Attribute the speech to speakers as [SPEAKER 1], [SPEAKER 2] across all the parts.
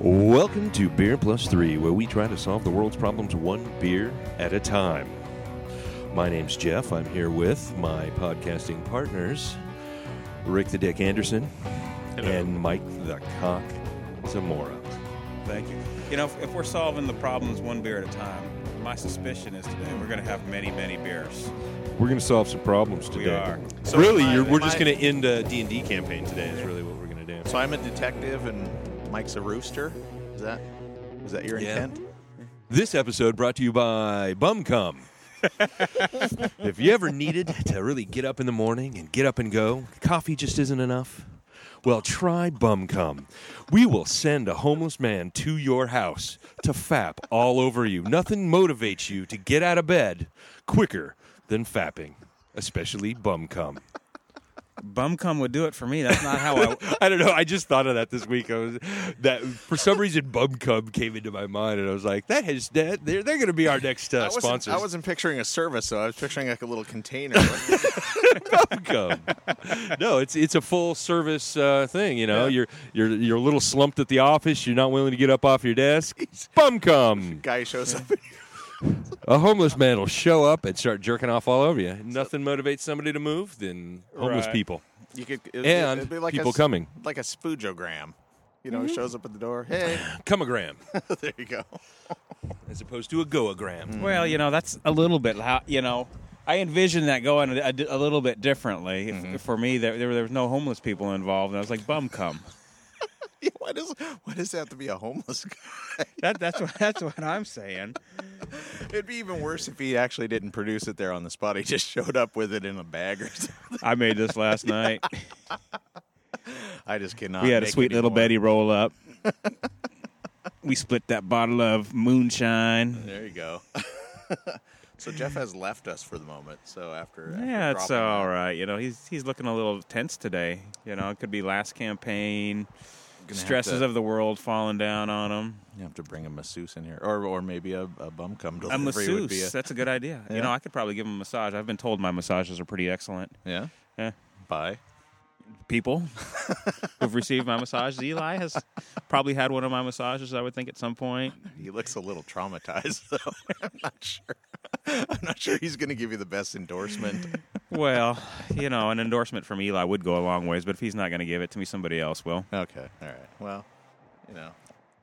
[SPEAKER 1] Welcome to Beer Plus Three, where we try to solve the world's problems one beer at a time. My name's Jeff. I'm here with my podcasting partners, Rick the Dick Anderson and Mike the Cock Zamora.
[SPEAKER 2] Thank you. You know, if, if we're solving the problems one beer at a time, my suspicion is today we're going to have many, many beers.
[SPEAKER 1] We're going to solve some problems today.
[SPEAKER 2] We are.
[SPEAKER 3] So
[SPEAKER 1] really,
[SPEAKER 3] am I-
[SPEAKER 1] you're, we're
[SPEAKER 3] am
[SPEAKER 1] just
[SPEAKER 3] I-
[SPEAKER 1] going to end a D&D campaign today is really what we're going to do.
[SPEAKER 3] So I'm a detective and Mike's a rooster. Is that is that your
[SPEAKER 1] Yeah.
[SPEAKER 3] intent?
[SPEAKER 1] This episode brought to you by Bumcum. if you ever needed to really get up in the morning and get up and go, coffee just isn't enough. Well, try Bumcum. We will send a homeless man to your house to fap all over you. Nothing motivates you to get out of bed quicker than fapping, especially Bumcum.
[SPEAKER 2] Bumcum would do it for me. That's not how I.
[SPEAKER 1] I don't know. I just thought of that this week. I was that for some reason Bumcum came into my mind, and I was like, "That is that they're they're going to be our next uh,
[SPEAKER 3] I wasn't,
[SPEAKER 1] sponsors."
[SPEAKER 3] I wasn't picturing a service, so I was picturing like a little container.
[SPEAKER 1] Come. no, it's it's a full service uh, thing. You know, you're you're you're a little slumped at the office. You're not willing to get up off your desk. Bum cum.
[SPEAKER 3] Guy shows up.
[SPEAKER 1] A homeless man will show up and start jerking off all over you. Nothing motivates somebody to move than homeless
[SPEAKER 2] Right.
[SPEAKER 1] people
[SPEAKER 3] You could it'd,
[SPEAKER 1] and
[SPEAKER 3] it'd be like
[SPEAKER 1] people
[SPEAKER 3] a, s-
[SPEAKER 1] coming. Mm-hmm.
[SPEAKER 3] like a spoojogram. You know, he shows up at the door. Hey,
[SPEAKER 1] Cumagram
[SPEAKER 3] there you go.
[SPEAKER 1] as opposed to a
[SPEAKER 3] Mm.
[SPEAKER 1] goagram.
[SPEAKER 2] Well, you know, that's a little bit how you know. I envisioned that going a, a little bit differently. If- For me, there, there, were- there was no homeless people involved, and I was like, "Bumcum."
[SPEAKER 3] Why does why does it have to be a homeless guy?
[SPEAKER 2] That, that's what that's what I'm saying.
[SPEAKER 3] It'd be even worse if he actually didn't produce it there on the spot. He just showed up with it in a bag or something.
[SPEAKER 2] I made this last night.
[SPEAKER 3] I just cannot.
[SPEAKER 2] We had a
[SPEAKER 3] make
[SPEAKER 2] sweet little
[SPEAKER 3] anymore.
[SPEAKER 2] Betty roll up. we split that bottle of moonshine.
[SPEAKER 3] There you go. so Jeff has left us for the moment. So after, after
[SPEAKER 2] Yeah, it's
[SPEAKER 3] uh, dropping
[SPEAKER 2] all right. You know, he's he's looking a little tense today. You know, it could be last campaign,
[SPEAKER 3] Gonna have
[SPEAKER 2] stresses
[SPEAKER 3] to-
[SPEAKER 2] of the world falling down on him.
[SPEAKER 3] You have to bring a masseuse in here, or or maybe a, a bum cum
[SPEAKER 2] A
[SPEAKER 3] delivery would be a
[SPEAKER 2] masseuse. That's a good idea. You
[SPEAKER 3] Yeah.
[SPEAKER 2] know, I could probably give him a massage. I've been told my massages are pretty excellent.
[SPEAKER 3] yeah.
[SPEAKER 2] Eh,
[SPEAKER 3] Bye.
[SPEAKER 2] people who've received my massages. Eli has probably had one of my massages, I would think, at some point.
[SPEAKER 3] He looks a little traumatized though. I'm not sure. I'm not sure he's going to give you the best endorsement.
[SPEAKER 2] Well, you know, an endorsement from Eli would go a long ways, but if he's not going to give it to me, somebody else will.
[SPEAKER 3] Okay. All right. Well, you know,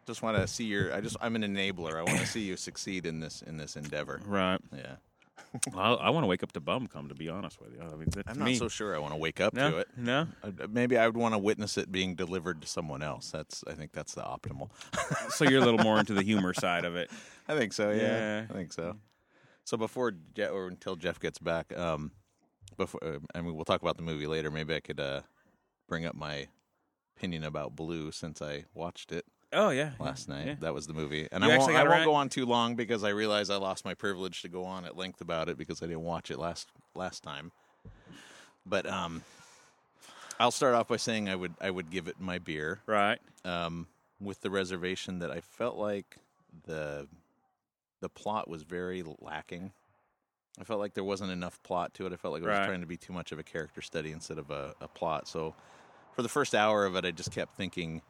[SPEAKER 3] just want to see your. I just I'm an enabler. I want to see you succeed in this in this endeavor.
[SPEAKER 2] Right.
[SPEAKER 3] Yeah.
[SPEAKER 2] I, I want to wake up to bum cum, to be honest with you. I mean, that-
[SPEAKER 3] I'm
[SPEAKER 2] to
[SPEAKER 3] not
[SPEAKER 2] me-
[SPEAKER 3] so sure I want to wake up
[SPEAKER 2] no,
[SPEAKER 3] to it.
[SPEAKER 2] No.
[SPEAKER 3] Uh, Maybe I would want to witness it being delivered to someone else. That's I think that's the optimal.
[SPEAKER 2] So you're a little more into the humor side of it.
[SPEAKER 3] I think so. Yeah,
[SPEAKER 2] Yeah.
[SPEAKER 3] I think so. So before Je- or until Jeff gets back, um, before uh, I mean, we'll talk about the movie later. Maybe I could uh, bring up my opinion about Blue since I watched it
[SPEAKER 2] Oh yeah.
[SPEAKER 3] last night.
[SPEAKER 2] yeah.
[SPEAKER 3] That was the movie, and
[SPEAKER 2] You
[SPEAKER 3] I won't,
[SPEAKER 2] actually got
[SPEAKER 3] I won't
[SPEAKER 2] around-
[SPEAKER 3] go on too long because I realize I lost my privilege to go on at length about it because I didn't watch it last last time. But um, I'll start off by saying I would I would give it my beer
[SPEAKER 2] Right.
[SPEAKER 3] um, with the reservation that I felt like the the plot was very lacking. I felt like there wasn't enough plot to it. I felt like it was
[SPEAKER 2] Right.
[SPEAKER 3] trying to be too much of a character study instead of a, a plot. So for the first hour of it, I just kept thinking,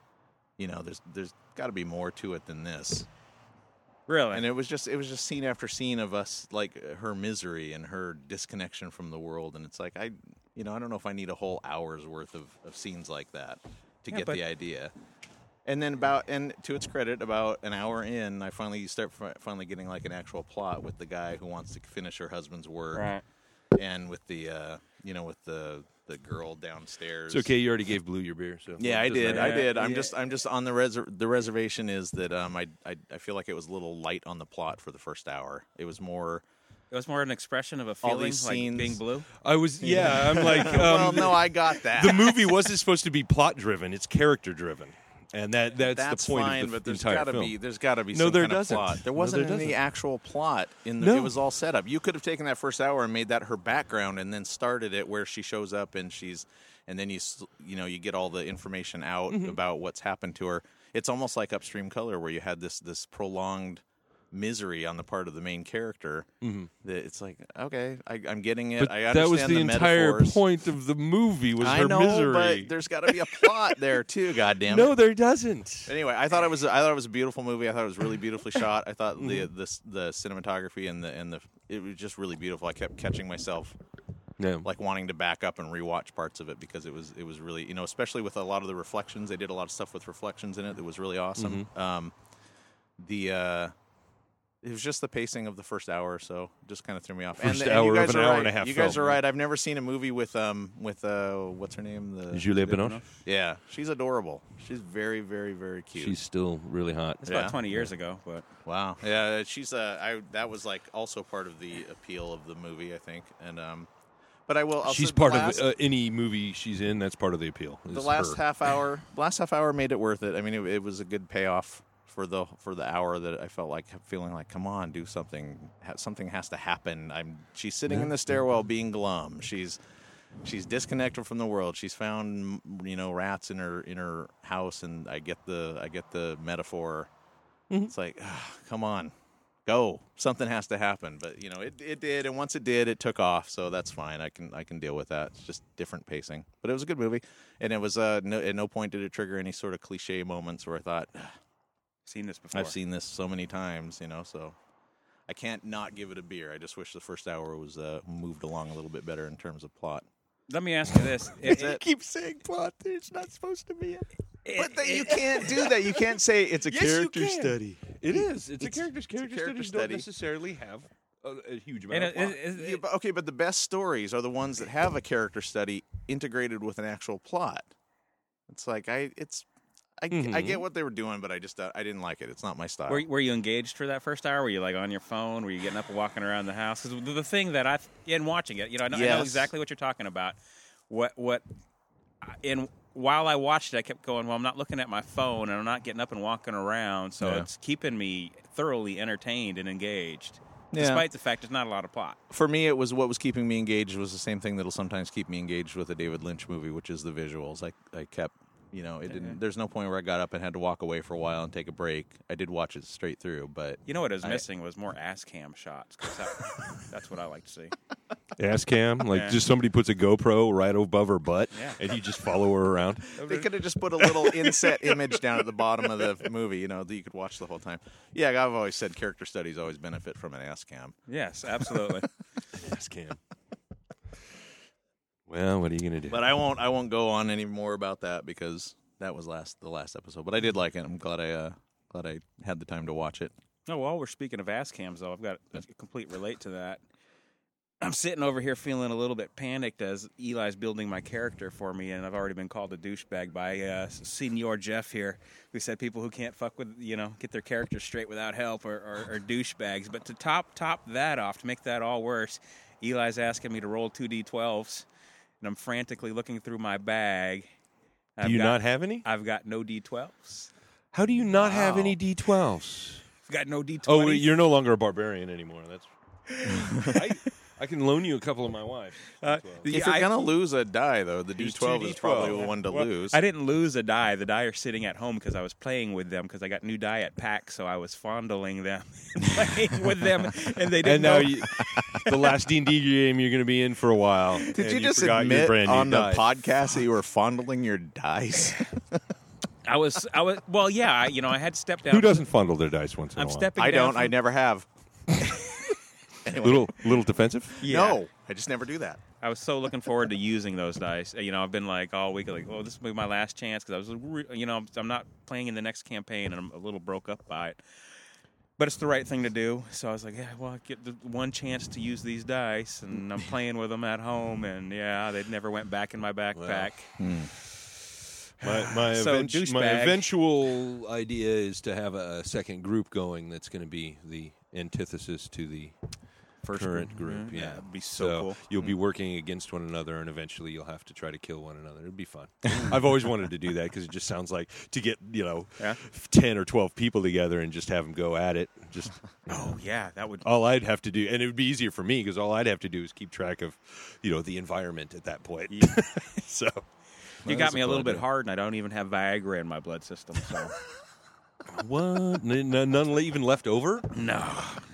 [SPEAKER 3] you know, there's there's got to be more to it than this.
[SPEAKER 2] Really.
[SPEAKER 3] And it was just it was just scene after scene of us like uh, her misery and her disconnection from the world. And it's like I, you know, I don't know if I need a whole hour's worth of, of scenes like that to
[SPEAKER 2] Yeah,
[SPEAKER 3] get
[SPEAKER 2] but-
[SPEAKER 3] the idea. And then about and to its credit, about an hour in, I finally start fi- finally getting like an actual plot with the guy who wants to finish her husband's work,
[SPEAKER 2] right.
[SPEAKER 3] and with the uh, you know with the the girl downstairs.
[SPEAKER 1] It's okay. You already gave Blue your beer, so
[SPEAKER 3] Yeah, I did. I
[SPEAKER 2] Yeah,
[SPEAKER 3] did. I'm
[SPEAKER 2] yeah.
[SPEAKER 3] just I'm just on the res the reservation is that um I, I I feel like it was a little light on the plot for the first hour. It was more
[SPEAKER 2] It was more an expression of a
[SPEAKER 3] All
[SPEAKER 2] feeling, like
[SPEAKER 3] these scenes-
[SPEAKER 2] being blue.
[SPEAKER 1] I was. Yeah, I'm like. Um,
[SPEAKER 3] Well, no, I got that.
[SPEAKER 1] the movie wasn't supposed to be plot driven; it's character driven. and that that's,
[SPEAKER 3] That's
[SPEAKER 1] the point
[SPEAKER 3] fine,
[SPEAKER 1] of the
[SPEAKER 3] but
[SPEAKER 1] f-
[SPEAKER 3] there's
[SPEAKER 1] entire
[SPEAKER 3] got to
[SPEAKER 1] film.
[SPEAKER 3] be there's got to be
[SPEAKER 1] No,
[SPEAKER 3] some
[SPEAKER 1] there
[SPEAKER 3] kind of
[SPEAKER 1] doesn't.
[SPEAKER 3] plot. There
[SPEAKER 1] No,
[SPEAKER 3] wasn't
[SPEAKER 1] there
[SPEAKER 3] any
[SPEAKER 1] doesn't.
[SPEAKER 3] actual plot in the.
[SPEAKER 1] No.
[SPEAKER 3] It was all set up. You could have taken that first hour and made that her background, and then started it where she shows up and she's, and then you s- you know you get all the information out
[SPEAKER 1] Mm-hmm.
[SPEAKER 3] about what's happened to her. It's almost like Upstream Color, where you had this this prolonged misery on the part of the main character. That it's like okay, I, I'm getting it.
[SPEAKER 1] Mm-hmm. but
[SPEAKER 3] I understand
[SPEAKER 1] that was the, entire
[SPEAKER 3] metaphors.
[SPEAKER 1] point of the movie was
[SPEAKER 3] I
[SPEAKER 1] her
[SPEAKER 3] know,
[SPEAKER 1] misery.
[SPEAKER 3] but there's got to be a plot there too. Goddamn it!
[SPEAKER 1] no, there doesn't.
[SPEAKER 3] Anyway, I thought it was I thought it was a beautiful movie. I thought it was really beautifully shot. I thought the
[SPEAKER 1] Mm-hmm.
[SPEAKER 3] the the cinematography and the and the it was just really beautiful. I kept catching myself
[SPEAKER 1] No.
[SPEAKER 3] like wanting to back up and rewatch parts of it because it was it was really you know especially with a lot of the reflections they did a lot of stuff with reflections in it that was really awesome.
[SPEAKER 1] Mm-hmm.
[SPEAKER 3] Um, the uh, it was just the pacing of the first hour or so just kind of threw me off.
[SPEAKER 1] First
[SPEAKER 3] and, the-
[SPEAKER 1] hour
[SPEAKER 3] and you
[SPEAKER 1] of
[SPEAKER 3] guys
[SPEAKER 1] an
[SPEAKER 3] are
[SPEAKER 1] hour
[SPEAKER 3] right.
[SPEAKER 1] and a half
[SPEAKER 3] You guys
[SPEAKER 1] film.
[SPEAKER 3] are right. I've never seen a movie with um with uh what's her name the
[SPEAKER 1] Julia Binoche.
[SPEAKER 3] yeah she's adorable. She's very very very cute.
[SPEAKER 1] She's still really hot.
[SPEAKER 2] It's
[SPEAKER 3] Yeah.
[SPEAKER 2] about 20 years ago, but
[SPEAKER 3] Wow. Yeah, she's uh, I that was like also part of the appeal of the movie, I think. And um, but I will. Also,
[SPEAKER 1] she's
[SPEAKER 3] the
[SPEAKER 1] part
[SPEAKER 3] last-
[SPEAKER 1] of uh, any movie she's in. That's part of the appeal.
[SPEAKER 3] the
[SPEAKER 1] is
[SPEAKER 3] last
[SPEAKER 1] her.
[SPEAKER 3] half hour. The last half hour made it worth it. I mean, it, it was a good payoff for the for the hour that I felt like feeling like, come on, do something. Ha- something has to happen. I'm. She's sitting in the stairwell being glum. She's. She's disconnected from the world. She's found, you know, rats in her in her house, and I get the I get the metaphor. It's like, ah, come on, go. Something has to happen. But you know, it, it did, and once it did, it took off. So that's fine. I can I can deal with that. It's just different pacing. But it was a good movie, and it was uh no, at no point did it trigger any sort of cliche moments where I thought "Ah,
[SPEAKER 2] seen this before.
[SPEAKER 3] I've seen this so many times. You know, so I can't not give it a beer. I just wish the first hour was uh, moved along a little bit better in terms of plot.
[SPEAKER 2] Let me ask you this. It- it-
[SPEAKER 3] keep saying plot. It's not supposed to be.
[SPEAKER 2] it-
[SPEAKER 3] But that you can't do that. You can't say it's a
[SPEAKER 1] Yes, you
[SPEAKER 3] character
[SPEAKER 1] can.
[SPEAKER 3] study.
[SPEAKER 1] It is. It's, a character's
[SPEAKER 3] character
[SPEAKER 1] character,
[SPEAKER 3] character
[SPEAKER 1] studies
[SPEAKER 3] study.
[SPEAKER 1] don't necessarily have a, a huge amount
[SPEAKER 2] and
[SPEAKER 1] of
[SPEAKER 2] it-
[SPEAKER 1] plot.
[SPEAKER 2] it- it-
[SPEAKER 3] Yeah, but, okay, but the best stories are the ones that have a character study integrated with an actual plot. It's like I, it's, I, I get what they were doing, but I just uh, I didn't like it. It's not my style.
[SPEAKER 2] Were, were you engaged for that first hour? Were you like on your phone? Were you getting up and walking around the house? Because the thing that I, in watching it, you know, I know, I know
[SPEAKER 3] Yes.
[SPEAKER 2] exactly what you're talking about. What what, I- in while I watched it, I kept going. Well, I'm not looking at my phone, and I'm not getting up and walking around, so
[SPEAKER 3] Yeah.
[SPEAKER 2] it's keeping me thoroughly entertained and engaged,
[SPEAKER 3] Yeah.
[SPEAKER 2] despite the fact there's not a lot of plot.
[SPEAKER 3] For me, it was what was keeping me engaged was the same thing that'll sometimes keep me engaged with a David Lynch movie, which is the visuals. I I kept, you know, it didn't. There's no point where I got up and had to walk away for a while and take a break. I did watch it straight through, but
[SPEAKER 2] You know what is
[SPEAKER 3] I-
[SPEAKER 2] missing was more ass cam shots. 'cause that- that's what I like to see.
[SPEAKER 1] ass cam. Like
[SPEAKER 2] Yeah.
[SPEAKER 1] just somebody puts a GoPro right above her butt,
[SPEAKER 2] Yeah.
[SPEAKER 1] and you just follow her around.
[SPEAKER 3] They could have just put a little inset image down at the bottom of the movie, you know, that you could watch the whole time. Yeah, I've always said character studies always benefit from an ass cam.
[SPEAKER 2] Yes, absolutely.
[SPEAKER 1] ass cam. Well, what are you gonna do?
[SPEAKER 3] But I won't. I won't go on any more about that because that was last the last episode. But I did like it. I'm glad I uh, glad I had the time to watch it.
[SPEAKER 2] No, while we're speaking of ass cams, though, I've got a complete relate to that. I'm sitting over here feeling a little bit panicked as Eli's building my character for me, and I've already been called a douchebag by uh, Senior Jeff here, who said people who can't fuck with, you know, get their characters straight without help are, are, are douchebags. But to top top that off, to make that all worse, Eli's asking me to roll two d12s, and I'm frantically looking through my bag. I've
[SPEAKER 1] do you
[SPEAKER 2] got,
[SPEAKER 1] not have any?
[SPEAKER 2] I've got no d12s.
[SPEAKER 1] How do you not have
[SPEAKER 3] Wow.
[SPEAKER 1] any D12s?
[SPEAKER 2] I've got no d20s.
[SPEAKER 1] Oh, wait, you're no longer a barbarian anymore. That's. I, I can loan you a couple of my wives.
[SPEAKER 2] Uh,
[SPEAKER 3] If you're
[SPEAKER 2] I-
[SPEAKER 3] gonna lose a die though, the
[SPEAKER 1] There's
[SPEAKER 3] D12
[SPEAKER 1] two
[SPEAKER 3] is probably
[SPEAKER 1] D12.
[SPEAKER 3] one to
[SPEAKER 2] Well,
[SPEAKER 3] lose.
[SPEAKER 2] I didn't lose a die. The die are sitting at home because I was playing with them because I got new die at PAX, so I was fondling them, playing with them, and they didn't
[SPEAKER 1] and now
[SPEAKER 2] know.
[SPEAKER 1] you, the last D and D game you're going to be in for a while.
[SPEAKER 3] Did
[SPEAKER 1] and
[SPEAKER 3] you just
[SPEAKER 1] forgot your
[SPEAKER 3] admit
[SPEAKER 1] brand new
[SPEAKER 3] on the
[SPEAKER 1] die.
[SPEAKER 3] podcast that you were fondling your dice?
[SPEAKER 2] I was, I was, well, yeah, I, you know, I had stepped down.
[SPEAKER 1] Who doesn't fondle their dice once in a
[SPEAKER 2] I'm
[SPEAKER 1] while?
[SPEAKER 2] stepping.
[SPEAKER 3] I
[SPEAKER 2] down
[SPEAKER 3] don't. I
[SPEAKER 2] from-
[SPEAKER 3] never have.
[SPEAKER 1] little little defensive.
[SPEAKER 2] Yeah.
[SPEAKER 3] No, I just never do that.
[SPEAKER 2] I was so looking forward to using those dice. You know, I've been like all week, like, oh, this will be my last chance because I was, re- you know, I'm, I'm not playing in the next campaign, and I'm a little broke up by it. But it's the right thing to do. So I was like, yeah, well, I get the one chance to use these dice, and I'm playing with them at home, and yeah, they never went back in my backpack.
[SPEAKER 1] My my,
[SPEAKER 2] So,
[SPEAKER 1] event- my
[SPEAKER 2] douchebag.
[SPEAKER 1] eventual idea is to have a second group going that's going to be the antithesis to the
[SPEAKER 2] First
[SPEAKER 1] current group.
[SPEAKER 2] Mhm.
[SPEAKER 1] Yeah,
[SPEAKER 2] that'd be so, cool. Hmm.
[SPEAKER 1] You'll be working against one another, and eventually you'll have to try to kill one another. It'd be fun. I've always wanted to do that because it just sounds like to get you know
[SPEAKER 2] Hmm. Yeah.
[SPEAKER 1] ten or twelve people together and just have them go at it. Just
[SPEAKER 2] Oh yeah, that would.
[SPEAKER 1] all I'd have to do, and it would be easier for me because all I'd have to do is keep track of you know the environment at that point. so
[SPEAKER 2] You
[SPEAKER 3] that's
[SPEAKER 2] got
[SPEAKER 3] a
[SPEAKER 2] me a little
[SPEAKER 3] plan,
[SPEAKER 2] bit hard, and I don't even have Viagra in my blood system. So
[SPEAKER 1] what? N- n- none le- even left over?
[SPEAKER 2] no,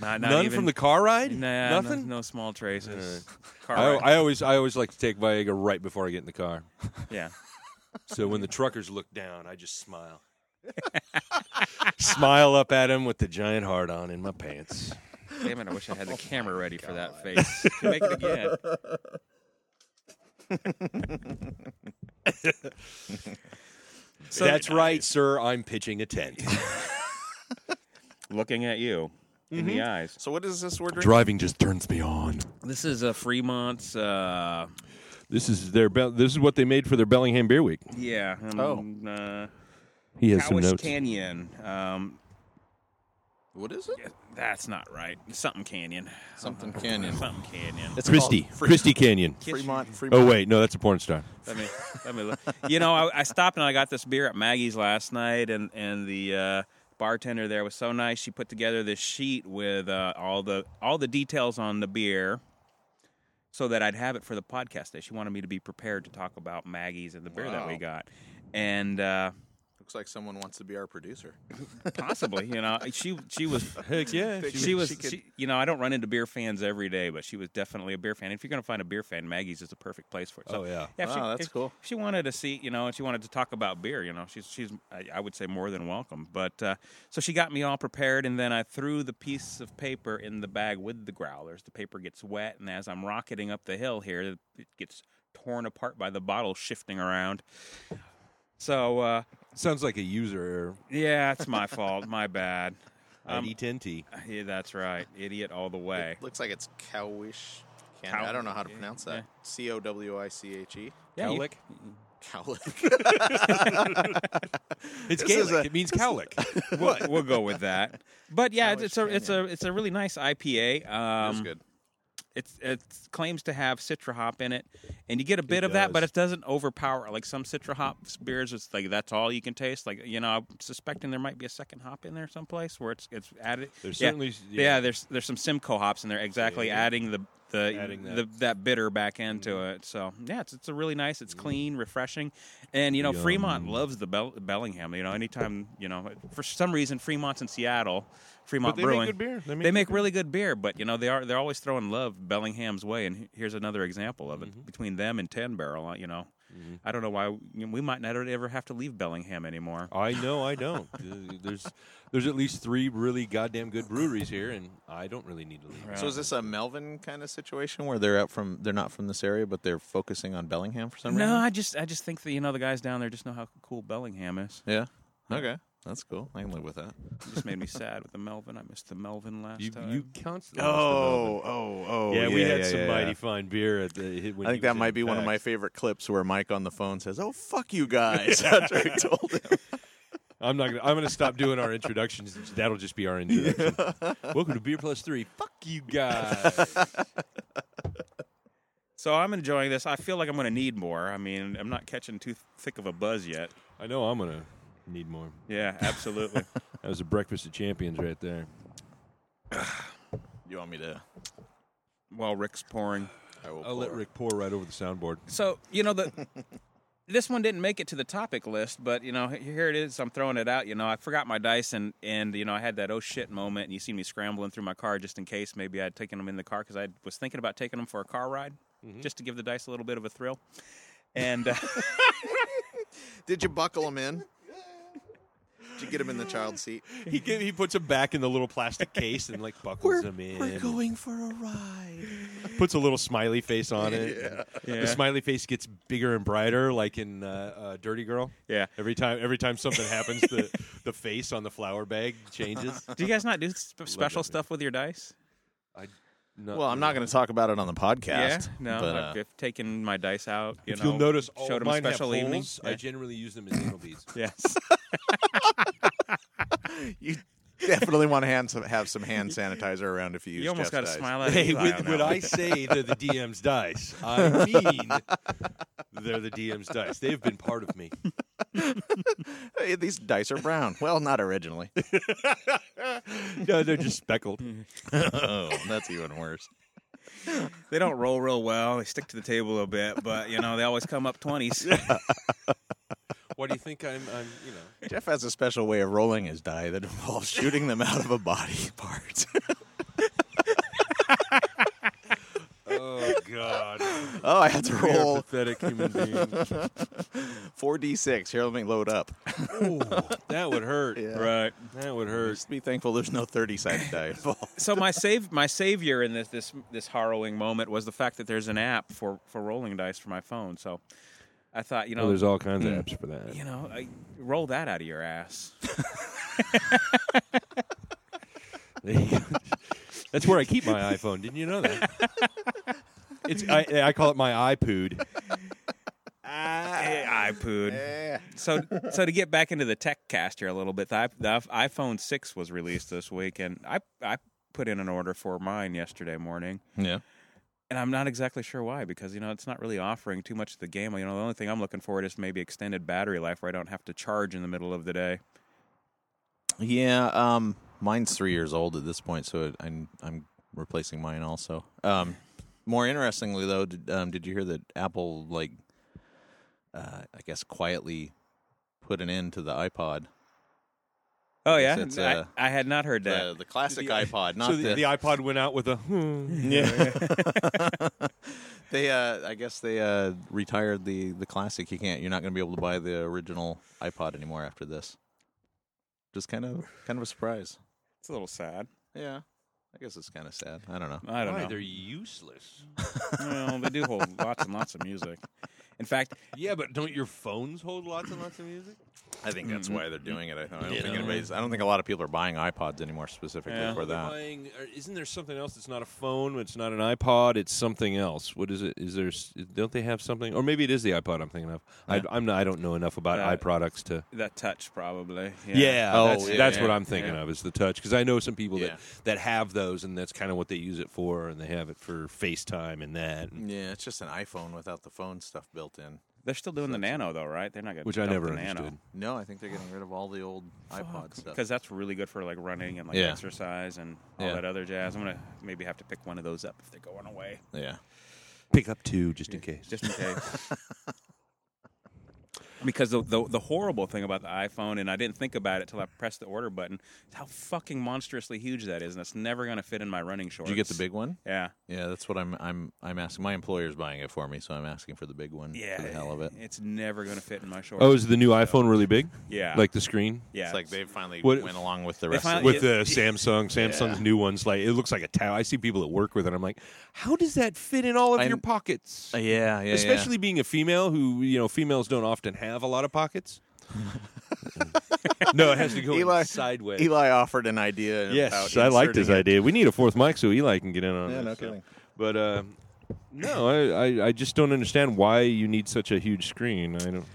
[SPEAKER 2] not, not
[SPEAKER 1] none
[SPEAKER 2] even,
[SPEAKER 1] from the car ride?
[SPEAKER 2] Nah, no-
[SPEAKER 1] Nothing.
[SPEAKER 2] No, small traces. Car
[SPEAKER 1] I,
[SPEAKER 2] wreck.
[SPEAKER 1] I always I always like to take Viagra right before I get in the car.
[SPEAKER 2] yeah.
[SPEAKER 1] So when the truckers look down, I just smile. smile up at him with the giant heart on in my pants.
[SPEAKER 2] Damn it! I wish I
[SPEAKER 1] Oh
[SPEAKER 2] had the camera ready for that face. Can Make it again. So-
[SPEAKER 1] That's right, sir. I'm pitching a tent.
[SPEAKER 2] Looking at you in the
[SPEAKER 1] Mm-hmm.
[SPEAKER 2] eyes.
[SPEAKER 3] So what is this we're drinking?
[SPEAKER 1] Driving just turns me on.
[SPEAKER 2] This is a Fremont's. Uh,
[SPEAKER 1] This is their Be- this is what they made for their Bellingham Beer Week.
[SPEAKER 2] yeah. um,
[SPEAKER 3] Oh.
[SPEAKER 2] Uh,
[SPEAKER 1] He has some
[SPEAKER 2] Cowish
[SPEAKER 1] notes.
[SPEAKER 2] Canyon. Um,
[SPEAKER 3] What is it?
[SPEAKER 2] that's not right. Something Canyon.
[SPEAKER 3] Something Canyon.
[SPEAKER 2] Something Canyon.
[SPEAKER 3] It's
[SPEAKER 1] Christy,
[SPEAKER 3] called Fre-
[SPEAKER 1] Christy Canyon.
[SPEAKER 3] Fremont. Fremont.
[SPEAKER 1] Oh wait, no, that's a porn star.
[SPEAKER 2] Let me, let me look. You know, I, I stopped and I got this beer at Maggie's last night, and and the uh, bartender there was so nice. She put together this sheet with uh, all the all the details on the beer, so that I'd have it for the podcast day. She wanted me to be prepared to talk about Maggie's and the beer that we
[SPEAKER 3] Wow.
[SPEAKER 2] got, and uh,
[SPEAKER 3] Looks like someone wants to be our producer.
[SPEAKER 2] possibly, you know, she she was.
[SPEAKER 1] Heck yeah,
[SPEAKER 3] She
[SPEAKER 2] She was,
[SPEAKER 3] she could-
[SPEAKER 2] she- you know, I don't run into beer fans every day, but she was definitely a beer fan. If you're going to find a beer fan, Maggie's is the perfect place for it. So
[SPEAKER 1] Oh yeah.
[SPEAKER 2] Yeah, if she,
[SPEAKER 3] Wow, that's
[SPEAKER 2] if
[SPEAKER 3] cool.
[SPEAKER 2] She wanted to see, you know, and she wanted to talk about beer. You know, she's she's I, I would say more than welcome. But uh, so she got me all prepared, and then I threw the piece of paper in the bag with the growlers. The paper gets wet, and as I'm rocketing up the hill here, it gets torn apart by the bottle shifting around. So uh,
[SPEAKER 1] Sounds like a user error.
[SPEAKER 2] yeah, it's my fault. My bad. Um,
[SPEAKER 1] ID 10T.
[SPEAKER 2] yeah, that's right, idiot all the way.
[SPEAKER 3] It looks like it's Cowish. Can-
[SPEAKER 2] Cow-
[SPEAKER 3] I don't know how to
[SPEAKER 2] yeah,
[SPEAKER 3] pronounce
[SPEAKER 2] yeah.
[SPEAKER 3] that. C o w i c h e.
[SPEAKER 2] Yeah, you-
[SPEAKER 1] Cowlick?
[SPEAKER 3] Cowlick.
[SPEAKER 1] Um, It's
[SPEAKER 3] This is
[SPEAKER 1] Gaelic.
[SPEAKER 3] a-
[SPEAKER 1] it means cowlick.
[SPEAKER 2] we'll, we'll go with that. But yeah, it's, it's a
[SPEAKER 3] Cowlish
[SPEAKER 2] it's a it's a really nice IPA. Um,
[SPEAKER 3] That's good.
[SPEAKER 2] It's it claims to have citra hop in it, and you get a bit of that, but
[SPEAKER 1] does.
[SPEAKER 2] it doesn't overpower. Like some citra hop beers, it's like that's all you can taste. Like you know, I'm suspecting there might be a second hop in there someplace where it's it's added.
[SPEAKER 1] There's
[SPEAKER 2] yeah.
[SPEAKER 1] certainly-
[SPEAKER 2] yeah.
[SPEAKER 1] yeah.
[SPEAKER 2] There's there's some Simcoe hops in there. Exactly,
[SPEAKER 1] Yeah.
[SPEAKER 2] adding the the
[SPEAKER 1] Adding
[SPEAKER 2] that.
[SPEAKER 1] that. Mm-hmm.
[SPEAKER 2] The, that bitter back into it. So yeah, it's it's a really nice. It's clean, refreshing, and you know Fremont loves the Bel- Bellingham. You know, anytime you know for some reason Fremont's in Seattle. Fremont
[SPEAKER 1] they make
[SPEAKER 2] Brewing.
[SPEAKER 1] good beer. They
[SPEAKER 2] They make,
[SPEAKER 1] make
[SPEAKER 2] really good beer, but you know they are they're always throwing love Bellingham's way. And he- here's another example of it
[SPEAKER 1] Mm-hmm.
[SPEAKER 2] between them and Ten Barrel. uh, You know, I don't know why you know, we might not ever have to leave Bellingham anymore.
[SPEAKER 1] I know I don't. Uh, there's there's at least three really goddamn good breweries here, and I don't really need to leave.
[SPEAKER 3] So is this a Melvin kind of situation where they're out from they're not from this area but they're focusing on Bellingham for some
[SPEAKER 2] No,
[SPEAKER 3] reason?
[SPEAKER 2] I just I just think that you know the guys down there just know how cool Bellingham is.
[SPEAKER 3] Yeah. Okay. That's cool. I can live with that.
[SPEAKER 2] It just made me sad with the Melvin. I missed the Melvin last
[SPEAKER 1] You,
[SPEAKER 2] time.
[SPEAKER 1] you constantly.
[SPEAKER 3] oh, oh.
[SPEAKER 1] yeah, we had some mighty fine beer at the. When
[SPEAKER 3] I think that might be one of my favorite clips where Mike on the phone says, "Oh fuck you guys," after I told him.
[SPEAKER 1] I'm not. Gonna, I'm going to stop doing our introductions. That'll just be our introduction. Welcome to Beer Plus Three. Fuck you guys.
[SPEAKER 2] so I'm enjoying this. I feel like I'm going to need more. I mean, I'm not catching too thick of a buzz yet.
[SPEAKER 1] I know I'm going to need more.
[SPEAKER 2] Yeah, absolutely.
[SPEAKER 1] That was a breakfast of champions right there.
[SPEAKER 3] You want me to?
[SPEAKER 2] While Rick's pouring.
[SPEAKER 3] I will
[SPEAKER 1] I'll let
[SPEAKER 3] pour.
[SPEAKER 1] Rick pour right over the soundboard.
[SPEAKER 2] So you know the this one didn't make it to the topic list, but you know here it is. I'm throwing it out. You know I forgot my dice and and you know I had that oh shit moment, and you seen me scrambling through my car just in case maybe I'd taken them in the car because I was thinking about taking them for a car ride just to give the dice a little bit of a thrill. And uh,
[SPEAKER 3] Did you buckle him in? Did you get him in the child seat?
[SPEAKER 1] He get, he puts him back in the little plastic case and like buckles him in.
[SPEAKER 3] for a ride.
[SPEAKER 1] puts a little smiley face on it.
[SPEAKER 2] Yeah.
[SPEAKER 1] The smiley face gets bigger and brighter, like in uh, uh, Dirty Girl.
[SPEAKER 2] Yeah.
[SPEAKER 1] Every time, every time something happens, the the face on the flower bag changes.
[SPEAKER 2] do you guys not do sp- special
[SPEAKER 1] that
[SPEAKER 2] stuff with your dice?
[SPEAKER 1] I,
[SPEAKER 3] Well, I'm not going to talk about it on the podcast.
[SPEAKER 2] no, I've,
[SPEAKER 3] but, uh,
[SPEAKER 2] I've taken my dice out. You
[SPEAKER 1] If
[SPEAKER 2] know,
[SPEAKER 1] you'll notice, all of
[SPEAKER 2] showed 'em
[SPEAKER 1] mine
[SPEAKER 2] special
[SPEAKER 1] have
[SPEAKER 2] evening.
[SPEAKER 1] holes.
[SPEAKER 2] Yeah.
[SPEAKER 1] I generally use them as anal beads.
[SPEAKER 2] Yes.
[SPEAKER 3] you Definitely want to hand some, have some hand sanitizer around if you use.
[SPEAKER 2] You almost
[SPEAKER 3] got
[SPEAKER 2] got to smile at
[SPEAKER 1] Hey,
[SPEAKER 2] me.
[SPEAKER 1] when, when I say they're the DM's dice, I mean they're the DM's dice. They've been part of me.
[SPEAKER 3] Hey, these dice are brown. Well, not originally.
[SPEAKER 1] No, they're just speckled.
[SPEAKER 3] oh, that's even worse.
[SPEAKER 2] They don't roll real well. They stick to the table a bit, but you know they always come up twenties.
[SPEAKER 1] Why do you think I'm? I'm you know.
[SPEAKER 3] Jeff has a special way of rolling his die that involves shooting them out of a body part.
[SPEAKER 1] Oh God!
[SPEAKER 3] oh, I had to
[SPEAKER 1] We are
[SPEAKER 3] roll
[SPEAKER 1] pathetic human beings.
[SPEAKER 3] four d six. Here, let me load up.
[SPEAKER 1] Ooh, that would hurt.
[SPEAKER 3] Yeah.
[SPEAKER 2] right.
[SPEAKER 1] That would hurt.
[SPEAKER 3] Just be thankful there's no thirty sided die involved.
[SPEAKER 2] So my save, my savior in this this this harrowing moment was the fact that there's an app for for rolling dice for my phone. So I thought, you know,
[SPEAKER 1] Oh, there's all kinds of apps for that.
[SPEAKER 2] you know, I, roll that out of your ass.
[SPEAKER 1] That's where I keep my iPhone. Didn't you know that? It's I, I call it my iPood.
[SPEAKER 2] Eh, I pooed.
[SPEAKER 3] Yeah.
[SPEAKER 2] so so to get back into the tech cast here a little bit, the, i- the iPhone six was released this week, and I I put in an order for mine yesterday morning,
[SPEAKER 3] Yeah.
[SPEAKER 2] and I'm not exactly sure why because you know it's not really offering too much of the game. You know, the only thing I'm looking forward is maybe extended battery life where I don't have to charge in the middle of the day.
[SPEAKER 3] Yeah, um, mine's three years old at this point, so it, I'm I'm replacing mine also. Um, more interestingly, though, did, um, did you hear that Apple like, uh, I guess quietly put an end to the iPod,
[SPEAKER 2] Oh
[SPEAKER 3] guess
[SPEAKER 2] yeah,
[SPEAKER 3] it's, uh,
[SPEAKER 2] I, I had not heard that.
[SPEAKER 1] uh,
[SPEAKER 3] the, the classic iPod, not
[SPEAKER 1] so
[SPEAKER 3] the,
[SPEAKER 1] the, the iPod went out with a. Hmm.
[SPEAKER 3] they. Uh, I guess they uh, retired the the classic. You can't. You're not going to be able to buy the original iPod anymore after this. Just kind of kind of a surprise.
[SPEAKER 2] it's a little sad.
[SPEAKER 3] Yeah, I guess it's kind of sad. I don't know.
[SPEAKER 2] I don't
[SPEAKER 1] Why?
[SPEAKER 2] know.
[SPEAKER 1] They're useless.
[SPEAKER 2] well, they do hold lots and lots of music. In fact,
[SPEAKER 1] Yeah, but don't your phones hold lots and lots of music?
[SPEAKER 3] I think that's why they're doing it. I don't, I don't
[SPEAKER 1] Mm-hmm. Yeah.
[SPEAKER 3] think anybody's. I don't think a lot of people are buying iPods anymore specifically
[SPEAKER 2] Yeah.
[SPEAKER 3] for that.
[SPEAKER 1] Buying, or isn't there something else that's not a phone? It's not an iPod. It's something else. What is it? Is there? s- Don't they have something? Or maybe it is the iPod. I'm thinking of. I, I'm not. I don't know enough about
[SPEAKER 2] Uh,
[SPEAKER 1] i products to.
[SPEAKER 2] that touch probably.
[SPEAKER 1] Yeah,
[SPEAKER 3] Oh,
[SPEAKER 1] that's,
[SPEAKER 3] yeah,
[SPEAKER 1] that's
[SPEAKER 2] yeah,
[SPEAKER 1] what I'm thinking
[SPEAKER 2] yeah.
[SPEAKER 1] of is the touch because I know some people
[SPEAKER 3] Yeah.
[SPEAKER 1] that, that have those and that's kind of what they use it for and they have it for FaceTime and that, and-
[SPEAKER 3] Yeah, it's just an iPhone without the phone stuff built in.
[SPEAKER 2] They're still doing the Nano though, right? They're not going to
[SPEAKER 1] which I never
[SPEAKER 2] the
[SPEAKER 1] understood.
[SPEAKER 2] Nano.
[SPEAKER 3] No, I think they're getting rid of all the old iPod stuff.
[SPEAKER 2] because Oh, that's really good for like running and like
[SPEAKER 3] Yeah.
[SPEAKER 2] exercise and all
[SPEAKER 3] Yeah.
[SPEAKER 2] that other jazz. I'm gonna maybe have to pick one of those up if they're going away,
[SPEAKER 3] Yeah,
[SPEAKER 1] Pick up two just in case.
[SPEAKER 2] just in case. because the, the the horrible thing about the iPhone, and I didn't think about it till I pressed the order button, is how fucking monstrously huge that is, and it's never gonna fit in my running shorts.
[SPEAKER 3] did you get the big one?
[SPEAKER 2] Yeah,
[SPEAKER 3] Yeah, that's what I'm. I'm. I'm asking. My employer's buying it for me, so I'm asking for the big one.
[SPEAKER 2] yeah,
[SPEAKER 3] for the hell of it.
[SPEAKER 2] It's never gonna fit in my shorts.
[SPEAKER 1] Oh, is the new iPhone really big?
[SPEAKER 2] yeah,
[SPEAKER 1] Like the screen
[SPEAKER 2] yeah,
[SPEAKER 3] It's like they finally
[SPEAKER 1] What-
[SPEAKER 3] went along with the rest.
[SPEAKER 2] finally-
[SPEAKER 3] of it.
[SPEAKER 1] with the Samsung. Samsung's
[SPEAKER 3] Yeah.
[SPEAKER 1] new ones like it looks like a towel. I see people that work with it. I'm like, how does that fit in all of
[SPEAKER 3] I'm-
[SPEAKER 1] your pockets?
[SPEAKER 3] Uh, yeah, yeah,
[SPEAKER 1] Especially being a female, who you know, females don't often have a lot of pockets. no, it has to go in
[SPEAKER 3] Eli-
[SPEAKER 1] sideways.
[SPEAKER 3] yeah. Eli offered an idea.
[SPEAKER 1] Yes,
[SPEAKER 3] about
[SPEAKER 1] I liked
[SPEAKER 3] inserting
[SPEAKER 1] his idea. We need a fourth mic so Eli can get in on
[SPEAKER 3] Yeah,
[SPEAKER 1] it.
[SPEAKER 3] no
[SPEAKER 1] so.
[SPEAKER 3] kidding.
[SPEAKER 1] But uh, no, I, I, I just don't understand why you need such a huge screen. I don't.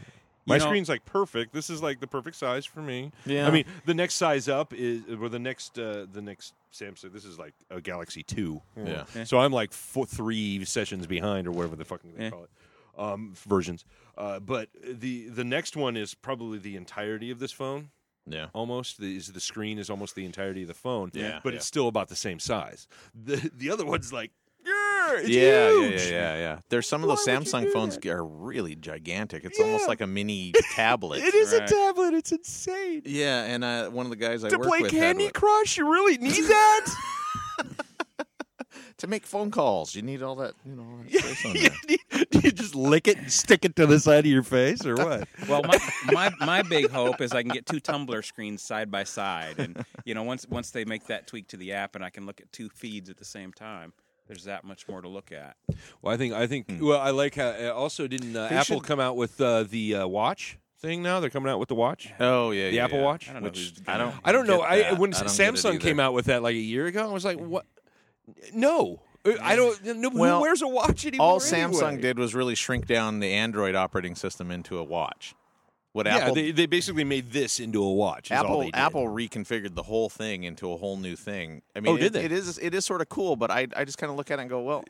[SPEAKER 1] My
[SPEAKER 2] know-
[SPEAKER 1] screen's like perfect. This is like the perfect size for me.
[SPEAKER 3] Yeah.
[SPEAKER 1] I mean, the next size up is or the next uh, the next Samsung. This is like a Galaxy Two.
[SPEAKER 3] Yeah.
[SPEAKER 2] Yeah.
[SPEAKER 1] So I'm like four, three sessions behind or whatever the fucking they
[SPEAKER 2] Yeah.
[SPEAKER 1] call it. Um, versions, uh, but the the next one is probably the entirety of this phone
[SPEAKER 3] Yeah.
[SPEAKER 1] almost the, is the screen is almost the entirety of the phone
[SPEAKER 3] Yeah.
[SPEAKER 1] but
[SPEAKER 3] Yeah.
[SPEAKER 1] it's still about the same size the the other one's like yeah it's
[SPEAKER 3] yeah, yeah,
[SPEAKER 1] huge
[SPEAKER 3] yeah, yeah, yeah. There's some of
[SPEAKER 1] Why
[SPEAKER 3] those
[SPEAKER 1] would you do
[SPEAKER 3] Samsung phones
[SPEAKER 1] that?
[SPEAKER 3] g- are really gigantic. It's
[SPEAKER 1] Yeah.
[SPEAKER 3] almost like a mini tablet.
[SPEAKER 1] it is a
[SPEAKER 2] Right.
[SPEAKER 1] tablet it's insane
[SPEAKER 3] Yeah, and uh, one of the guys I
[SPEAKER 1] to
[SPEAKER 3] work
[SPEAKER 1] play
[SPEAKER 3] with had
[SPEAKER 1] Candy
[SPEAKER 3] one-
[SPEAKER 1] Crush, you really need that.
[SPEAKER 3] to make phone calls. You need all that, you know. all that space on
[SPEAKER 1] you,
[SPEAKER 3] there.
[SPEAKER 1] do you just lick it and stick it to the side of your face, or what?
[SPEAKER 2] Well, my, my my big hope is I can get two Tumblr screens side by side, and you know, once once they make that tweak to the app, and I can look at two feeds at the same time. There's that much more to look at.
[SPEAKER 1] Well, I think I think well, I like how uh, also didn't uh,
[SPEAKER 3] They
[SPEAKER 1] Apple
[SPEAKER 3] should-
[SPEAKER 1] come out with uh, the uh, watch thing now? They're coming out with the watch,
[SPEAKER 3] Oh yeah,
[SPEAKER 1] the
[SPEAKER 3] yeah,
[SPEAKER 1] Apple
[SPEAKER 3] yeah.
[SPEAKER 1] Watch.
[SPEAKER 2] I don't know.
[SPEAKER 3] Which
[SPEAKER 2] who's
[SPEAKER 3] I
[SPEAKER 2] gonna-
[SPEAKER 3] don't.
[SPEAKER 1] I don't know.
[SPEAKER 3] get
[SPEAKER 1] I
[SPEAKER 3] that.
[SPEAKER 1] when
[SPEAKER 3] I don't get it
[SPEAKER 1] Samsung came
[SPEAKER 3] either.
[SPEAKER 1] out with that like a year ago, I was like, what? No, Uh, I don't. No,
[SPEAKER 3] Well,
[SPEAKER 1] who wears a watch anymore?
[SPEAKER 3] all Samsung
[SPEAKER 1] anyway?
[SPEAKER 3] did was really shrink down the Android operating system into a watch. What
[SPEAKER 1] yeah,
[SPEAKER 3] Apple
[SPEAKER 1] they, they basically made this into a watch. is all
[SPEAKER 3] Apple
[SPEAKER 1] they did.
[SPEAKER 3] Apple reconfigured the whole thing into a whole new thing. I mean,
[SPEAKER 1] Oh, did
[SPEAKER 3] it-
[SPEAKER 1] they?
[SPEAKER 3] it is it is sort of cool, but I I just kind of look at it and go, well,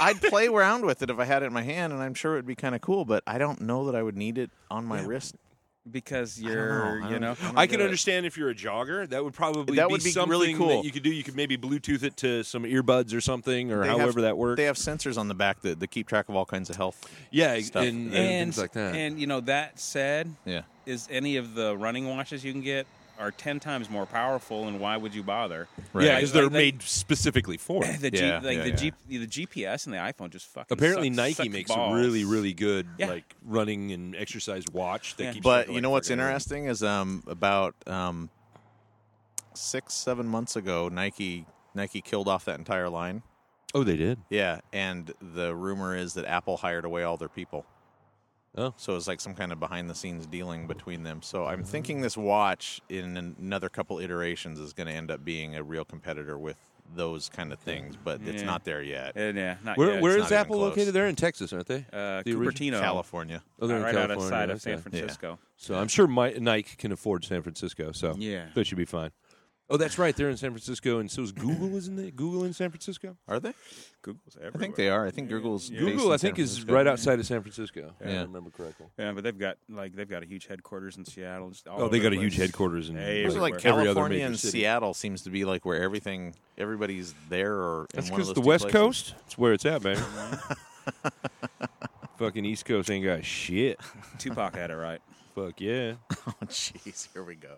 [SPEAKER 3] I'd play around with it if I had it in my hand, and I'm sure it'd be kind of cool, but I don't know that I would need it on my wrist.
[SPEAKER 2] because
[SPEAKER 3] I don't
[SPEAKER 2] you're,
[SPEAKER 3] know. I
[SPEAKER 2] you
[SPEAKER 3] don't-
[SPEAKER 2] know,
[SPEAKER 3] don't
[SPEAKER 1] I can
[SPEAKER 3] get it.
[SPEAKER 1] understand if you're a jogger. That would probably
[SPEAKER 3] That
[SPEAKER 1] be,
[SPEAKER 3] would be
[SPEAKER 1] something
[SPEAKER 3] really cool.
[SPEAKER 1] that you could do. You could maybe Bluetooth it to some earbuds or something, or
[SPEAKER 3] They have-
[SPEAKER 1] however that works.
[SPEAKER 3] They have sensors on the back that, that keep track of all kinds of health.
[SPEAKER 1] yeah,
[SPEAKER 3] stuff.
[SPEAKER 1] And, and,
[SPEAKER 2] and
[SPEAKER 1] things like that.
[SPEAKER 2] And you know, that said,
[SPEAKER 3] Yeah.
[SPEAKER 2] is any of the running watches you can get are ten times more powerful, and why would you bother?
[SPEAKER 3] Right.
[SPEAKER 1] Yeah,
[SPEAKER 2] Like-
[SPEAKER 1] because they're
[SPEAKER 2] like the-
[SPEAKER 1] made specifically for it.
[SPEAKER 2] The G,
[SPEAKER 3] Yeah,
[SPEAKER 2] like
[SPEAKER 3] yeah,
[SPEAKER 2] the,
[SPEAKER 3] yeah.
[SPEAKER 2] G, the GPS and the iPhone just fucking
[SPEAKER 1] Apparently,
[SPEAKER 2] suck-
[SPEAKER 1] Nike
[SPEAKER 2] suck
[SPEAKER 1] makes
[SPEAKER 2] balls.
[SPEAKER 1] a really, really good
[SPEAKER 2] Yeah.
[SPEAKER 1] like running and exercise watch that
[SPEAKER 2] Yeah.
[SPEAKER 1] keeps.
[SPEAKER 3] But
[SPEAKER 1] looking
[SPEAKER 3] you
[SPEAKER 1] like
[SPEAKER 3] know what's
[SPEAKER 1] fucking-
[SPEAKER 3] interesting is um about um six seven months ago Nike Nike killed off that entire line.
[SPEAKER 1] Oh, they did.
[SPEAKER 3] Yeah, and the rumor is that Apple hired away all their people.
[SPEAKER 1] Oh.
[SPEAKER 3] So it's like some kind of behind the scenes dealing between them. So I'm thinking this watch in another couple iterations is going to end up being a real competitor with those kind of things, but it's
[SPEAKER 2] Yeah.
[SPEAKER 3] not there yet.
[SPEAKER 2] Uh, yeah, not
[SPEAKER 1] Where,
[SPEAKER 2] yet.
[SPEAKER 1] where is
[SPEAKER 3] not even
[SPEAKER 1] Apple
[SPEAKER 3] close.
[SPEAKER 1] located? They're in Texas, aren't they?
[SPEAKER 2] uh,
[SPEAKER 1] the original-
[SPEAKER 2] Cupertino,
[SPEAKER 3] California.
[SPEAKER 1] Oh, they're in
[SPEAKER 2] right
[SPEAKER 1] California.
[SPEAKER 2] outside of San
[SPEAKER 1] okay.
[SPEAKER 2] Francisco.
[SPEAKER 1] So I'm sure my, Nike can afford San Francisco, so
[SPEAKER 2] Yeah.
[SPEAKER 1] they should be fine. Oh, that's right. They're in San Francisco, and so is Google, isn't it? Google in San Francisco.
[SPEAKER 3] Are they?
[SPEAKER 2] Google's everywhere.
[SPEAKER 3] I think they are. I think Google's based
[SPEAKER 1] Google,
[SPEAKER 3] in
[SPEAKER 1] I
[SPEAKER 3] San
[SPEAKER 1] think, is
[SPEAKER 3] Francisco.
[SPEAKER 1] right outside of San Francisco. If I
[SPEAKER 3] Yeah.
[SPEAKER 1] remember correctly.
[SPEAKER 2] Yeah, but they've got like they've got a huge headquarters in Seattle. just all
[SPEAKER 1] Oh, they
[SPEAKER 2] over
[SPEAKER 1] got a
[SPEAKER 2] the
[SPEAKER 1] huge
[SPEAKER 2] place.
[SPEAKER 1] headquarters in
[SPEAKER 2] Hey,
[SPEAKER 3] It's
[SPEAKER 2] everywhere.
[SPEAKER 3] like
[SPEAKER 1] every other
[SPEAKER 3] California
[SPEAKER 1] major
[SPEAKER 3] and
[SPEAKER 1] city.
[SPEAKER 3] Seattle seems to be like where everything everybody's there or
[SPEAKER 1] That's
[SPEAKER 3] in one
[SPEAKER 1] because
[SPEAKER 3] of those
[SPEAKER 1] the
[SPEAKER 3] two
[SPEAKER 1] West
[SPEAKER 3] places.
[SPEAKER 1] Coast. That's where it's at, baby. Fucking East Coast ain't got shit.
[SPEAKER 2] Tupac had it right.
[SPEAKER 1] Fuck yeah.
[SPEAKER 3] Oh, jeez, here we go.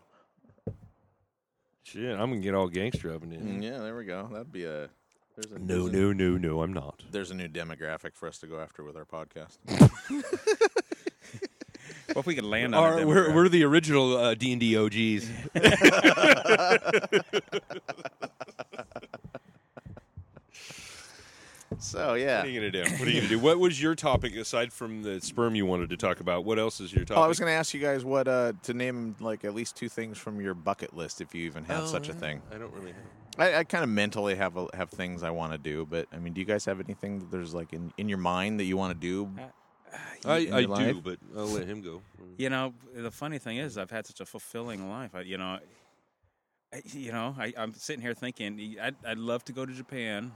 [SPEAKER 1] Shit, I'm gonna get all gangster up in it.
[SPEAKER 3] Mm, Yeah, there we go. That'd be a there's a
[SPEAKER 1] No,
[SPEAKER 3] there's a-
[SPEAKER 1] no, no, no. I'm not.
[SPEAKER 3] There's a new demographic for us to go after with our podcast.
[SPEAKER 2] Well, if we could land on
[SPEAKER 1] Our,
[SPEAKER 2] it,
[SPEAKER 1] we're, we're the original uh, D&D OGs.
[SPEAKER 3] So yeah,
[SPEAKER 1] What are you gonna do? What are you gonna do? What was your topic aside from the sperm you wanted to talk about? What else is your topic?
[SPEAKER 3] well, Oh, I was going to ask you guys what uh, to name like at least two things from your bucket list if you even have such a thing.
[SPEAKER 1] I don't really. Have.
[SPEAKER 3] I, I kind of mentally have a, have things I want to do, but I mean, do you guys have anything that there's like in, in your mind that you want to do?
[SPEAKER 1] I,
[SPEAKER 3] in
[SPEAKER 1] I
[SPEAKER 3] your
[SPEAKER 1] do,
[SPEAKER 3] life?
[SPEAKER 1] but I'll let him go.
[SPEAKER 2] You know, the funny thing is, I've had such a fulfilling life. I, you know, I, you know, I, I'm sitting here thinking, I'd, I'd love to go to Japan.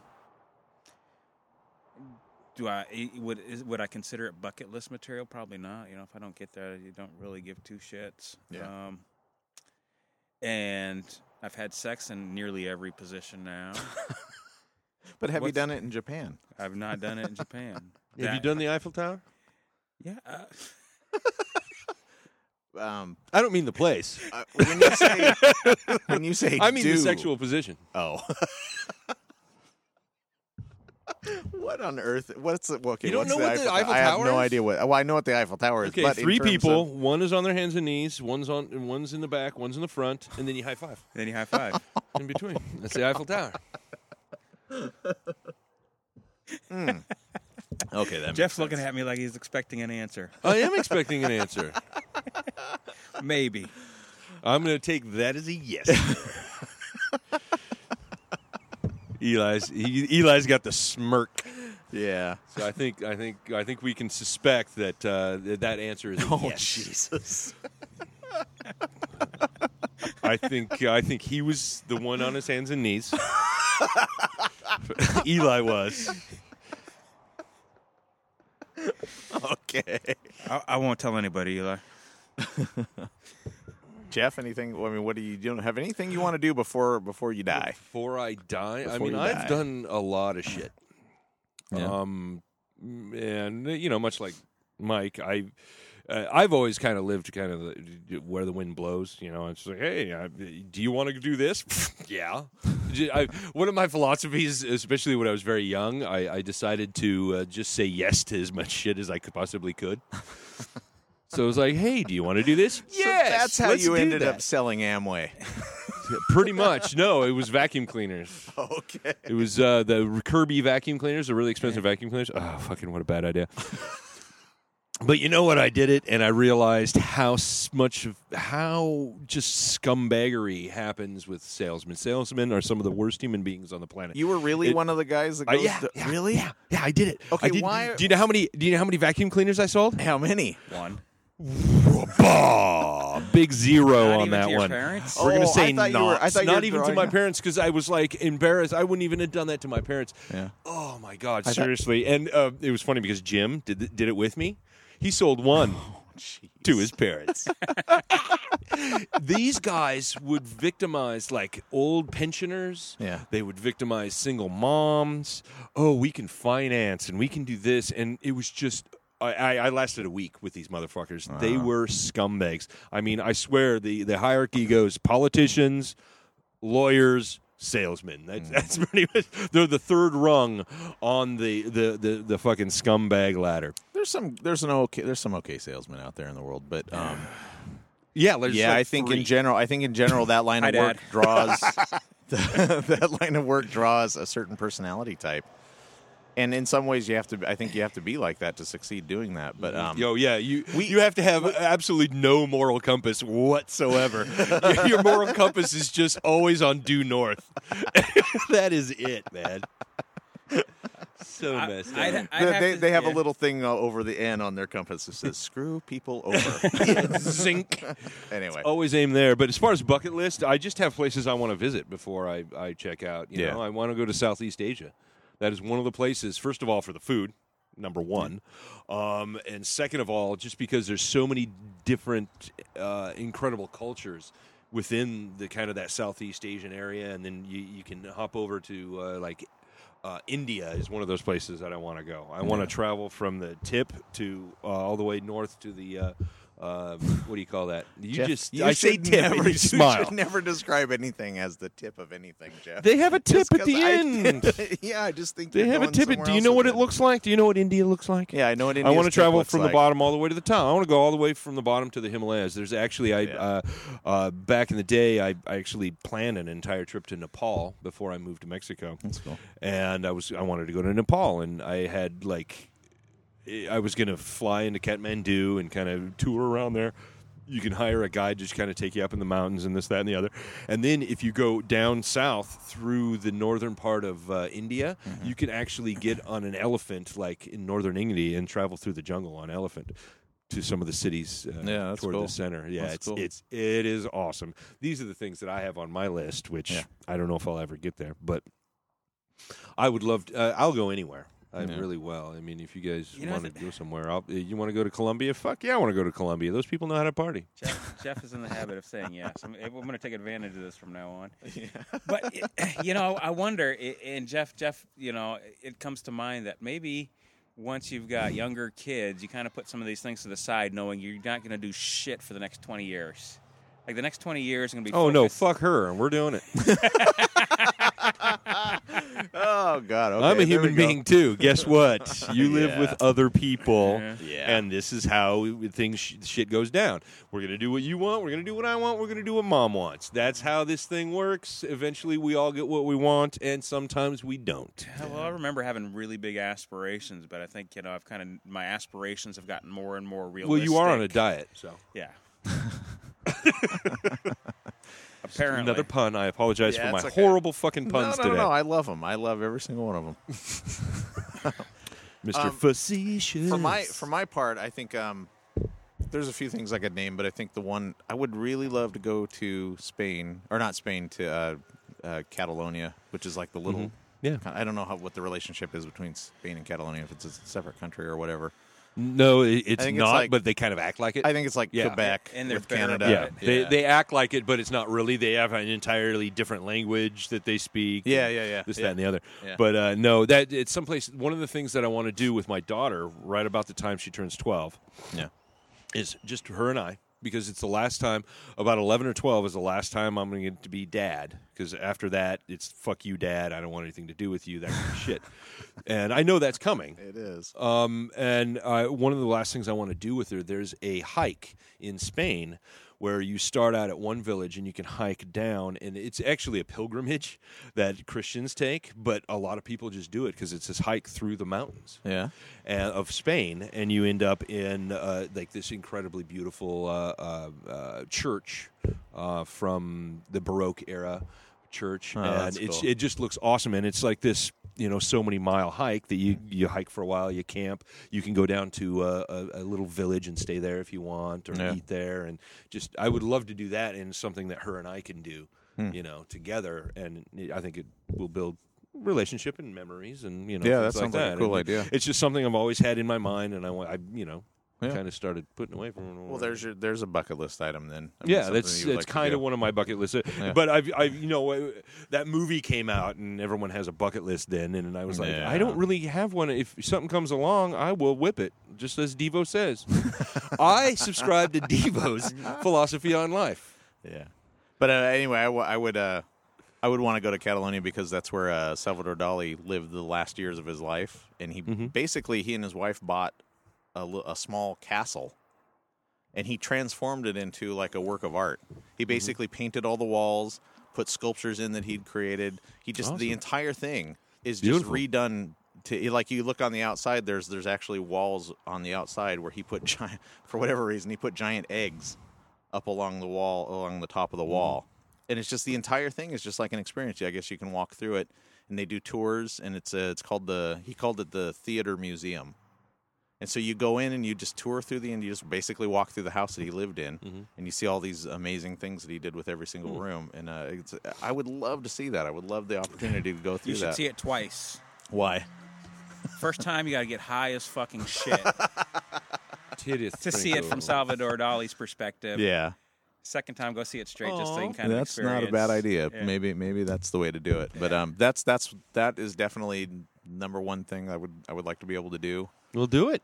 [SPEAKER 2] Do I i- would is, would I consider it bucket list material? Probably not. You know, if I don't get there, you don't really give two shits.
[SPEAKER 3] Yeah.
[SPEAKER 2] Um, and I've had sex in nearly every position now.
[SPEAKER 3] But have you
[SPEAKER 2] What's-
[SPEAKER 3] done it in Japan?
[SPEAKER 2] I've not done it in Japan.
[SPEAKER 1] Have you
[SPEAKER 2] That-
[SPEAKER 1] done the Eiffel Tower?
[SPEAKER 2] Yeah. Uh,
[SPEAKER 3] Um,
[SPEAKER 1] I don't mean the place.
[SPEAKER 3] uh, when you say when you say
[SPEAKER 1] I mean
[SPEAKER 3] do-
[SPEAKER 1] the sexual position.
[SPEAKER 3] Oh. What on earth? What's the okay?
[SPEAKER 1] You don't
[SPEAKER 3] what's
[SPEAKER 1] know
[SPEAKER 3] the
[SPEAKER 1] what the
[SPEAKER 3] Eiffel,
[SPEAKER 1] Eiffel
[SPEAKER 3] I have
[SPEAKER 1] Tower
[SPEAKER 3] no
[SPEAKER 1] is?
[SPEAKER 3] idea what. Well, I know what the Eiffel Tower is.
[SPEAKER 1] Okay,
[SPEAKER 3] but in
[SPEAKER 1] three
[SPEAKER 3] terms of-
[SPEAKER 1] people. One is on their hands and knees. One's on. and One's in the back. One's in the front. And then you high five
[SPEAKER 2] then you high five.
[SPEAKER 1] in between. That's the Eiffel Tower.
[SPEAKER 3] okay, that
[SPEAKER 2] Jeff's looking at me like he's expecting an answer.
[SPEAKER 1] I am expecting an answer.
[SPEAKER 2] Maybe.
[SPEAKER 1] I'm going to take that as a yes. Eli's he, Eli's got the smirk.
[SPEAKER 3] Yeah.
[SPEAKER 1] So I think I think I think we can suspect that uh, th- that answer is a yes.
[SPEAKER 3] Oh, Jesus.
[SPEAKER 1] I think uh, I think he was the one on his hands and knees. Eli was.
[SPEAKER 3] Okay.
[SPEAKER 2] I, I won't tell anybody, Eli.
[SPEAKER 3] Jeff, anything? I mean, what do you? You don't have anything you want to do before before you die?
[SPEAKER 1] Before I die, I
[SPEAKER 3] Before
[SPEAKER 1] mean
[SPEAKER 3] you
[SPEAKER 1] I've
[SPEAKER 3] die.
[SPEAKER 1] done a lot of shit.
[SPEAKER 3] Yeah.
[SPEAKER 1] Um, and you know, much like Mike, I. Uh, I've always kind of lived kind of the, where the wind blows, you know. It's like, hey, I, do you want to do this? yeah. J- I, one of my philosophies, especially when I was very young, I, I decided to uh, just say yes to as much shit as I could possibly could. so it was like, hey, do you want to do this?
[SPEAKER 3] So
[SPEAKER 1] yes.
[SPEAKER 3] that's how
[SPEAKER 1] let's
[SPEAKER 3] you
[SPEAKER 1] do
[SPEAKER 3] ended
[SPEAKER 1] that."
[SPEAKER 3] up selling Amway.
[SPEAKER 1] Pretty much. No, it was vacuum cleaners.
[SPEAKER 3] okay.
[SPEAKER 1] It was uh, the Kirby vacuum cleaners, the really expensive vacuum cleaners. Oh, fucking what a bad idea. but you know what? I did it, and I realized how s- much of how just scumbaggery happens with salesmen. Salesmen are some of the worst human beings on the planet.
[SPEAKER 3] You were really
[SPEAKER 1] It-
[SPEAKER 3] one of the guys that
[SPEAKER 1] I-
[SPEAKER 3] goes.
[SPEAKER 1] yeah,
[SPEAKER 3] to-
[SPEAKER 1] yeah,
[SPEAKER 3] really?
[SPEAKER 1] Yeah, yeah, I did it. I
[SPEAKER 3] Okay,
[SPEAKER 1] did-
[SPEAKER 3] why-
[SPEAKER 1] Do you know how many? Do you know how many vacuum cleaners I sold?
[SPEAKER 3] How many?
[SPEAKER 2] One.
[SPEAKER 1] Bah! Big zero on
[SPEAKER 2] Not even
[SPEAKER 1] that
[SPEAKER 2] to your
[SPEAKER 1] one.
[SPEAKER 2] parents?
[SPEAKER 1] We're
[SPEAKER 3] Oh,
[SPEAKER 1] gonna
[SPEAKER 3] I
[SPEAKER 1] say
[SPEAKER 3] thought you were- I
[SPEAKER 1] not.
[SPEAKER 3] thought you
[SPEAKER 1] not
[SPEAKER 3] were
[SPEAKER 1] even to
[SPEAKER 3] drawing
[SPEAKER 1] my
[SPEAKER 3] that.
[SPEAKER 1] parents because I was like embarrassed. I wouldn't even have done that to my parents.
[SPEAKER 3] Yeah.
[SPEAKER 1] Oh my god,
[SPEAKER 3] thought-
[SPEAKER 1] seriously. and uh, it was funny because Jim did th- did it with me. He sold one
[SPEAKER 3] Oh,
[SPEAKER 1] to his parents. These guys would victimize like old pensioners.
[SPEAKER 3] Yeah.
[SPEAKER 1] They would victimize single moms. Oh, we can finance and we can do this. And it was just. I, I, I lasted a week with these motherfuckers. They were scumbags. I mean, I swear the, the hierarchy goes politicians, lawyers, salesmen. That's,
[SPEAKER 3] Mm.
[SPEAKER 1] that's pretty much. They're the third rung on the the the, the fucking scumbag ladder.
[SPEAKER 3] There's some there's an okay there's some okay salesmen out there in the world, but um,
[SPEAKER 1] Yeah, there's
[SPEAKER 3] yeah,
[SPEAKER 1] like
[SPEAKER 3] I think
[SPEAKER 1] three.
[SPEAKER 3] in general, I think in general that line
[SPEAKER 2] Hi,
[SPEAKER 3] of work
[SPEAKER 2] Dad.
[SPEAKER 3] draws that line of work draws a certain personality type, and in some ways you have to. I think you have to be like that to succeed doing that. But um,
[SPEAKER 1] Yo, yeah, you you have to have absolutely no moral compass whatsoever. Your- Your moral compass is just always on due north. that is it, man. So messed
[SPEAKER 2] I'd-
[SPEAKER 1] up.
[SPEAKER 2] I'd
[SPEAKER 3] they,
[SPEAKER 2] have
[SPEAKER 3] they,
[SPEAKER 2] to-
[SPEAKER 3] they have
[SPEAKER 2] yeah.
[SPEAKER 3] a little thing uh, over the end on their compass that says "screw people over."
[SPEAKER 1] Zinc.
[SPEAKER 3] anyway,
[SPEAKER 1] Always aim there. But as far as bucket list, I just have places I want to visit before I, I check out. You
[SPEAKER 3] Yeah.
[SPEAKER 1] know, I want to go to Southeast Asia. That is one of the places, first of all, for the food, number one. Um, and second of all, just because there's so many different uh, incredible cultures within the kind of that Southeast Asian area. And then you, you can hop over to uh, like uh, India is one of those places that I want to go. I want to travel from the tip to uh, all the way north to the uh, uh, what do you call that? You
[SPEAKER 3] Jeff,
[SPEAKER 1] just
[SPEAKER 3] you
[SPEAKER 1] I say
[SPEAKER 3] should
[SPEAKER 1] tip,
[SPEAKER 3] never-
[SPEAKER 1] and you
[SPEAKER 3] should
[SPEAKER 1] smile.
[SPEAKER 3] never describe anything as the tip of anything, Jeff.
[SPEAKER 1] They have a tip
[SPEAKER 3] Just
[SPEAKER 1] at
[SPEAKER 3] 'cause
[SPEAKER 1] the
[SPEAKER 3] I-
[SPEAKER 1] end.
[SPEAKER 3] yeah, I just think
[SPEAKER 1] They
[SPEAKER 3] you're
[SPEAKER 1] have a
[SPEAKER 3] going
[SPEAKER 1] tip.
[SPEAKER 3] somewhere
[SPEAKER 1] Do you
[SPEAKER 3] else
[SPEAKER 1] know what
[SPEAKER 3] with it.
[SPEAKER 1] it looks like? Do you know what India looks like?
[SPEAKER 3] Yeah, I know what
[SPEAKER 1] I
[SPEAKER 3] India's
[SPEAKER 1] want to
[SPEAKER 3] tip
[SPEAKER 1] travel
[SPEAKER 3] looks
[SPEAKER 1] from
[SPEAKER 3] like.
[SPEAKER 1] the bottom all the way to the top. I want to go all the way from the bottom to the Himalayas. There's actually, I uh, uh, back in the day, I, I actually planned an entire trip to Nepal before I moved to Mexico. That's
[SPEAKER 3] cool.
[SPEAKER 1] And I was I wanted to go to Nepal, and I had like, I was going to fly into Kathmandu and kind of tour around there. You can hire a guide just kind of take you up in the mountains and this, that, and the other. And then if you go down south through the northern part of uh, India,
[SPEAKER 3] Mm-hmm.
[SPEAKER 1] you can actually get on an elephant, like in northern India, and travel through the jungle on elephant to some of the cities uh,
[SPEAKER 3] Yeah, that's
[SPEAKER 1] toward
[SPEAKER 3] cool.
[SPEAKER 1] the center. Yeah,
[SPEAKER 3] That's
[SPEAKER 1] it's
[SPEAKER 3] cool.
[SPEAKER 1] it's it is awesome. These are the things that I have on my list, which
[SPEAKER 3] Yeah.
[SPEAKER 1] I don't know if I'll ever get there, but I would love. To, uh, I'll go anywhere. I
[SPEAKER 3] Yeah.
[SPEAKER 1] really will. I mean, if you guys
[SPEAKER 2] You know,
[SPEAKER 1] want to
[SPEAKER 2] the-
[SPEAKER 1] go somewhere, I'll, uh, you want to go to Colombia? Fuck yeah, I want to go to Colombia. Those people know how to party.
[SPEAKER 2] Jeff, Jeff is in the habit of saying yes. I'm, I'm going to take advantage of this from now on. But you know, I wonder. i- And Jeff, Jeff, you know, it comes to mind that maybe once you've got younger kids, you kind of put some of these things to the side, knowing you're not going to do shit for the next 20 years. Like the next 20 years are going to be.
[SPEAKER 1] Oh no,
[SPEAKER 2] focused-
[SPEAKER 1] fuck her, and we're doing it.
[SPEAKER 3] Oh God, okay,
[SPEAKER 1] I'm a
[SPEAKER 3] there
[SPEAKER 1] human
[SPEAKER 3] we go.
[SPEAKER 1] being too. Guess what? You live
[SPEAKER 3] Yeah.
[SPEAKER 1] with other people,
[SPEAKER 3] Yeah.
[SPEAKER 1] and this is how things sh- shit goes down. We're gonna do what you want. We're gonna do what I want. We're gonna do what mom wants. That's how this thing works. Eventually, we all get what we want, and sometimes we don't.
[SPEAKER 2] Yeah, Well, I remember having really big aspirations, but I think you know I've kind of my aspirations have gotten more and more
[SPEAKER 1] Well,
[SPEAKER 2] realistic.
[SPEAKER 1] you are on a diet, so
[SPEAKER 2] yeah. Apparently,
[SPEAKER 1] another pun. I apologize
[SPEAKER 3] Yeah,
[SPEAKER 1] for my
[SPEAKER 3] it's okay.
[SPEAKER 1] horrible fucking puns
[SPEAKER 3] no, no,
[SPEAKER 1] today,
[SPEAKER 3] no, I love them. I love every single one of them.
[SPEAKER 1] Mr.
[SPEAKER 3] Um,
[SPEAKER 1] Facetious.
[SPEAKER 3] for my for my part, I think um, there's a few things I could name, but I think the one I would really love to go to Spain or not Spain to uh, uh, Catalonia, which is like the little.
[SPEAKER 1] Yeah.
[SPEAKER 3] I don't know how, what the relationship is between Spain and Catalonia if it's a separate country or whatever.
[SPEAKER 1] no, it- it's
[SPEAKER 3] I think
[SPEAKER 1] not,
[SPEAKER 3] it's like-
[SPEAKER 1] but they kind of act like it.
[SPEAKER 3] I think it's like
[SPEAKER 1] Yeah.
[SPEAKER 3] Quebec
[SPEAKER 2] And they're
[SPEAKER 3] with
[SPEAKER 2] better
[SPEAKER 3] Canada.
[SPEAKER 2] about
[SPEAKER 1] yeah,
[SPEAKER 2] it.
[SPEAKER 1] they
[SPEAKER 3] yeah.
[SPEAKER 1] they act like it, but it's not really. They have an entirely different language that they speak.
[SPEAKER 3] Yeah,
[SPEAKER 1] and
[SPEAKER 3] yeah, yeah,
[SPEAKER 1] This,
[SPEAKER 3] yeah.
[SPEAKER 1] that, and the other.
[SPEAKER 3] Yeah.
[SPEAKER 1] But uh, no, that it's someplace. One of the things that I want to do with my daughter, right about the time she turns twelve,
[SPEAKER 3] yeah.
[SPEAKER 1] is just her and I because it's the last time about 11 or 12 is the last time I'm going to get to be dad because after that it's fuck you dad I don't want anything to do with you that kind of shit and I know that's coming
[SPEAKER 3] It is.
[SPEAKER 1] um, and uh, one of the last things I want to do with her, there's a hike in Spain where you start out at one village and you can hike down, and it's actually a pilgrimage that Christians take, but a lot of people just do it because it's this hike through the mountains
[SPEAKER 3] Yeah.
[SPEAKER 1] uh, of Spain, and you end up in uh, like this incredibly beautiful uh, uh, uh, church uh, from the Baroque era church, and
[SPEAKER 3] Oh, that's
[SPEAKER 1] it's
[SPEAKER 3] cool.
[SPEAKER 1] it just looks awesome, and it's like this you know so many mile hike that you you hike for a while, you camp, you can go down to a, a, a little village and stay there if you want, or
[SPEAKER 3] Yeah.
[SPEAKER 1] eat there, and just I would love to do that in something that her and I can do,
[SPEAKER 3] Hmm.
[SPEAKER 1] you know, together, and I think it will build relationship and memories and you know
[SPEAKER 3] Yeah,
[SPEAKER 1] things
[SPEAKER 3] that sounds
[SPEAKER 1] like
[SPEAKER 3] like a
[SPEAKER 1] that.
[SPEAKER 3] cool
[SPEAKER 1] And
[SPEAKER 3] idea.
[SPEAKER 1] It's just something I've always had in my mind, and I want I you know.
[SPEAKER 3] Yeah.
[SPEAKER 1] Kind of started putting away for
[SPEAKER 3] Well, there's your there's a bucket list item then. I mean,
[SPEAKER 1] yeah,
[SPEAKER 3] something
[SPEAKER 1] that's
[SPEAKER 3] you would
[SPEAKER 1] that's
[SPEAKER 3] like to
[SPEAKER 1] kind
[SPEAKER 3] do.
[SPEAKER 1] of one of my bucket lists. Uh, But I've, I've, you know, uh, that movie came out, and everyone has a bucket list then, and I was like,
[SPEAKER 3] Yeah.
[SPEAKER 1] I don't really have one. If something comes along, I will whip it, just as Devo says. I subscribe to Devo's philosophy on life.
[SPEAKER 3] Yeah, but uh, anyway, I, w- I would uh, I would want to go to Catalonia because that's where uh, Salvador Dali lived the last years of his life, and he basically he and his wife bought a, li- a small castle, and he transformed it into like a work of art. He basically painted all the walls, put sculptures in that he'd created. He just the entire thing is just
[SPEAKER 1] Beautiful.
[SPEAKER 3] redone. To, like you look on the outside, there's there's actually walls on the outside where he put giant for whatever reason he put giant eggs up along the wall, along the top of
[SPEAKER 2] Mm-hmm.
[SPEAKER 3] the wall. And it's just the entire thing is just like an experience. Yeah, I guess you can walk through it, and they do tours, and it's uh, it's called the he called it the theater museum. And so you go in and you just tour through the and you just basically walk through the house that he lived in,
[SPEAKER 2] Mm-hmm.
[SPEAKER 3] and you see all these amazing things that he did with every single
[SPEAKER 2] Mm.
[SPEAKER 3] room. And uh, it's, I would love to see that. I would love the opportunity to go through
[SPEAKER 2] You should
[SPEAKER 3] that.
[SPEAKER 2] see it twice.
[SPEAKER 3] Why?
[SPEAKER 2] First time, you got to get high as fucking shit to see it from Salvador Dali's perspective.
[SPEAKER 3] Yeah,
[SPEAKER 2] Second time, go see it straight, just so you can kind
[SPEAKER 3] that's
[SPEAKER 2] of experience.
[SPEAKER 3] not a bad idea.
[SPEAKER 2] Yeah.
[SPEAKER 3] Maybe maybe that's the way to do it. But um, that's that's that is definitely number one thing I would I would like to be able to do.
[SPEAKER 1] We'll do it.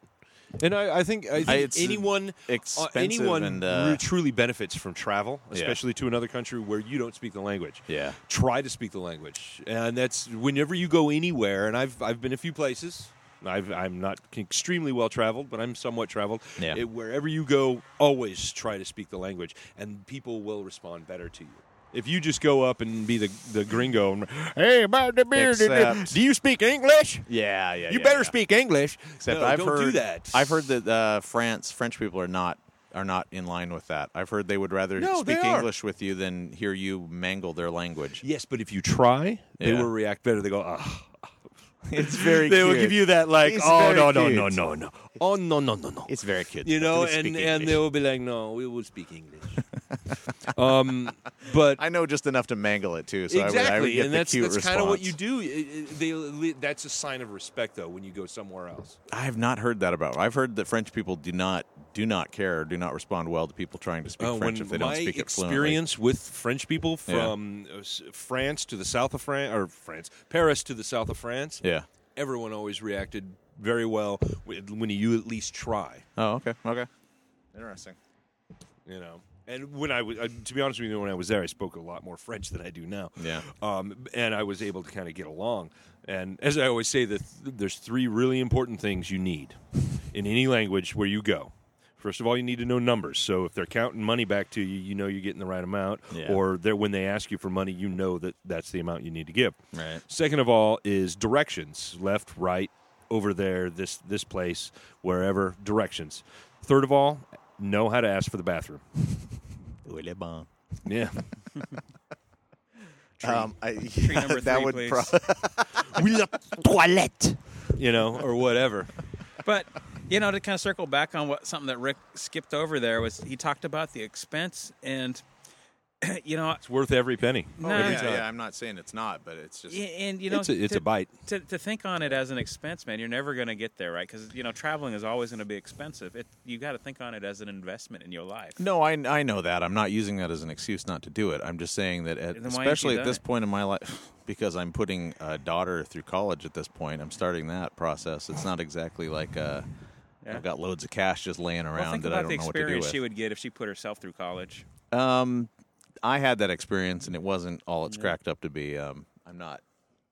[SPEAKER 1] And I, I think, I think
[SPEAKER 3] it's
[SPEAKER 1] anyone, uh,
[SPEAKER 3] expensive
[SPEAKER 1] anyone
[SPEAKER 3] and, uh,
[SPEAKER 1] re- truly benefits from travel,
[SPEAKER 3] Yeah.
[SPEAKER 1] especially to another country where you don't speak the language.
[SPEAKER 3] Yeah.
[SPEAKER 1] try to speak the language, and that's whenever you go anywhere. And I've I've been a few places. I've, I'm not extremely well traveled, but I'm somewhat traveled.
[SPEAKER 3] Yeah.
[SPEAKER 1] It- wherever you go, always try to speak the language, and people will respond better to you. If you just go up and be the, the gringo and hey, about the beer, did-
[SPEAKER 3] Except-
[SPEAKER 1] do you speak English?
[SPEAKER 3] Yeah, yeah.
[SPEAKER 1] You
[SPEAKER 3] yeah,
[SPEAKER 1] better
[SPEAKER 3] yeah.
[SPEAKER 1] speak English.
[SPEAKER 3] Except
[SPEAKER 1] No,
[SPEAKER 3] I've
[SPEAKER 1] don't
[SPEAKER 3] heard
[SPEAKER 1] do that.
[SPEAKER 3] I've heard that uh, France French people are not are not in line with that. I've heard they would rather
[SPEAKER 1] No, they
[SPEAKER 3] speak
[SPEAKER 1] are.
[SPEAKER 3] English with you than hear you mangle their language.
[SPEAKER 1] Yes, but if you try, they
[SPEAKER 3] Yeah.
[SPEAKER 1] will react better. They go, ah.
[SPEAKER 3] It's very.
[SPEAKER 1] They will give you that like,
[SPEAKER 3] It's
[SPEAKER 1] oh
[SPEAKER 3] very
[SPEAKER 1] no no no
[SPEAKER 3] cute.
[SPEAKER 1] no no, oh no no no no.
[SPEAKER 3] It's very cute.
[SPEAKER 1] you know,
[SPEAKER 3] Please speak
[SPEAKER 1] and and
[SPEAKER 3] English.
[SPEAKER 1] they will be like, no, we will speak English. um, but
[SPEAKER 3] I know just enough to mangle it too. So
[SPEAKER 1] exactly,
[SPEAKER 3] I would, I would get
[SPEAKER 1] and
[SPEAKER 3] the
[SPEAKER 1] that's
[SPEAKER 3] cute
[SPEAKER 1] that's kind of what
[SPEAKER 3] response.
[SPEAKER 1] you do. It- it- They that's a sign of respect though when you go somewhere else.
[SPEAKER 3] I have not heard that about. I've heard that French people do not do not care or do not respond well to people trying to
[SPEAKER 2] Oh,
[SPEAKER 3] speak
[SPEAKER 1] Uh,
[SPEAKER 3] French if they don't
[SPEAKER 1] my
[SPEAKER 3] speak it fluently.
[SPEAKER 1] experience with French people
[SPEAKER 3] Yeah.
[SPEAKER 1] from uh, s- France to the south of France or France, Paris to the south of France,
[SPEAKER 3] Yeah.
[SPEAKER 1] everyone always reacted very well wi- when you at least try.
[SPEAKER 3] Oh, okay. Okay. Interesting.
[SPEAKER 1] you know. And when I was, uh, to be honest with you, when I was there, I spoke a lot more French than I do now.
[SPEAKER 3] Yeah.
[SPEAKER 1] Um, and I was able to kind of get along. And as I always say, that there's three really important things you need in any language where you go. First of all, you need to know numbers. So if they're counting money back to you, you know you're getting the right amount.
[SPEAKER 3] Yeah.
[SPEAKER 1] Or they're, when they ask you for money, you know that that's the amount you need to give.
[SPEAKER 3] Right.
[SPEAKER 1] Second of all is directions: left, right, over there, this this place, wherever. Directions. Third of all, know how to ask for the bathroom. Yeah,
[SPEAKER 3] Um, I,
[SPEAKER 2] Tree number
[SPEAKER 3] that
[SPEAKER 2] three,
[SPEAKER 3] would
[SPEAKER 2] please.
[SPEAKER 3] pro-
[SPEAKER 1] you know, or whatever.
[SPEAKER 2] But you know, to kind of circle back on what something that Rick skipped over there was he talked about the expense and you know
[SPEAKER 1] It's worth every penny.
[SPEAKER 2] No,
[SPEAKER 1] every
[SPEAKER 2] Oh, yeah,
[SPEAKER 1] time.
[SPEAKER 3] yeah, I'm not saying it's not, but it's just
[SPEAKER 2] and you know
[SPEAKER 1] It's a- it's
[SPEAKER 2] to-
[SPEAKER 1] a bite.
[SPEAKER 2] to, to think on it as an expense man you're never going to get there right because you know traveling is always going to be expensive it you got to think on it as an investment in your life
[SPEAKER 3] No, I, I know that. I'm not using that as an excuse not to do it. I'm just saying that, at,
[SPEAKER 2] Then why haven't
[SPEAKER 3] especially
[SPEAKER 2] you
[SPEAKER 3] at
[SPEAKER 2] done
[SPEAKER 3] this
[SPEAKER 2] it?
[SPEAKER 3] point in my life, because I'm putting a daughter through college at this point, I'm starting that process. It's not exactly like uh,
[SPEAKER 2] Yeah.
[SPEAKER 3] I've got loads of cash just laying
[SPEAKER 2] well,
[SPEAKER 3] around
[SPEAKER 2] think
[SPEAKER 3] that
[SPEAKER 2] about
[SPEAKER 3] I don't
[SPEAKER 2] the
[SPEAKER 3] know what to do
[SPEAKER 2] experience
[SPEAKER 3] with.
[SPEAKER 2] she would get if she put herself through college
[SPEAKER 3] Um, I had that experience, and it wasn't all it's cracked up to be. Um, I'm not.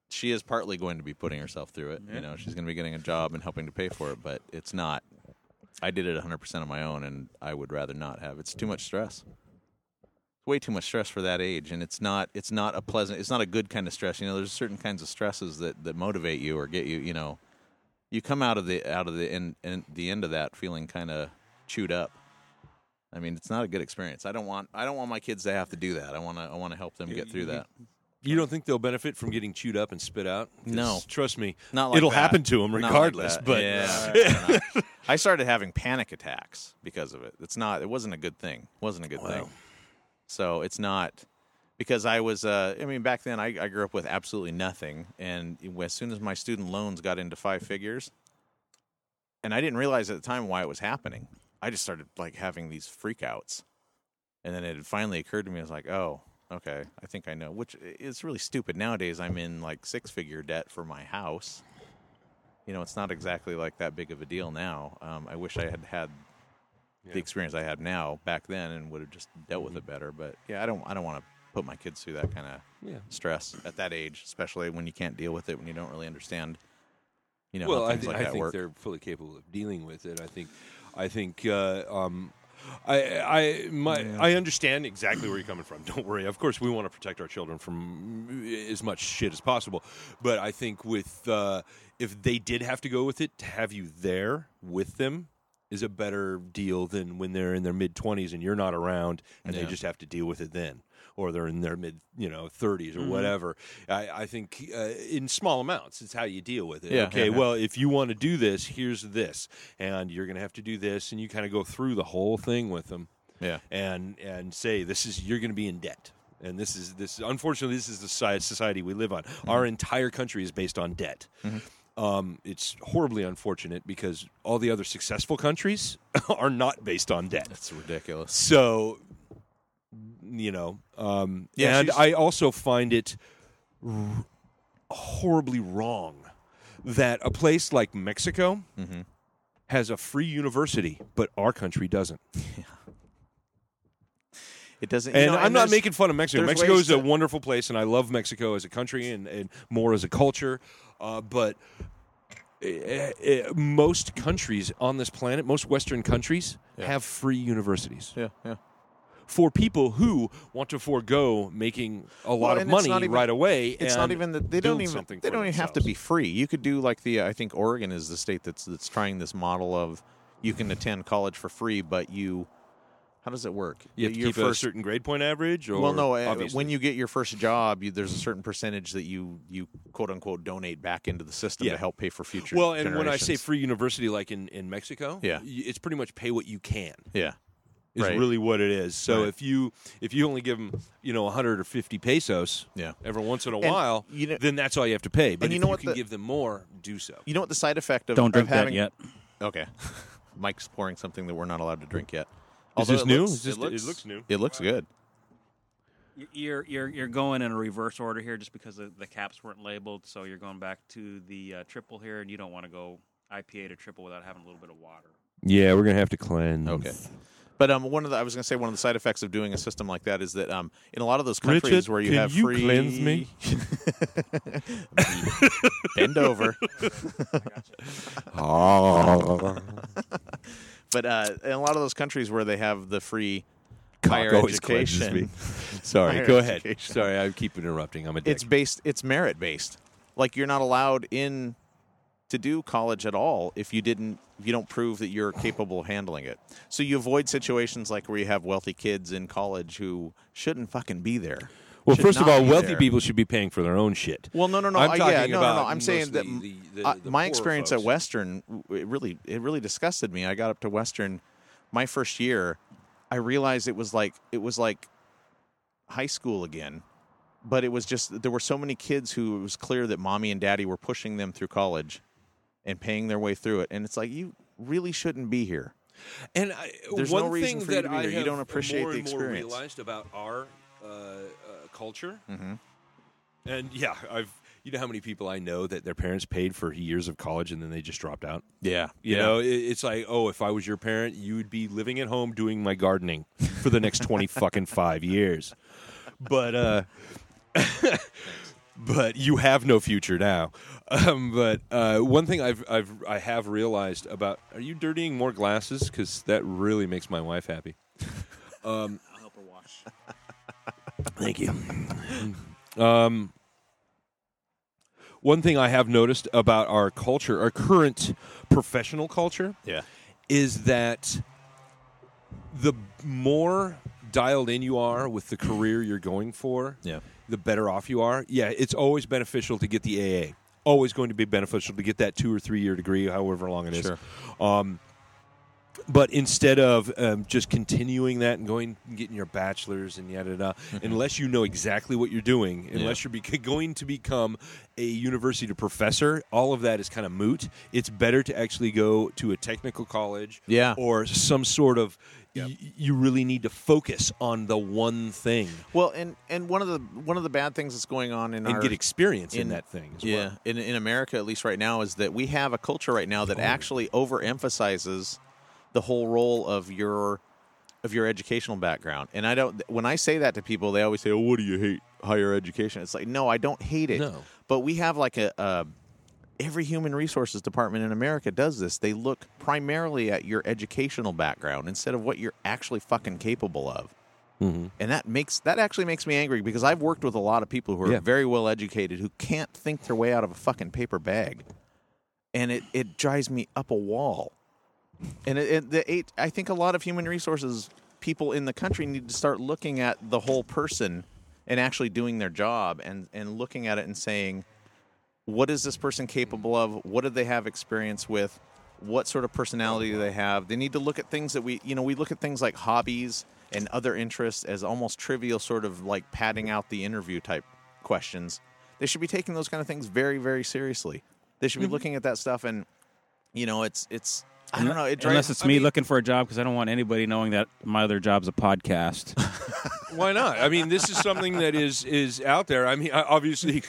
[SPEAKER 3] She is partly going to be putting herself through it. You know, she's going to be getting a job and helping to pay for it, but it's not. I did it 100% on my own, and I would rather not have. It's too much stress. Way too much stress for that age, and it's not. It's not a pleasant. It's not a good kind of stress. You know, there's certain kinds of stresses that that motivate you or get you. You know, you come out of the out of the end, end the end of that feeling kind of chewed up. I mean, it's not a good experience. I don't want I don't want my kids to have to do that. I want to I want to help them get through that.
[SPEAKER 1] You don't think they'll benefit from getting chewed up and spit out? 'Cause
[SPEAKER 3] No.
[SPEAKER 1] Trust me,
[SPEAKER 3] Not like
[SPEAKER 1] it'll
[SPEAKER 3] that.
[SPEAKER 1] happen to them
[SPEAKER 3] Not like
[SPEAKER 1] regardless.
[SPEAKER 3] that.
[SPEAKER 1] but
[SPEAKER 3] Yeah, fair enough. I started having panic attacks because of it. It's not. It wasn't a good thing. wasn't a good thing. So it's not because I was. Uh, I mean, back then I, I grew up with absolutely nothing, and as soon as my student loans got into five figures, and I didn't realize at the time why it was happening. I just started like having these freakouts, and then it had finally occurred to me. I was like, oh. Okay, I think I know. Which is really stupid nowadays. I'm in like six figure debt for my house you know, it's not exactly like that big of a deal now. Um, I wish I had had the experience I have now back then and would have just dealt
[SPEAKER 1] Mm-hmm.
[SPEAKER 3] with it better. But yeah, I don't, I don't want to put my kids through that kind of
[SPEAKER 1] Yeah.
[SPEAKER 3] stress at that age, especially when you can't deal with it when you don't really understand. You know,
[SPEAKER 1] well,
[SPEAKER 3] how
[SPEAKER 1] I,
[SPEAKER 3] things
[SPEAKER 1] th-
[SPEAKER 3] like
[SPEAKER 1] I
[SPEAKER 3] that
[SPEAKER 1] think
[SPEAKER 3] work.
[SPEAKER 1] they're fully capable of dealing with it. I think, I think, uh, um, I, I, my, I understand exactly where you're coming from. Don't worry. Of course, we want to protect our children from as much shit as possible. But I think with uh, if they did have to go with it, to have you there with them is a better deal than when they're in their mid 20s and you're not around and they
[SPEAKER 3] Yeah.
[SPEAKER 1] just have to deal with it then or they're in their mid you know 30s or
[SPEAKER 3] Mm-hmm.
[SPEAKER 1] whatever i, I think uh, in small amounts it's how you deal with it
[SPEAKER 3] Yeah,
[SPEAKER 1] okay
[SPEAKER 3] yeah, yeah.
[SPEAKER 1] well if you want to do this here's this and you're going to have to do this and you kind of go through the whole thing with them
[SPEAKER 3] yeah,
[SPEAKER 1] and and say this is you're going to be in debt and this is this unfortunately this is the soci- society we live on our entire country is based on debt um, it's horribly unfortunate because all the other successful countries are not based on debt
[SPEAKER 3] it's ridiculous.
[SPEAKER 1] so, you know, um,
[SPEAKER 3] Yeah,
[SPEAKER 1] and
[SPEAKER 3] she's-
[SPEAKER 1] I also find it r- horribly wrong that a place like Mexico
[SPEAKER 3] Mm-hmm.
[SPEAKER 1] has a free university, but our country doesn't.
[SPEAKER 3] It doesn't. you
[SPEAKER 1] And
[SPEAKER 3] know,
[SPEAKER 1] I'm not
[SPEAKER 3] there's-
[SPEAKER 1] making fun of Mexico.
[SPEAKER 3] there's
[SPEAKER 1] Mexico
[SPEAKER 3] ways
[SPEAKER 1] is a
[SPEAKER 3] to-
[SPEAKER 1] wonderful place, and I love Mexico as a country and, and more as a culture. Uh, but eh, eh, most countries on this planet, most Western countries, have free universities.
[SPEAKER 3] Yeah, yeah.
[SPEAKER 1] for people who want to forego making a lot
[SPEAKER 3] Well,
[SPEAKER 1] of
[SPEAKER 3] and it's
[SPEAKER 1] money
[SPEAKER 3] not even-
[SPEAKER 1] right away.
[SPEAKER 3] It's not
[SPEAKER 1] and
[SPEAKER 3] even that they don't
[SPEAKER 1] build
[SPEAKER 3] even
[SPEAKER 1] something
[SPEAKER 3] they
[SPEAKER 1] for
[SPEAKER 3] don't even have to
[SPEAKER 1] themselves.
[SPEAKER 3] be free. You could do like the I think Oregon is the state that's that's trying this model of you can attend college for free, but you how does it work?
[SPEAKER 1] You have to
[SPEAKER 3] Your
[SPEAKER 1] keep a certain grade point average, or
[SPEAKER 3] well, no. uh,
[SPEAKER 1] obviously.
[SPEAKER 3] When you get your first job, you, there's a certain percentage that you you quote unquote donate back into the system
[SPEAKER 1] Yeah.
[SPEAKER 3] to help pay for future.
[SPEAKER 1] well, and when I say
[SPEAKER 3] generations.
[SPEAKER 1] free university, like in in Mexico,
[SPEAKER 3] Yeah.
[SPEAKER 1] y- it's pretty much pay what you can.
[SPEAKER 3] yeah,
[SPEAKER 1] Is
[SPEAKER 3] Right.
[SPEAKER 1] really what it is. So
[SPEAKER 3] Right.
[SPEAKER 1] if you if you only give them you know 100 or 50 pesos,
[SPEAKER 3] Yeah.
[SPEAKER 1] every once in a while,
[SPEAKER 3] you know-
[SPEAKER 1] then that's all you have to pay. But
[SPEAKER 3] you
[SPEAKER 1] if
[SPEAKER 3] know
[SPEAKER 1] you
[SPEAKER 3] what
[SPEAKER 1] can
[SPEAKER 3] the-
[SPEAKER 1] give them more, do so.
[SPEAKER 3] you know what the side effect of
[SPEAKER 2] Don't
[SPEAKER 3] of
[SPEAKER 2] drink that
[SPEAKER 3] having,
[SPEAKER 2] yet.
[SPEAKER 3] Okay, Mike's pouring something that we're not allowed to drink yet.
[SPEAKER 1] Is
[SPEAKER 3] Although
[SPEAKER 1] this
[SPEAKER 3] it
[SPEAKER 1] new?
[SPEAKER 3] looks-
[SPEAKER 1] Is this-
[SPEAKER 3] it looks,
[SPEAKER 1] it looks new.
[SPEAKER 3] It looks good.
[SPEAKER 2] You're you're you're going in a reverse order here, just because the, the caps weren't labeled. So you're going back to the uh, triple here, and you don't want to go IPA to triple without having a little bit of water.
[SPEAKER 1] Yeah, we're gonna have to cleanse.
[SPEAKER 3] Okay. But um, one of the I was going to say one of the side effects of doing a system like that is that um, in a lot of those countries
[SPEAKER 1] Richard,
[SPEAKER 3] where you
[SPEAKER 1] can
[SPEAKER 3] have
[SPEAKER 1] you
[SPEAKER 3] free
[SPEAKER 1] cleanse me?
[SPEAKER 3] bend over. Ah.
[SPEAKER 1] Oh,
[SPEAKER 3] But uh, in a lot of those countries where they have the free higher
[SPEAKER 1] always cleanses
[SPEAKER 3] education,
[SPEAKER 1] me. Sorry,
[SPEAKER 3] Higher
[SPEAKER 1] go ahead.
[SPEAKER 3] education.
[SPEAKER 1] Sorry, I keep interrupting. I'm a dick.
[SPEAKER 3] it's based it's merit based. Like you're not allowed in to do college at all if you didn't if you don't prove that you're capable of handling it. So you avoid situations like where you have wealthy kids in college who shouldn't fucking be there.
[SPEAKER 1] Well,
[SPEAKER 3] Should
[SPEAKER 1] first of
[SPEAKER 3] not
[SPEAKER 1] all,
[SPEAKER 3] be
[SPEAKER 1] wealthy
[SPEAKER 3] there.
[SPEAKER 1] people should be paying for their own shit.
[SPEAKER 3] Well, no, no, no.
[SPEAKER 1] I'm
[SPEAKER 3] I- yeah,
[SPEAKER 1] talking
[SPEAKER 3] no, no,
[SPEAKER 1] about
[SPEAKER 3] no. I'm saying that
[SPEAKER 1] mostly
[SPEAKER 3] m-
[SPEAKER 1] the- the-
[SPEAKER 3] I-
[SPEAKER 1] the
[SPEAKER 3] my
[SPEAKER 1] poor
[SPEAKER 3] experience
[SPEAKER 1] folks.
[SPEAKER 3] at Western, it really, it really disgusted me. I got up to Western, my first year, I realized it was like it was like high school again, but it was just there were so many kids who it was clear that mommy and daddy were pushing them through college and paying their way through it, and it's like you really shouldn't be here.
[SPEAKER 1] And I,
[SPEAKER 3] There's
[SPEAKER 1] one
[SPEAKER 3] no reason
[SPEAKER 1] thing
[SPEAKER 3] for you
[SPEAKER 1] that
[SPEAKER 3] to be
[SPEAKER 1] I
[SPEAKER 3] there. You
[SPEAKER 1] have
[SPEAKER 3] don't appreciate
[SPEAKER 1] more
[SPEAKER 3] the
[SPEAKER 1] and More
[SPEAKER 3] experience.
[SPEAKER 1] realized about our uh, uh, culture,
[SPEAKER 3] Mm-hmm.
[SPEAKER 1] and yeah, I've you know how many people I know that their parents paid for years of college and then they just dropped out.
[SPEAKER 3] Yeah,
[SPEAKER 1] You know, it, it's like, oh, if I was your parent, you would be living at home doing my gardening for the next twenty fucking five years. But uh, but you have no future now. Um, but uh, one thing I've I've I have realized about are you dirtying more glasses because that really makes my wife happy. Um,
[SPEAKER 2] I'll help her wash.
[SPEAKER 1] Thank you. um, one thing I have noticed about our culture, our current professional culture,
[SPEAKER 3] yeah,
[SPEAKER 1] is that the more dialed in you are with the career you're going for,
[SPEAKER 3] yeah.
[SPEAKER 1] the better off you are. Yeah, it's always beneficial to get the AA. Always going to be beneficial to get that two or three year degree, however long it is.
[SPEAKER 3] Sure.
[SPEAKER 1] Um, but instead of um, just continuing that and going and getting your bachelor's and yada yada,
[SPEAKER 3] Mm-hmm.
[SPEAKER 1] unless you know exactly what you're doing, unless you're bec- going to become a university professor, all of that is kind of moot. It's better to actually go to a technical college,
[SPEAKER 3] Yeah.
[SPEAKER 1] or some sort of. y- you really need to focus on the one thing
[SPEAKER 3] Well, and and one of the one of the bad things that's going on in
[SPEAKER 1] and
[SPEAKER 3] our
[SPEAKER 1] get experience in,
[SPEAKER 3] in-
[SPEAKER 1] that thing. As
[SPEAKER 3] yeah in in America at least right now is that we have a culture right now that actually overemphasizes the whole role of your of your educational background. And I don't when I say that to people, they always say, "Oh, what do you hate higher education?" It's like, "No, I don't hate it."
[SPEAKER 1] No.
[SPEAKER 3] But we have like a, a every human resources department in America does this. They look primarily at your educational background instead of what you're actually fucking capable of.
[SPEAKER 1] Mm-hmm.
[SPEAKER 3] And that makes that actually makes me angry because I've worked with a lot of people who are
[SPEAKER 1] Yeah.
[SPEAKER 3] very well educated who can't think their way out of a fucking paper bag. And it, it drives me up a wall. And it, it, the eight, I think a lot of human resources people in the country need to start looking at the whole person and actually doing their job and, and looking at it and saying, what is this person capable of? What do they have experience with? What sort of personality do they have? They need to look at things that we, you know, we look at things like hobbies and other interests as almost trivial, sort of like padding out the interview type questions. They should be taking those kind of things very, very seriously. They should be looking at that stuff and, you know, it's, it's, I don't know. It drives,
[SPEAKER 2] Unless it's
[SPEAKER 3] I
[SPEAKER 2] me
[SPEAKER 3] mean,
[SPEAKER 2] looking for a job because I don't want anybody knowing that my other job's a podcast.
[SPEAKER 1] well. Why not? I mean, this is something that is is out there. I mean, I- obviously,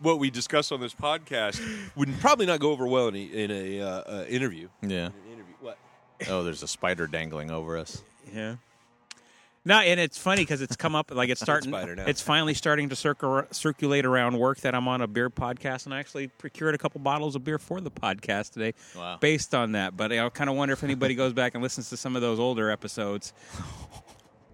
[SPEAKER 1] what we discuss on this podcast would probably not go over well in a, in a uh, uh, interview.
[SPEAKER 3] Yeah.
[SPEAKER 1] Interview. What?
[SPEAKER 3] Oh, there's a spider dangling over us.
[SPEAKER 2] yeah. No, and it's funny because it's come up like it's starting.
[SPEAKER 1] Spider now.
[SPEAKER 2] it's finally starting to circu- circulate around work that I'm on a beer podcast, and I actually procured a couple bottles of beer for the podcast today,
[SPEAKER 3] Wow.
[SPEAKER 2] based on that. But I kind of wonder if anybody goes back and listens to some of those older episodes.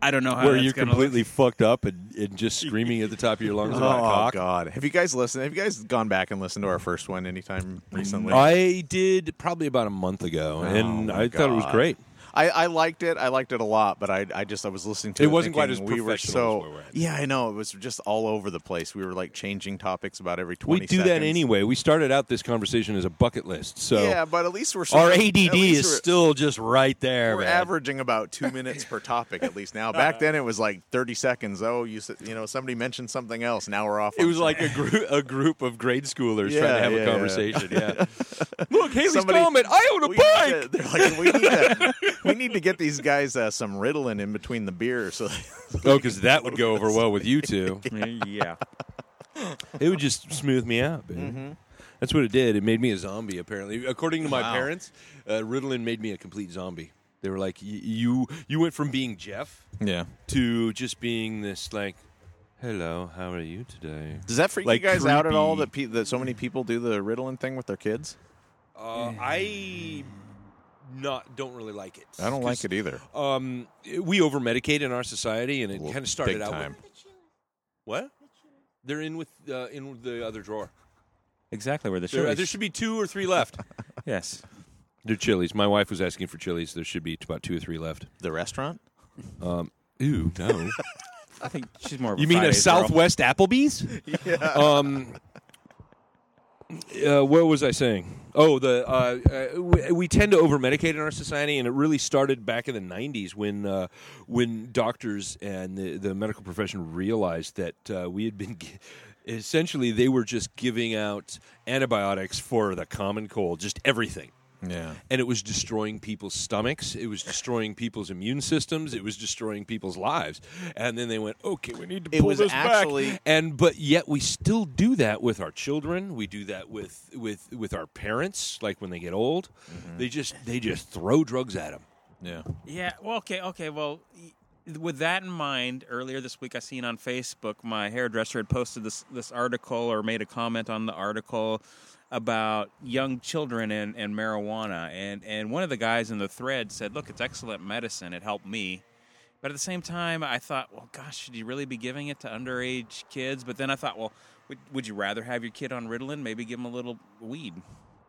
[SPEAKER 2] I don't know how
[SPEAKER 1] Where
[SPEAKER 2] that's
[SPEAKER 1] you're
[SPEAKER 2] gonna
[SPEAKER 1] completely fucked up and, and just screaming at the top of your lungs about cock.
[SPEAKER 3] Oh, God! Have you guys listened? Have you guys gone back and listened to our first one anytime recently?
[SPEAKER 1] Mm, I did probably about a month ago, and
[SPEAKER 3] Oh, my
[SPEAKER 1] I thought it was
[SPEAKER 3] God.
[SPEAKER 1] great.
[SPEAKER 3] I, I liked it. I liked it a lot, but I, I just I was listening to
[SPEAKER 1] It
[SPEAKER 3] it.
[SPEAKER 1] wasn't quite
[SPEAKER 3] thinking
[SPEAKER 1] as
[SPEAKER 3] we were
[SPEAKER 1] professional
[SPEAKER 3] so
[SPEAKER 1] as where we're at.
[SPEAKER 3] yeah. I know it was just all over the place. We were like changing topics about every
[SPEAKER 1] We
[SPEAKER 3] twenty.
[SPEAKER 1] do that
[SPEAKER 3] seconds.
[SPEAKER 1] anyway. We started out this conversation as a bucket list, so
[SPEAKER 3] Yeah, but at least we're sort
[SPEAKER 1] our
[SPEAKER 3] of- at
[SPEAKER 1] ADD
[SPEAKER 3] least
[SPEAKER 1] is
[SPEAKER 3] we're-
[SPEAKER 1] still just right there.
[SPEAKER 3] We're
[SPEAKER 1] man.
[SPEAKER 3] averaging about two minutes per topic at least now. Back then it was like thirty seconds. Oh, you said- you know somebody mentioned something else. Now we're off.
[SPEAKER 1] It
[SPEAKER 3] on
[SPEAKER 1] was
[SPEAKER 3] some-
[SPEAKER 1] like a group a group of grade schoolers
[SPEAKER 3] Yeah,
[SPEAKER 1] trying to have
[SPEAKER 3] yeah,
[SPEAKER 1] a
[SPEAKER 3] yeah.
[SPEAKER 1] conversation. Yeah. Look, Haley's
[SPEAKER 3] Somebody-
[SPEAKER 1] comment. I own a
[SPEAKER 3] We need
[SPEAKER 1] bike.
[SPEAKER 3] to- they're like, we need, to, we need to get these guys uh, some Ritalin in between the beer. So
[SPEAKER 1] Oh, because that would go over well with you two.
[SPEAKER 2] look. yeah.
[SPEAKER 1] It would just smooth me out. Baby.
[SPEAKER 3] Mm-hmm.
[SPEAKER 1] That's what it did. It made me a zombie. Apparently, according to my
[SPEAKER 3] Wow.
[SPEAKER 1] parents, uh, Ritalin made me a complete zombie. They were like, "Y- "You you went from being Jeff
[SPEAKER 3] yeah,
[SPEAKER 1] to just being this like, hello, how are you today?"
[SPEAKER 3] does that freak
[SPEAKER 1] Like
[SPEAKER 3] you guys out at all
[SPEAKER 1] creepy.
[SPEAKER 3] that, pe- that so many people do the Ritalin thing with their kids?
[SPEAKER 1] Uh, I not don't really like it.
[SPEAKER 3] I don't like it either.
[SPEAKER 1] Um, we over medicate in our society, and it
[SPEAKER 3] Well,
[SPEAKER 1] kind of started
[SPEAKER 3] big
[SPEAKER 1] out
[SPEAKER 3] time.
[SPEAKER 1] with What? They're in with uh, in the other drawer.
[SPEAKER 2] Exactly where the
[SPEAKER 1] There,
[SPEAKER 2] show
[SPEAKER 1] there
[SPEAKER 2] is.
[SPEAKER 1] should be two or three left.
[SPEAKER 2] Yes.
[SPEAKER 1] They're chilies. My wife was asking for chilies. There should be about two or three left.
[SPEAKER 3] The restaurant?
[SPEAKER 1] Ooh, no.
[SPEAKER 2] I think she's more. Of
[SPEAKER 1] you mean a
[SPEAKER 2] Fridays girl.
[SPEAKER 1] Southwest Applebee's? Yeah. Um. Uh, what was I saying? Oh, the uh, uh, we, we tend to over medicate in our society, and it really started back in the '90s when uh, when doctors and the, the medical profession realized that uh, we had been gi- essentially they were just giving out antibiotics for the common cold, just everything
[SPEAKER 3] Yeah.
[SPEAKER 1] and it was destroying people's stomachs. It was destroying people's immune systems. It was destroying people's lives. And then they went, okay, we need to
[SPEAKER 3] It
[SPEAKER 1] pull
[SPEAKER 3] was
[SPEAKER 1] this
[SPEAKER 3] actually-
[SPEAKER 1] back. And but yet we still do that with our children. We do that with with with our parents. Like when they get old,
[SPEAKER 3] Mm-hmm.
[SPEAKER 1] they just they just throw drugs at them.
[SPEAKER 3] Yeah.
[SPEAKER 2] Yeah. Well. Okay. Okay. Well, y- with that in mind, earlier this week I seen on Facebook my hairdresser had posted this this article or made a comment on the article about young children and, and marijuana, and and one of the guys in the thread said, "Look, it's excellent medicine. It helped me." But at the same time, I thought, well, gosh, should you really be giving it to underage kids? But then I thought, well, would, would you rather have your kid on Ritalin? Maybe give him a little weed,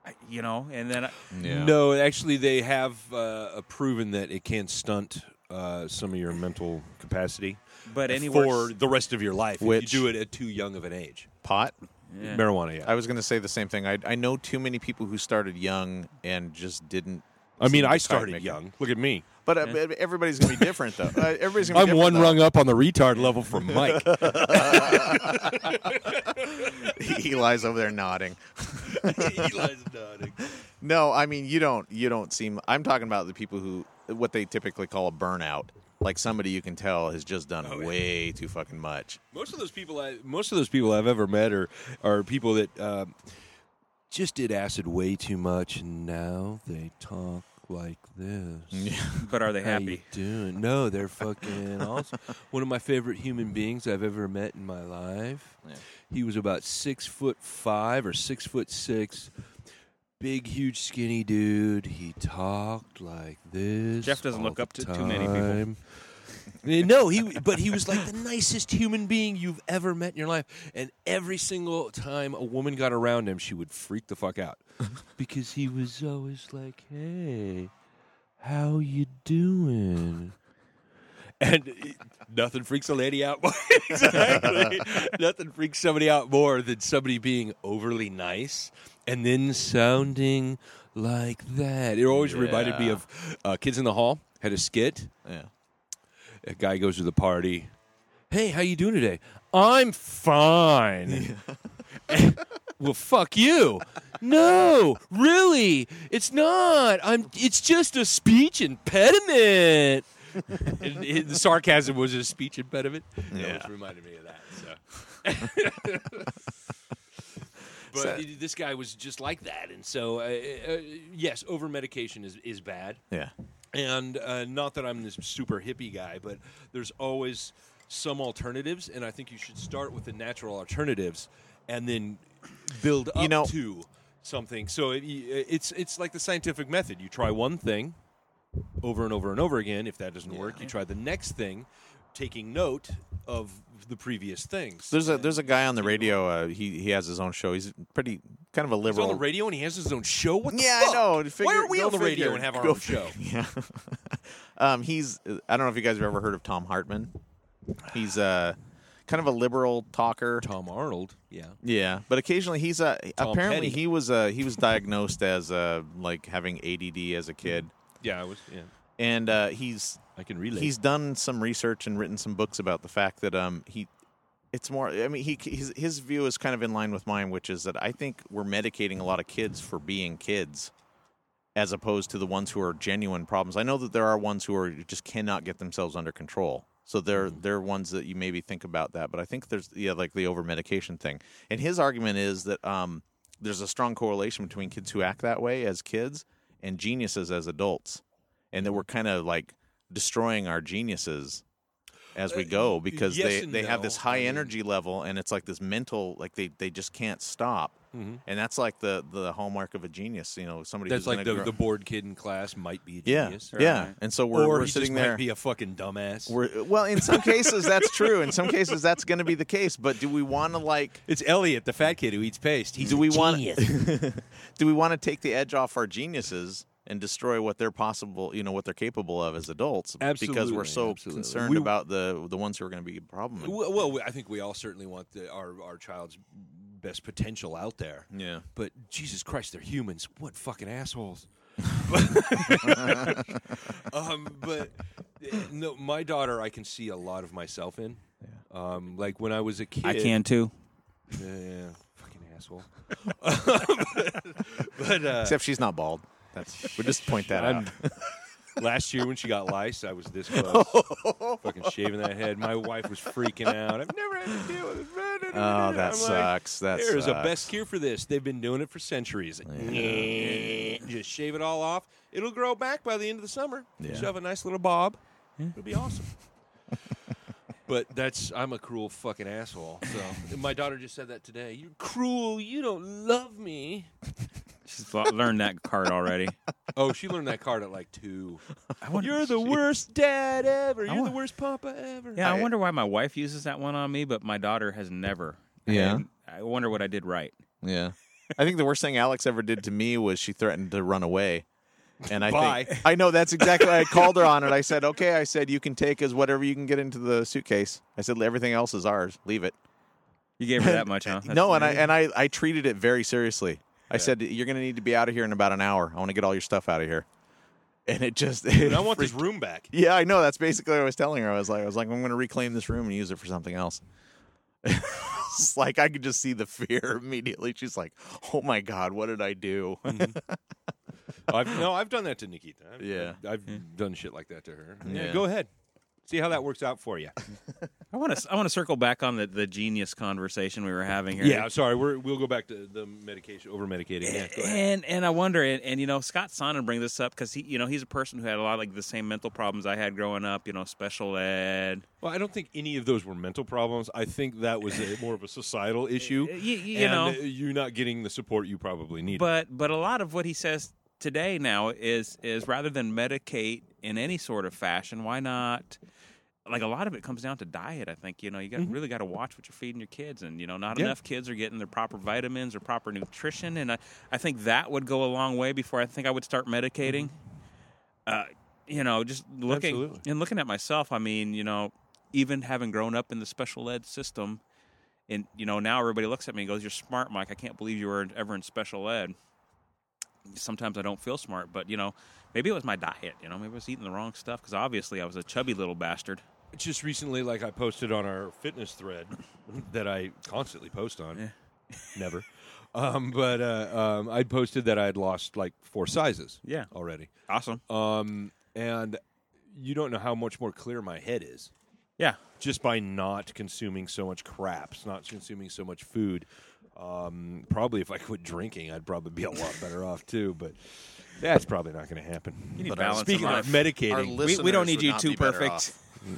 [SPEAKER 2] I, you know? And then, I,
[SPEAKER 3] Yeah.
[SPEAKER 1] No, actually, they have uh, proven that it can stunt uh, some of your mental capacity.
[SPEAKER 2] But anywhere,
[SPEAKER 1] for the rest of your life
[SPEAKER 3] Which-
[SPEAKER 1] if you do it at too young of an age.
[SPEAKER 3] Pot.
[SPEAKER 2] Yeah.
[SPEAKER 1] Marijuana, yeah.
[SPEAKER 3] I was going to say the same thing. I, I know too many people who started young and just didn't.
[SPEAKER 1] I mean,
[SPEAKER 3] seem to
[SPEAKER 1] I
[SPEAKER 3] start
[SPEAKER 1] started
[SPEAKER 3] making-
[SPEAKER 1] young. Look at me.
[SPEAKER 3] but uh, but everybody's going to be different though. Uh, everybody's going to be
[SPEAKER 1] I'm one
[SPEAKER 3] different, though.
[SPEAKER 1] rung up on the retard level from Mike.
[SPEAKER 3] Eli's over there nodding.
[SPEAKER 1] Eli's nodding.
[SPEAKER 3] No, I mean you don't. You don't seem. I'm talking about the people who what they typically call a burnout. Like somebody you can tell has just done
[SPEAKER 1] Oh, yeah.
[SPEAKER 3] way too fucking much.
[SPEAKER 1] Most of those people, I, most of those people I've ever met are are people that um, just did acid way too much, and now they talk like this.
[SPEAKER 2] but are they
[SPEAKER 1] How you
[SPEAKER 2] happy?
[SPEAKER 1] doing? No, they're fucking awesome. One of my favorite human beings I've ever met in my life.
[SPEAKER 3] Yeah.
[SPEAKER 1] He was about six foot five or six foot six. Big, huge, skinny dude. He talked like this.
[SPEAKER 2] Jeff doesn't
[SPEAKER 1] all
[SPEAKER 2] look
[SPEAKER 1] the
[SPEAKER 2] up to too many people.
[SPEAKER 1] time. Eh, no, he. But he was like the nicest human being you've ever met in your life. And every single time a woman got around him, she would freak the fuck out because he was always like, "Hey, how you doing?" And it- nothing freaks a lady out more. exactly. nothing freaks somebody out more than somebody being overly nice and then sounding like that. It always reminded me
[SPEAKER 3] Yeah.
[SPEAKER 1] of uh, Kids in the Hall had a skit.
[SPEAKER 3] Yeah.
[SPEAKER 1] A guy goes to the party. Hey, how you doing today? I'm fine. well, fuck you. No, really, it's not. I'm. It's just a speech impediment. And it- the sarcasm was a speech impediment. It
[SPEAKER 3] Yeah.
[SPEAKER 1] always reminded me of that. So. but
[SPEAKER 3] So-
[SPEAKER 1] it- this guy was just like that, and so uh, uh, yes, over medication is is bad.
[SPEAKER 3] Yeah.
[SPEAKER 1] And uh, not that I'm this super hippie guy, but there's always some alternatives, and I think you should start with the natural alternatives and then build up
[SPEAKER 3] You know-
[SPEAKER 1] to something. So it, it's it's like the scientific method. You try one thing over and over and over again. If that doesn't work, you try the next thing, taking note of the previous things.
[SPEAKER 3] There's a there's a guy on the radio. Uh, he he has his own show. He's pretty kind of a
[SPEAKER 1] He's on
[SPEAKER 3] liberal.
[SPEAKER 1] the radio and he has his own show. What the
[SPEAKER 3] Yeah,
[SPEAKER 1] fuck?
[SPEAKER 3] I know.
[SPEAKER 1] Why
[SPEAKER 3] Figure-
[SPEAKER 1] are we
[SPEAKER 3] go
[SPEAKER 1] on the radio
[SPEAKER 3] figure.
[SPEAKER 1] and have our
[SPEAKER 3] Go
[SPEAKER 1] own
[SPEAKER 3] fi-
[SPEAKER 1] show?
[SPEAKER 3] Yeah. um, he's I don't know if you guys have ever heard of Tom Hartman. He's uh, kind of a liberal talker.
[SPEAKER 1] Tom Arnold. Yeah.
[SPEAKER 3] Yeah, but occasionally he's uh,
[SPEAKER 1] Tom
[SPEAKER 3] apparently
[SPEAKER 1] Petty.
[SPEAKER 3] he was uh, he was diagnosed as uh, like having ADD as a kid,
[SPEAKER 1] Yeah, I was. Yeah,
[SPEAKER 3] and uh, he's
[SPEAKER 1] I can relate.
[SPEAKER 3] he's done some research and written some books about the fact that um he it's more I mean he his, his view is kind of in line with mine, which is that I think we're medicating a lot of kids for being kids. As opposed to the ones who are genuine problems, I know that there are ones who are just cannot get themselves under control. So they're
[SPEAKER 1] Mm-hmm.
[SPEAKER 3] they're ones that you maybe think about that, but I think there's yeah like the over medication thing. And his argument is that um, there's a strong correlation between kids who act that way as kids and geniuses as adults, and that we're kind of like destroying our geniuses as we
[SPEAKER 1] Uh,
[SPEAKER 3] go because
[SPEAKER 1] yes
[SPEAKER 3] they,
[SPEAKER 1] and
[SPEAKER 3] they have this
[SPEAKER 1] no. I
[SPEAKER 3] high
[SPEAKER 1] mean-
[SPEAKER 3] energy level and it's like this mental like they, they just can't stop
[SPEAKER 1] Mhm.
[SPEAKER 3] and that's like the the hallmark of a genius you know somebody
[SPEAKER 1] That's
[SPEAKER 3] who's
[SPEAKER 1] like
[SPEAKER 3] gonna
[SPEAKER 1] the,
[SPEAKER 3] grow-
[SPEAKER 1] the bored kid in class might be a
[SPEAKER 3] yeah
[SPEAKER 1] genius.
[SPEAKER 3] yeah
[SPEAKER 2] Right.
[SPEAKER 3] and so we're,
[SPEAKER 1] or
[SPEAKER 3] we're
[SPEAKER 1] he
[SPEAKER 3] sitting
[SPEAKER 1] just
[SPEAKER 3] there
[SPEAKER 1] might be a fucking dumbass.
[SPEAKER 3] we're, well in some cases that's true in some cases that's going to be the case but do we want to like
[SPEAKER 1] it's Elliot, the fat kid who eats paste. He's
[SPEAKER 3] do we
[SPEAKER 1] a
[SPEAKER 3] want
[SPEAKER 1] genius.
[SPEAKER 3] do we want to take the edge off our geniuses and destroy what they're possible you know what they're capable of as adults because we're
[SPEAKER 1] Absolutely,
[SPEAKER 3] so
[SPEAKER 1] absolutely.
[SPEAKER 3] concerned
[SPEAKER 1] We-
[SPEAKER 3] about the the ones who are going to be a problem and-
[SPEAKER 1] Well, well, I think we all certainly want the, our our child's best potential out there.
[SPEAKER 3] yeah
[SPEAKER 1] But Jesus Christ, they're humans. What fucking assholes. um, but eh, no, my daughter, I can see a lot of myself in. Um, like when I was a kid,
[SPEAKER 2] I can too.
[SPEAKER 1] Yeah, yeah, fucking asshole. but uh,
[SPEAKER 3] Except she's not bald. That's we just point that out.
[SPEAKER 1] Last year when she got lice, I was this close. fucking shaving that head. My wife was freaking out. I've never had to deal with it.
[SPEAKER 3] Oh, that
[SPEAKER 1] I'm like,
[SPEAKER 3] sucks. That's
[SPEAKER 1] There is a best cure for this. They've been doing it for centuries. Just shave it all off. It'll grow back by the end of the summer.
[SPEAKER 3] Yeah.
[SPEAKER 1] She'll have a nice little bob. It'll be awesome. but that's I'm a cruel fucking asshole. So my daughter just said that today. You're cruel. You don't love me.
[SPEAKER 2] She's lo- learned that card already.
[SPEAKER 1] Oh, she learned that card at like two.
[SPEAKER 2] I wonder,
[SPEAKER 1] You're the worst dad ever. You're
[SPEAKER 2] wa-
[SPEAKER 1] the worst papa ever.
[SPEAKER 2] Yeah, I,
[SPEAKER 3] I-
[SPEAKER 2] wonder why my wife uses that one on me, but my daughter has never.
[SPEAKER 3] Yeah.
[SPEAKER 2] And I wonder what I did right.
[SPEAKER 3] Yeah. I think the worst thing Alex ever did to me was she threatened to run away. And I
[SPEAKER 1] Bye.
[SPEAKER 3] think I know that's exactly. I called her on it. I said, "Okay." I said, "You can take as whatever you can get into the suitcase." I said, "Everything else is ours. Leave it."
[SPEAKER 2] You gave her that much, huh? That's-
[SPEAKER 3] no, and I and I, I treated it very seriously. I said, "You're going to need to be out of here in about an hour. I want to get all your stuff out of here." And it just
[SPEAKER 1] Dude, I want this room back.
[SPEAKER 3] Yeah, I know. That's basically what I was telling her. I was like, I was like, I'm going to reclaim this room and use it for something else. it's like I could just see the fear immediately. She's like, "Oh my god, what did I do?"
[SPEAKER 1] Oh, I've, no, I've done that to Nikita. I've,
[SPEAKER 3] Yeah.
[SPEAKER 1] I've done shit like that to her.
[SPEAKER 3] Yeah.
[SPEAKER 1] Go ahead. See how that works out for you.
[SPEAKER 2] I want to. I want to circle back on the, the genius conversation we were having here.
[SPEAKER 1] Yeah, sorry. We're, we'll go back to the medication, over medicating. Yeah, go ahead.
[SPEAKER 2] And and I wonder, and, and you know, Scott Sonnen brings this up because he, you know, he's a person who had a lot of, like the same mental problems I had growing up. You know, special ed.
[SPEAKER 1] Well, I don't think any of those were mental problems. I think that was a, more of a societal issue.
[SPEAKER 2] Y- y- you
[SPEAKER 1] and
[SPEAKER 2] know.
[SPEAKER 1] you're not getting the support you probably needed.
[SPEAKER 2] But but a lot of what he says today now is is rather than medicate in any sort of fashion, why not? Like a lot of it comes down to diet. I think you know you got really got to watch what you're feeding your kids, and you know not
[SPEAKER 1] Mm-hmm. Yeah.
[SPEAKER 2] enough kids are getting their proper vitamins or proper nutrition, and I, I think that would go a long way before I think I would start medicating. Uh, you know, just looking
[SPEAKER 1] Mm-hmm. Absolutely.
[SPEAKER 2] and looking at myself. I mean, you know, even having grown up in the special ed system, and you know now everybody looks at me and goes, "You're smart, Mike. I can't believe you were ever in special ed." Sometimes I don't feel smart, but you know, maybe it was my diet. You know, maybe I was eating the wrong stuff because obviously I was a chubby little bastard.
[SPEAKER 1] just recently, like I posted on our fitness thread that I constantly post on, never. Um, but uh, um, I posted that I had lost like four sizes.
[SPEAKER 2] Yeah. Uh,
[SPEAKER 1] already.
[SPEAKER 2] Awesome.
[SPEAKER 1] Um, and you don't know how much more clear my head is
[SPEAKER 2] Yeah.
[SPEAKER 1] just by not consuming so much crap, s- not consuming so much food. Um, probably if I quit drinking, I'd probably be a lot better off too. But that's probably not going to happen. uh,
[SPEAKER 2] You need
[SPEAKER 3] But I was
[SPEAKER 2] balance in
[SPEAKER 1] Speaking of
[SPEAKER 2] life.
[SPEAKER 1] medicating,
[SPEAKER 2] we, we don't need you too perfect.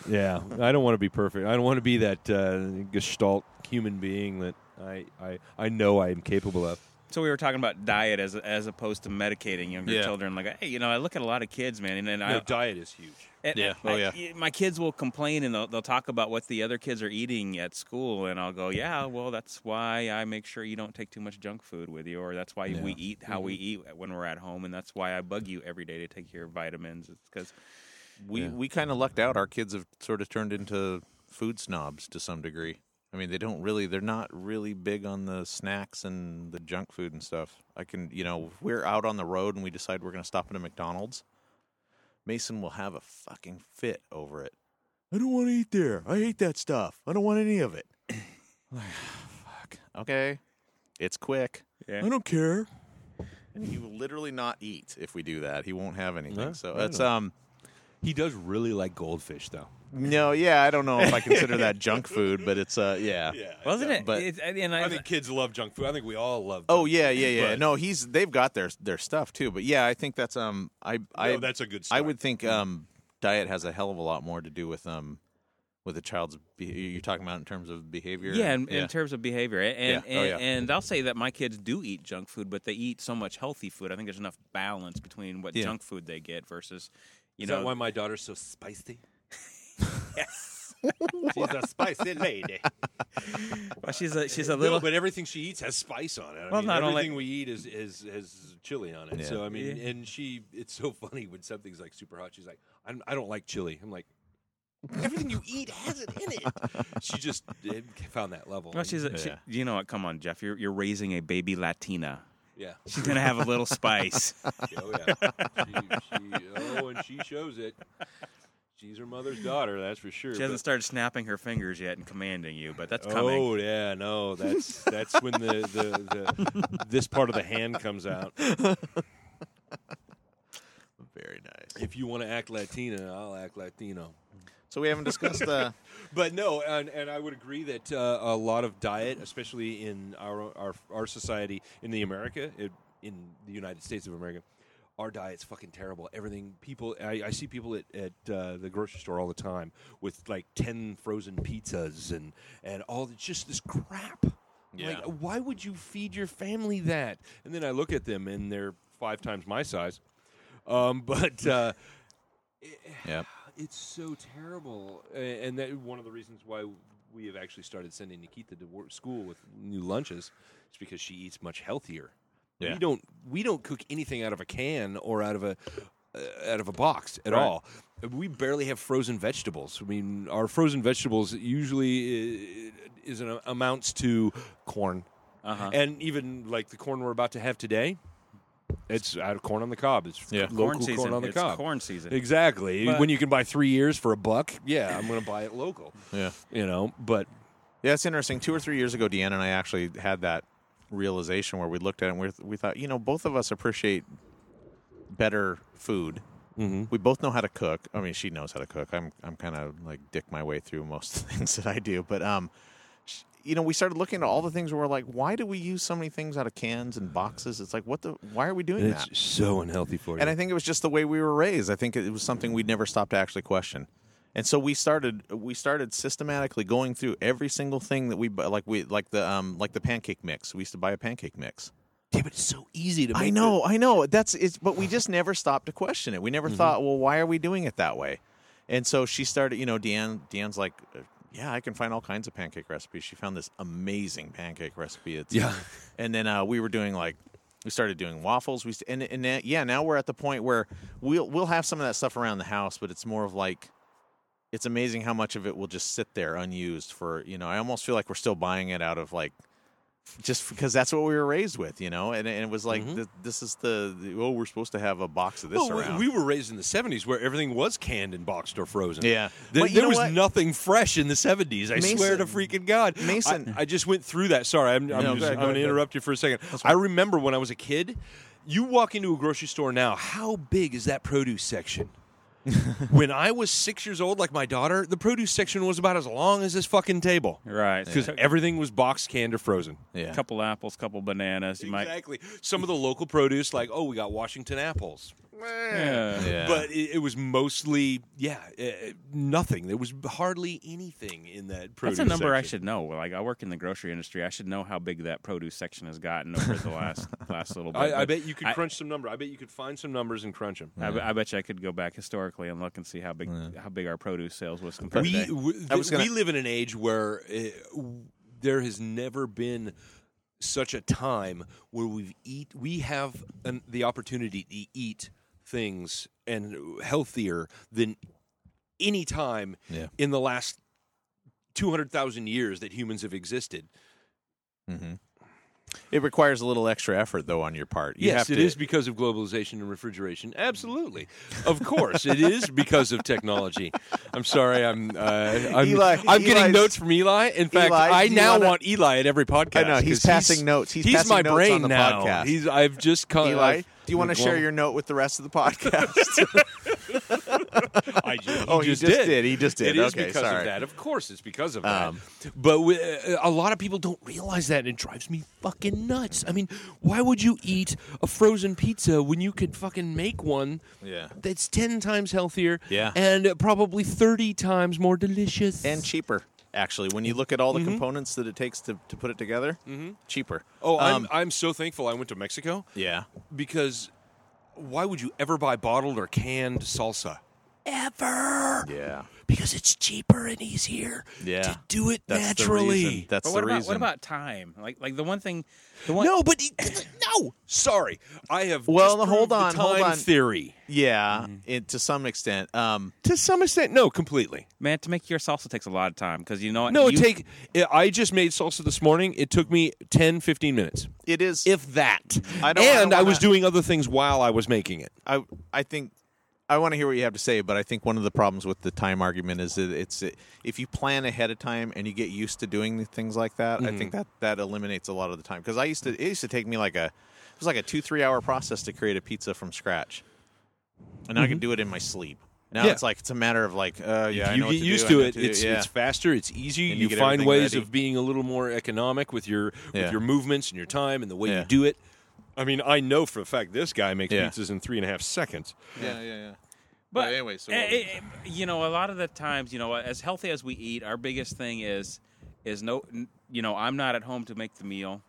[SPEAKER 1] yeah, I don't want to be perfect. I don't want to be that uh, gestalt human being that I, I, I know I am capable of.
[SPEAKER 2] So we were talking about diet as as opposed to medicating younger
[SPEAKER 3] Yeah.
[SPEAKER 2] children. Like, hey, you know, I look at a lot of kids, man, and, and I
[SPEAKER 1] diet is huge.
[SPEAKER 2] And
[SPEAKER 3] Yeah.
[SPEAKER 2] I-
[SPEAKER 3] Oh, yeah.
[SPEAKER 2] y- My kids will complain and they'll, they'll talk about what the other kids are eating at school, and I'll go, "Yeah, well, that's why I make sure you don't take too much junk food with you, or that's why we eat how we eat when we're at home, and that's why I bug you every day to take your vitamins. It's because
[SPEAKER 3] We we kind of lucked out. Our kids have sort of turned into food snobs to some degree. I mean, they don't really. They're not really big on the snacks and the junk food and stuff. I can, you know, if we're out on the road and we decide we're going to stop at a McDonald's. Mason will have a fucking fit over it. I don't want to eat there. I hate that stuff. I don't want any of it. Like, fuck. Okay. It's quick.
[SPEAKER 2] Yeah.
[SPEAKER 3] I don't care. And he will literally not eat if we do that. He won't have anything.
[SPEAKER 1] No,
[SPEAKER 3] so
[SPEAKER 1] no,
[SPEAKER 3] it's
[SPEAKER 1] no.
[SPEAKER 3] um
[SPEAKER 1] He does really like goldfish, though.
[SPEAKER 3] no, yeah, I don't know if I consider that junk food, but it's uh, yeah.
[SPEAKER 2] wasn't it?
[SPEAKER 3] But-
[SPEAKER 2] it and I,
[SPEAKER 1] I think kids love junk food. I think we all love.
[SPEAKER 3] Oh yeah, yeah, yeah.
[SPEAKER 1] But-
[SPEAKER 3] no, he's they've got their their stuff too, but yeah, I think that's um, I I
[SPEAKER 1] no, that's a good.
[SPEAKER 3] I
[SPEAKER 1] Start.
[SPEAKER 3] would think um, diet has a hell of a lot more to do with um, with a child's be- you're talking about in terms of behavior.
[SPEAKER 2] yeah, in, in terms of behavior, A- and
[SPEAKER 3] Yeah. Oh,
[SPEAKER 2] and,
[SPEAKER 3] yeah.
[SPEAKER 2] and I'll say that my kids do eat junk food, but they eat so much healthy food. I think there's enough balance between what
[SPEAKER 3] Yeah.
[SPEAKER 2] junk food they get versus, you
[SPEAKER 1] Is
[SPEAKER 2] know,
[SPEAKER 1] that why my daughter's so spicy? yes, she's a spicy lady.
[SPEAKER 2] Well, Oh, she's a she's a
[SPEAKER 1] No,
[SPEAKER 2] little.
[SPEAKER 1] but everything she eats has spice on it. I
[SPEAKER 2] Well,
[SPEAKER 1] mean,
[SPEAKER 2] not only-
[SPEAKER 1] everything we eat is is has chili on it.
[SPEAKER 3] Yeah.
[SPEAKER 1] So I mean,
[SPEAKER 2] Yeah.
[SPEAKER 1] and she, it's so funny when something's like super hot. She's like, I'm, I don't like chili. I'm like, everything you eat has it in it. she just eh, found that level.
[SPEAKER 2] Well, oh, she's a, she-
[SPEAKER 3] Yeah.
[SPEAKER 2] you know what? Come on, Jeff. You're you're raising a baby Latina.
[SPEAKER 1] yeah.
[SPEAKER 2] She's gonna have a little spice.
[SPEAKER 1] Oh yeah. she, she, oh, and she shows it. She's her mother's daughter. That's for sure.
[SPEAKER 2] She hasn't
[SPEAKER 1] But-
[SPEAKER 2] started snapping her fingers yet and commanding you, but that's coming.
[SPEAKER 1] Oh yeah, no, that's that's when the, the, the this part of the hand comes out.
[SPEAKER 3] very nice.
[SPEAKER 1] If you want to act Latina, I'll act Latino.
[SPEAKER 3] So we haven't discussed uh,
[SPEAKER 1] But no, and, and I would agree that uh, a lot of diet, especially in our our, our society in the America, it, in the United States of America, our diet's fucking terrible. Everything people, I, I see people at, at uh, the grocery store all the time with like ten frozen pizzas and and all it's just this crap. Like,
[SPEAKER 3] Yeah.
[SPEAKER 1] why would you feed your family that? And then I look at them and they're five times my size. Um, but uh,
[SPEAKER 3] yeah.
[SPEAKER 1] it's so terrible, A- and that one of the reasons why we have actually started sending Nikita to work, school with new lunches is because she eats much healthier
[SPEAKER 3] Yeah.
[SPEAKER 1] We don't we don't cook anything out of a can or out of a uh, out of a box at
[SPEAKER 2] Right.
[SPEAKER 1] all. We barely have frozen vegetables. I mean, our frozen vegetables usually uh, is an, amounts to corn,
[SPEAKER 2] Uh-huh.
[SPEAKER 1] and even like the corn we're about to have today, it's out of corn on the cob. It's
[SPEAKER 3] Yeah.
[SPEAKER 1] local corn,
[SPEAKER 2] corn season.
[SPEAKER 1] on the
[SPEAKER 2] it's
[SPEAKER 1] cob.
[SPEAKER 2] corn season.
[SPEAKER 1] Exactly.
[SPEAKER 2] But-
[SPEAKER 1] when you can buy three years for a buck, yeah, I'm going to buy it local.
[SPEAKER 3] Yeah.
[SPEAKER 1] You know, but
[SPEAKER 3] Yeah, it's interesting. Two or three years ago, Deanna and I actually had that realization where we looked at it and we, we thought, you know, both of us appreciate better food. Mm-hmm. We both know how to cook. I mean, she knows how to cook. I'm I'm kind of like dick my way through most of the things that I do, but um, sh- you know, we started looking at all the things where we're like, why do we use so many things out of cans and boxes? It's like, what the? Why are we doing
[SPEAKER 1] it's
[SPEAKER 3] that?
[SPEAKER 1] so unhealthy for you.
[SPEAKER 3] And I think it was just the way we were raised. I think it was something we'd never stopped to actually question. And so we started we started systematically going through every single thing that we bu- like we like the um like the pancake mix. We used to buy a pancake mix.
[SPEAKER 1] Damn, it's so easy to. Make
[SPEAKER 3] I know, I know. That's it's but we just never stopped to question it. We never thought, well, why are we doing it that way? And so she started, you know, Deanne Deanne's like, "Uh, yeah, I can find all kinds of pancake recipes. She found this amazing pancake recipe. It's
[SPEAKER 1] Yeah.
[SPEAKER 3] and then uh, we were doing like we started doing waffles. We st- and and that, yeah, now we're at the point where we'll we'll have some of that stuff around the house, but it's more of like it's amazing how much of it will just sit there unused for you know. I almost feel like we're still buying it out of like just because that's what we were raised with, you know. And, and it was like th- this is the, the oh we're supposed to have a box of this
[SPEAKER 1] Mm-hmm. Well, we-
[SPEAKER 3] around.
[SPEAKER 1] We, were raised in the 70s where everything was canned and boxed or frozen.
[SPEAKER 3] Yeah.
[SPEAKER 1] There,
[SPEAKER 3] But you
[SPEAKER 1] there
[SPEAKER 3] know
[SPEAKER 1] was
[SPEAKER 3] what?
[SPEAKER 1] nothing fresh in the 70s. I swear to
[SPEAKER 3] Mason-
[SPEAKER 1] freaking God.
[SPEAKER 3] Mason-
[SPEAKER 1] I, I just went through that. Sorry, I'm, I'm,
[SPEAKER 3] No,
[SPEAKER 1] just-
[SPEAKER 3] go ahead,
[SPEAKER 1] I'm
[SPEAKER 3] go
[SPEAKER 1] going to
[SPEAKER 3] ahead, go
[SPEAKER 1] interrupt you for a second. I remember when I was a kid, you walk into a grocery store now, how big is that produce section? when I was six years old, like my daughter, the produce section was about as long as this fucking table.
[SPEAKER 2] Right.
[SPEAKER 1] Because everything was boxed, canned, or frozen.
[SPEAKER 3] yeah,
[SPEAKER 2] Couple apples, couple bananas. You might.
[SPEAKER 1] Exactly. Some of the local produce, like, oh, we got Washington apples.
[SPEAKER 2] Yeah.
[SPEAKER 3] yeah.
[SPEAKER 1] But it, it was mostly, yeah, uh, nothing. There was hardly anything in that produce.
[SPEAKER 2] That's a number I
[SPEAKER 1] section.
[SPEAKER 2] should know. Like I work in the grocery industry, I should know how big that produce section has gotten over the last last little bit.
[SPEAKER 1] I, I
[SPEAKER 2] But
[SPEAKER 1] bet you could
[SPEAKER 2] I-
[SPEAKER 1] crunch some number. I bet you could find some numbers and crunch them.
[SPEAKER 2] I, be- I bet you I could go back historically and look and see how big how big our produce sales was compared.
[SPEAKER 1] We
[SPEAKER 2] to today.
[SPEAKER 1] we,
[SPEAKER 3] I was gonna-
[SPEAKER 1] we live in an age where uh, w- there has never been such a time where we've eat we have an, the opportunity to eat things and healthier than any time
[SPEAKER 3] Yeah.
[SPEAKER 1] in the last 200,000 years that humans have existed.
[SPEAKER 3] it requires a little extra effort though on your part. You
[SPEAKER 1] yes,
[SPEAKER 3] have
[SPEAKER 1] it
[SPEAKER 3] to,
[SPEAKER 1] is because of globalization and refrigeration. Absolutely, of course, it is because of technology. I'm sorry, I'm uh, I'm,
[SPEAKER 3] Eli-
[SPEAKER 1] I'm getting
[SPEAKER 3] Eli's-
[SPEAKER 1] notes from Eli. In fact,
[SPEAKER 3] Eli,
[SPEAKER 1] I
[SPEAKER 3] do you
[SPEAKER 1] now
[SPEAKER 3] wanna-
[SPEAKER 1] want Eli at every podcast.
[SPEAKER 3] I know, he's
[SPEAKER 1] 'cause
[SPEAKER 3] passing notes. He's passing
[SPEAKER 1] my
[SPEAKER 3] notes
[SPEAKER 1] brain
[SPEAKER 3] on the
[SPEAKER 1] now.
[SPEAKER 3] podcast.
[SPEAKER 1] He's I've just come.
[SPEAKER 3] Eli,
[SPEAKER 1] I've-
[SPEAKER 3] do you want to share your note with the rest of the podcast?
[SPEAKER 1] I ju- he
[SPEAKER 3] Oh, he
[SPEAKER 1] just,
[SPEAKER 3] just did. He just did.
[SPEAKER 1] It is
[SPEAKER 3] Okay,
[SPEAKER 1] because of
[SPEAKER 3] sorry. Um,
[SPEAKER 1] that. Of course, it's because of that. But we, uh, a lot of people don't realize that, and it drives me fucking nuts. I mean, why would you eat a frozen pizza when you could fucking make one?
[SPEAKER 3] Yeah.
[SPEAKER 1] that's ten times healthier.
[SPEAKER 3] Yeah.
[SPEAKER 1] and probably thirty times more delicious.
[SPEAKER 3] and cheaper. Actually, when you look at
[SPEAKER 1] Mm-hmm.
[SPEAKER 3] all the components that it takes to, to put it together, cheaper.
[SPEAKER 1] oh,
[SPEAKER 3] Um,
[SPEAKER 1] I'm I'm so thankful I went to Mexico
[SPEAKER 3] yeah,
[SPEAKER 1] because why would you ever buy bottled or canned salsa? Ever.
[SPEAKER 3] yeah.
[SPEAKER 1] Because it's cheaper and easier
[SPEAKER 3] Yeah.
[SPEAKER 1] to do it
[SPEAKER 3] That's the
[SPEAKER 1] naturally.
[SPEAKER 3] reason.
[SPEAKER 2] But
[SPEAKER 3] That's the
[SPEAKER 2] what about
[SPEAKER 3] reason.
[SPEAKER 2] what about time? Like like the one thing, the one
[SPEAKER 1] No, but it- no. Sorry, I have.
[SPEAKER 3] Well,
[SPEAKER 1] disproved
[SPEAKER 3] hold on,
[SPEAKER 1] the time
[SPEAKER 3] hold on.
[SPEAKER 1] Theory
[SPEAKER 3] Yeah,
[SPEAKER 1] Mm-hmm.
[SPEAKER 3] it, to some extent. Um,
[SPEAKER 1] to some extent, no, completely.
[SPEAKER 2] man to make your salsa takes a lot of time because you know what?
[SPEAKER 1] No,
[SPEAKER 2] you,
[SPEAKER 1] it take. I just made salsa this morning. It took me 10, 15 minutes,
[SPEAKER 3] it is.
[SPEAKER 1] if that.
[SPEAKER 3] I don't- I
[SPEAKER 1] and
[SPEAKER 3] don't
[SPEAKER 1] I was
[SPEAKER 3] wanna-
[SPEAKER 1] doing other things while I was making it.
[SPEAKER 3] I I think I want to hear what you have to say, but I think one of the problems with the time argument is that it's if you plan ahead of time and you get used to doing the things like that, I
[SPEAKER 1] Mm-hmm.
[SPEAKER 3] think that that eliminates a lot of the time. Because I used to it used to take me like a it was like a two three hour process to create a pizza from scratch, and I can do it in my sleep. Now
[SPEAKER 1] Mm-hmm. Yeah.
[SPEAKER 3] it's like it's a matter of like uh, yeah, I
[SPEAKER 1] you
[SPEAKER 3] know what
[SPEAKER 1] get used to
[SPEAKER 3] do, I know
[SPEAKER 1] it.
[SPEAKER 3] what do,
[SPEAKER 1] It's,
[SPEAKER 3] yeah.
[SPEAKER 1] it's faster. It's easy.
[SPEAKER 3] And
[SPEAKER 1] you
[SPEAKER 3] you get
[SPEAKER 1] find
[SPEAKER 3] everything
[SPEAKER 1] ways
[SPEAKER 3] ready.
[SPEAKER 1] of being a little more economic with your with
[SPEAKER 3] Yeah.
[SPEAKER 1] your movements and your time and the way
[SPEAKER 3] Yeah.
[SPEAKER 1] you do it. I mean, I know for a fact this guy makes
[SPEAKER 3] Yeah.
[SPEAKER 1] pizzas in three and a half seconds.
[SPEAKER 3] yeah yeah yeah.
[SPEAKER 2] But
[SPEAKER 3] anyway, so
[SPEAKER 2] eh,
[SPEAKER 3] what-
[SPEAKER 2] eh, eh, you know, a lot of the times, you know, as healthy as we eat, our biggest thing is is no, n- you know, I'm not at home to make the meal,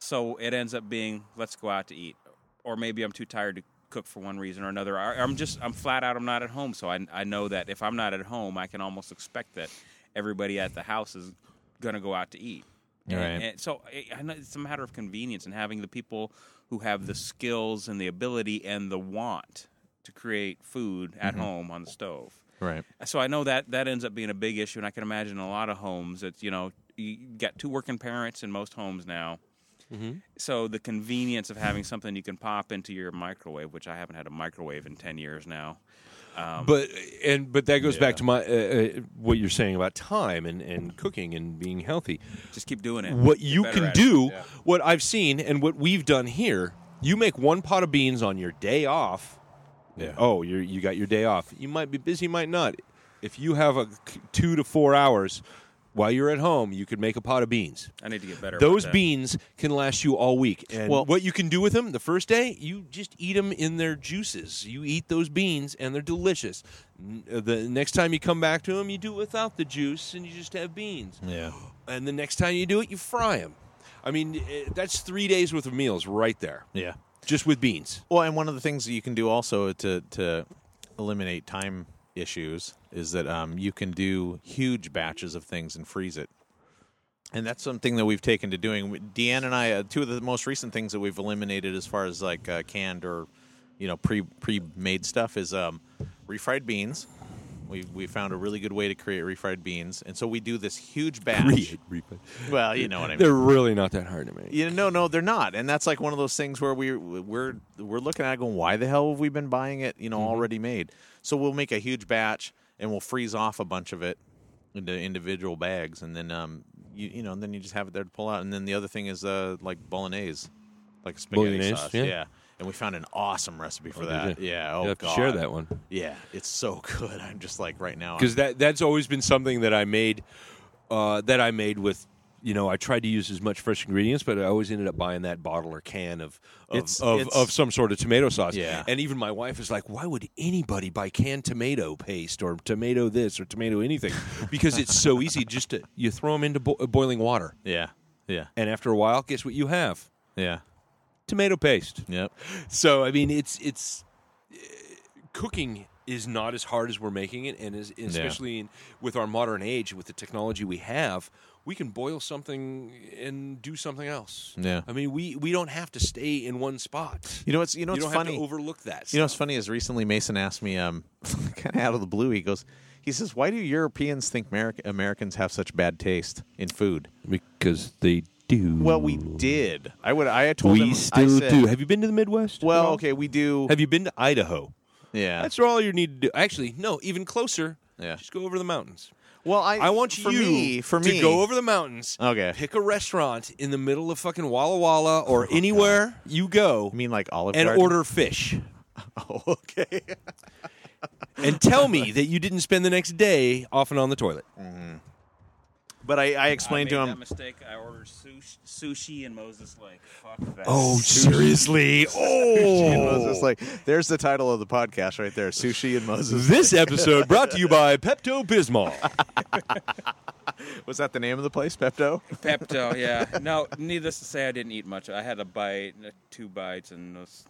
[SPEAKER 2] so it ends up being let's go out to eat, or maybe I'm too tired to cook for one reason or another. Or I'm just I'm flat out I'm not at home, so I I know that if I'm not at home, I can almost expect that everybody at the house is gonna go out to eat. And-
[SPEAKER 3] Right.
[SPEAKER 2] and so it, I know it's a matter of convenience and having the people who have the skills and the ability and the want to create food at home on the stove.
[SPEAKER 3] Right.
[SPEAKER 2] So I know that that ends up being a big issue, and I can imagine in a lot of homes. It's you know you got two working parents in most homes now.
[SPEAKER 1] Mm-hmm.
[SPEAKER 2] So the convenience of having something you can pop into your microwave, which I haven't had a microwave in ten years now.
[SPEAKER 1] but and but that goes
[SPEAKER 3] Yeah.
[SPEAKER 1] back to my uh, uh, what you're saying about time and, and cooking and being healthy.
[SPEAKER 2] Just keep doing it.
[SPEAKER 1] What
[SPEAKER 2] Get
[SPEAKER 1] you
[SPEAKER 2] better
[SPEAKER 1] can
[SPEAKER 2] at it.
[SPEAKER 1] do,
[SPEAKER 2] Yeah.
[SPEAKER 1] what I've seen and what we've done here, you make one pot of beans on your day off.
[SPEAKER 3] Yeah.
[SPEAKER 1] Oh, you you got your day off. You might be busy, might not. If you have a c- 2 to 4 hours while you're at home, you could make a pot of beans.
[SPEAKER 2] I need to get better.
[SPEAKER 1] Those
[SPEAKER 2] at that.
[SPEAKER 1] beans can last you all week. And
[SPEAKER 3] Well-
[SPEAKER 1] what you can do with them the first day, you just eat them in their juices. You eat those beans, and they're delicious. N- uh, The next time you come back to them, you do it without the juice, and you just have beans.
[SPEAKER 3] Yeah.
[SPEAKER 1] And the next time you do it, you fry them. I mean, eh, that's three days worth of meals right there,
[SPEAKER 3] Yeah.
[SPEAKER 1] just with beans.
[SPEAKER 3] Well, and one of the things that you can do also to to eliminate time issues is that um, you can do huge batches of things and freeze it. And that's something that we've taken to doing. Deanne and I, uh, two of the most recent things that we've eliminated as far as like uh, canned or you know pre pre made stuff is um, refried beans. We we found a really good way to create refried beans, and so we do this huge batch. Well, you know what I mean.
[SPEAKER 1] They're really not that hard to make.
[SPEAKER 3] Yeah, no, no, they're not, and that's like one of those things where we we're we're looking at it going, why the hell have we been buying it? You know,
[SPEAKER 1] Mm-hmm.
[SPEAKER 3] already made. So we'll make a huge batch and we'll freeze off a bunch of it into individual bags, and then um, you you know, and then you just have it there to pull out. And then the other thing is uh, like bolognese, like spaghetti
[SPEAKER 1] Bolognese,
[SPEAKER 3] sauce,
[SPEAKER 1] yeah.
[SPEAKER 3] And we found an awesome recipe for
[SPEAKER 1] did
[SPEAKER 3] that.
[SPEAKER 1] you?
[SPEAKER 3] Yeah, oh
[SPEAKER 1] you have
[SPEAKER 3] god,
[SPEAKER 1] to share that one.
[SPEAKER 3] Yeah, it's so good. I'm just like right now. I'm-
[SPEAKER 1] because that that's always been something that I made uh, that I made with you know I tried to use as much fresh ingredients, but I always ended up buying that bottle or can of of
[SPEAKER 3] It's-
[SPEAKER 1] of,
[SPEAKER 3] it's-
[SPEAKER 1] of some sort of tomato sauce.
[SPEAKER 3] Yeah.
[SPEAKER 1] and even my wife is like, why would anybody buy canned tomato paste or tomato this or tomato anything? Because it's so easy. Just to you throw them into bo- boiling water,
[SPEAKER 3] yeah, yeah,
[SPEAKER 1] and after a while, guess what you have?
[SPEAKER 3] yeah,
[SPEAKER 1] Tomato paste.
[SPEAKER 3] yep,
[SPEAKER 1] So I mean, it's it's uh, cooking is not as hard as we're making it, and is, especially in, with our modern age, with the technology we have, we can boil something and do something else.
[SPEAKER 3] yeah.
[SPEAKER 1] I mean, we we don't have to stay in one spot.
[SPEAKER 3] You know, it's you know,
[SPEAKER 1] You
[SPEAKER 3] it's
[SPEAKER 1] don't
[SPEAKER 3] funny.
[SPEAKER 1] have to overlook that.
[SPEAKER 3] You know, what's funny is recently Mason asked me, um, kind of out of the blue, he goes, he says, "Why do Europeans think Ameri- Americans have such bad taste in food?"
[SPEAKER 1] because they do.
[SPEAKER 3] Well, we did. I would. I told him. I said-
[SPEAKER 1] Have you been to the Midwest?
[SPEAKER 3] Well, okay, we do.
[SPEAKER 1] Have you been to Idaho?
[SPEAKER 3] yeah.
[SPEAKER 1] That's all you need to do. Actually, no, even closer.
[SPEAKER 3] Yeah.
[SPEAKER 1] Just go over the mountains.
[SPEAKER 3] well, I.
[SPEAKER 1] I want
[SPEAKER 3] for
[SPEAKER 1] you
[SPEAKER 3] me, for me
[SPEAKER 1] to go over the mountains.
[SPEAKER 3] Okay.
[SPEAKER 1] Pick a restaurant in the middle of fucking Walla Walla or anywhere you go
[SPEAKER 3] I mean, like Olive
[SPEAKER 1] and
[SPEAKER 3] Garden?
[SPEAKER 1] order fish.
[SPEAKER 3] Oh, okay.
[SPEAKER 1] And tell me that you didn't spend the next day off and on the toilet.
[SPEAKER 3] but I, I
[SPEAKER 2] I
[SPEAKER 3] explained
[SPEAKER 2] made
[SPEAKER 3] to
[SPEAKER 2] that
[SPEAKER 3] him.
[SPEAKER 2] mistake. I ordered sushi, sushi in Moses Lake. Fuck that.
[SPEAKER 1] Oh, seriously?
[SPEAKER 3] It was
[SPEAKER 1] Oh.
[SPEAKER 3] just like, there's the title of the podcast right there: sushi and Moses.
[SPEAKER 1] This episode brought to you by Pepto Bismol.
[SPEAKER 3] Was that the name of the place, Pepto?
[SPEAKER 2] Pepto, yeah. No, needless to say, I didn't eat much. I had a bite, uh, two bites, and was,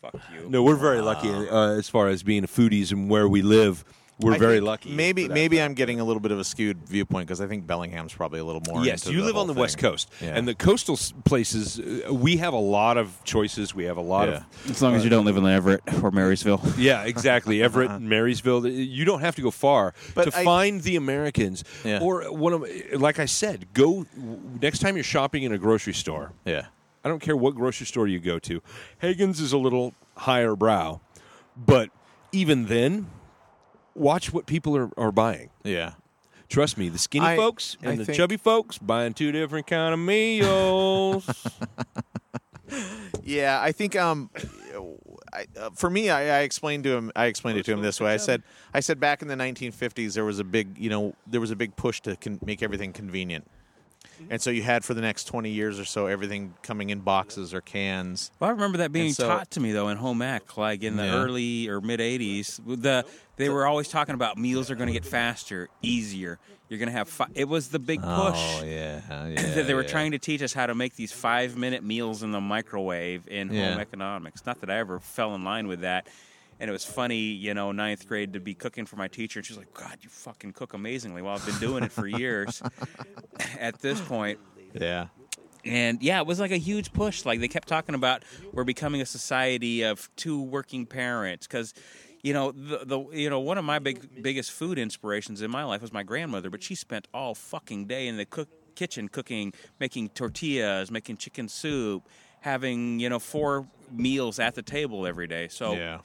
[SPEAKER 2] fuck you.
[SPEAKER 1] No, we're very lucky uh, as far as being foodies and where we live. We're
[SPEAKER 3] I
[SPEAKER 1] very
[SPEAKER 3] think
[SPEAKER 1] lucky.
[SPEAKER 3] Maybe
[SPEAKER 1] for that.
[SPEAKER 3] maybe I'm getting a little bit of a skewed viewpoint because I think Bellingham's probably a little more.
[SPEAKER 1] Yes,
[SPEAKER 3] into
[SPEAKER 1] you
[SPEAKER 3] the
[SPEAKER 1] live on the
[SPEAKER 3] whole
[SPEAKER 1] West
[SPEAKER 3] thing.
[SPEAKER 1] Coast,
[SPEAKER 3] Yeah.
[SPEAKER 1] and the coastal s- places. uh, We have a lot of choices. We have a lot
[SPEAKER 3] Yeah.
[SPEAKER 1] of
[SPEAKER 2] As long as you don't live in Everett or Marysville.
[SPEAKER 1] Yeah, exactly. Everett and Marysville. You don't have to go far
[SPEAKER 3] But
[SPEAKER 1] to
[SPEAKER 3] I-
[SPEAKER 1] find the Americans.
[SPEAKER 3] Yeah.
[SPEAKER 1] Or one of, like I said, go next time you're shopping in a grocery store.
[SPEAKER 3] Yeah.
[SPEAKER 1] I don't care what grocery store you go to. Hagen's is a little higher brow, but even then, watch what people are, are buying.
[SPEAKER 3] Yeah.
[SPEAKER 1] Trust me, the skinny
[SPEAKER 3] I-
[SPEAKER 1] folks and
[SPEAKER 3] I
[SPEAKER 1] the
[SPEAKER 3] think-
[SPEAKER 1] chubby folks buying two different kind of meals.
[SPEAKER 3] Yeah, I think um I, uh, for me I, I explained to him I explained it to him this way. I said I said back in the 1950s there was a big, you know, there was a big push to con- make everything convenient.
[SPEAKER 1] Mm-hmm.
[SPEAKER 3] And so you had for the next 20 years or so everything coming in boxes or cans.
[SPEAKER 2] Well, I remember that being
[SPEAKER 3] And so-
[SPEAKER 2] taught to me though in home ec, like in the
[SPEAKER 3] Yeah.
[SPEAKER 2] early or mid '80s. The they were always talking about meals are going to get faster, easier. You're going to have. Fi- it was the big push.
[SPEAKER 3] Oh, yeah.
[SPEAKER 2] that they were trying to teach us how to make these five minute meals in the microwave in
[SPEAKER 3] Yeah.
[SPEAKER 2] home economics. Not that I ever fell in line with that. And it was funny, you know, ninth grade to be cooking for my teacher. And she's like, God, you fucking cook amazingly. Well, I've been doing it for years at this point.
[SPEAKER 3] Yeah.
[SPEAKER 2] and yeah, it was like a huge push. Like they kept talking about we're becoming a society of two working parents because. You know the, the you know one of my big biggest food inspirations in my life was my grandmother, but she spent all fucking day in the cook, kitchen cooking, making tortillas, making chicken soup, having you know four meals at the table every day.
[SPEAKER 1] Oh.
[SPEAKER 2] So
[SPEAKER 3] Yeah.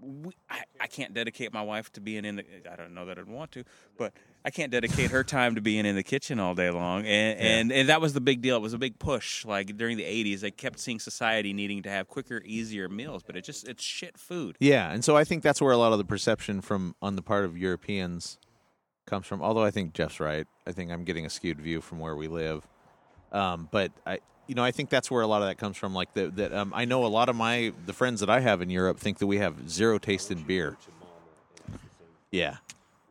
[SPEAKER 2] we, I, I can't dedicate my wife to being in the. I don't know that I'd want to, but I can't dedicate her time to being in the kitchen all day long. And and, and that was the big deal. It was a big push. Like during the '80s, they kept seeing society needing to have quicker, easier meals, but it just it's shit food.
[SPEAKER 3] Yeah, and so I think that's where a lot of the perception from on the part of Europeans comes from. Although I think Jeff's right. I think I'm getting a skewed view from where we live. Um, but I, you know, I think that's where a lot of that comes from. Like the, that, um, I know a lot of my the friends that I have in Europe think that we have zero taste in beer. Yeah,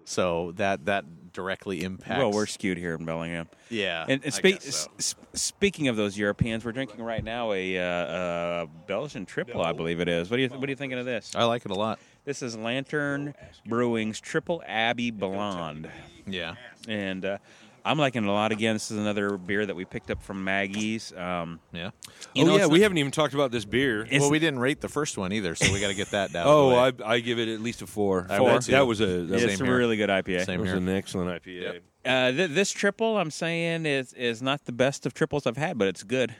[SPEAKER 3] so that that directly impacts.
[SPEAKER 2] Well, we're skewed here in Bellingham.
[SPEAKER 3] yeah.
[SPEAKER 2] And,
[SPEAKER 3] I
[SPEAKER 2] and spe-
[SPEAKER 3] guess so.
[SPEAKER 2] s- s- speaking of those Europeans, we're drinking right now a uh, uh, Belgian triple, I believe it is. What do you what are you thinking of this?
[SPEAKER 3] I like it a lot.
[SPEAKER 2] This is Lantern Brewing's Triple Abbey Blonde.
[SPEAKER 3] Yeah,
[SPEAKER 2] and uh, I'm liking it a lot again. This is another beer that we picked up from Maggie's. Um,
[SPEAKER 3] yeah.
[SPEAKER 2] you
[SPEAKER 1] oh
[SPEAKER 2] know,
[SPEAKER 1] yeah,
[SPEAKER 2] it's
[SPEAKER 1] we
[SPEAKER 2] not-
[SPEAKER 1] haven't even talked about this beer.
[SPEAKER 2] It's-
[SPEAKER 3] well, we didn't rate the first one either, so we got to get that down.
[SPEAKER 1] Oh, I, I give it at least a four.
[SPEAKER 3] I
[SPEAKER 1] Four.
[SPEAKER 3] would, too.
[SPEAKER 1] That was a that
[SPEAKER 2] It's
[SPEAKER 1] was,
[SPEAKER 2] a
[SPEAKER 3] Same here.
[SPEAKER 2] really good IPA.
[SPEAKER 1] that
[SPEAKER 3] Same
[SPEAKER 1] was
[SPEAKER 3] here.
[SPEAKER 1] an excellent IPA.
[SPEAKER 3] Yep.
[SPEAKER 2] Uh, th- this triple, I'm saying, is is not the best of triples I've had, but it's good.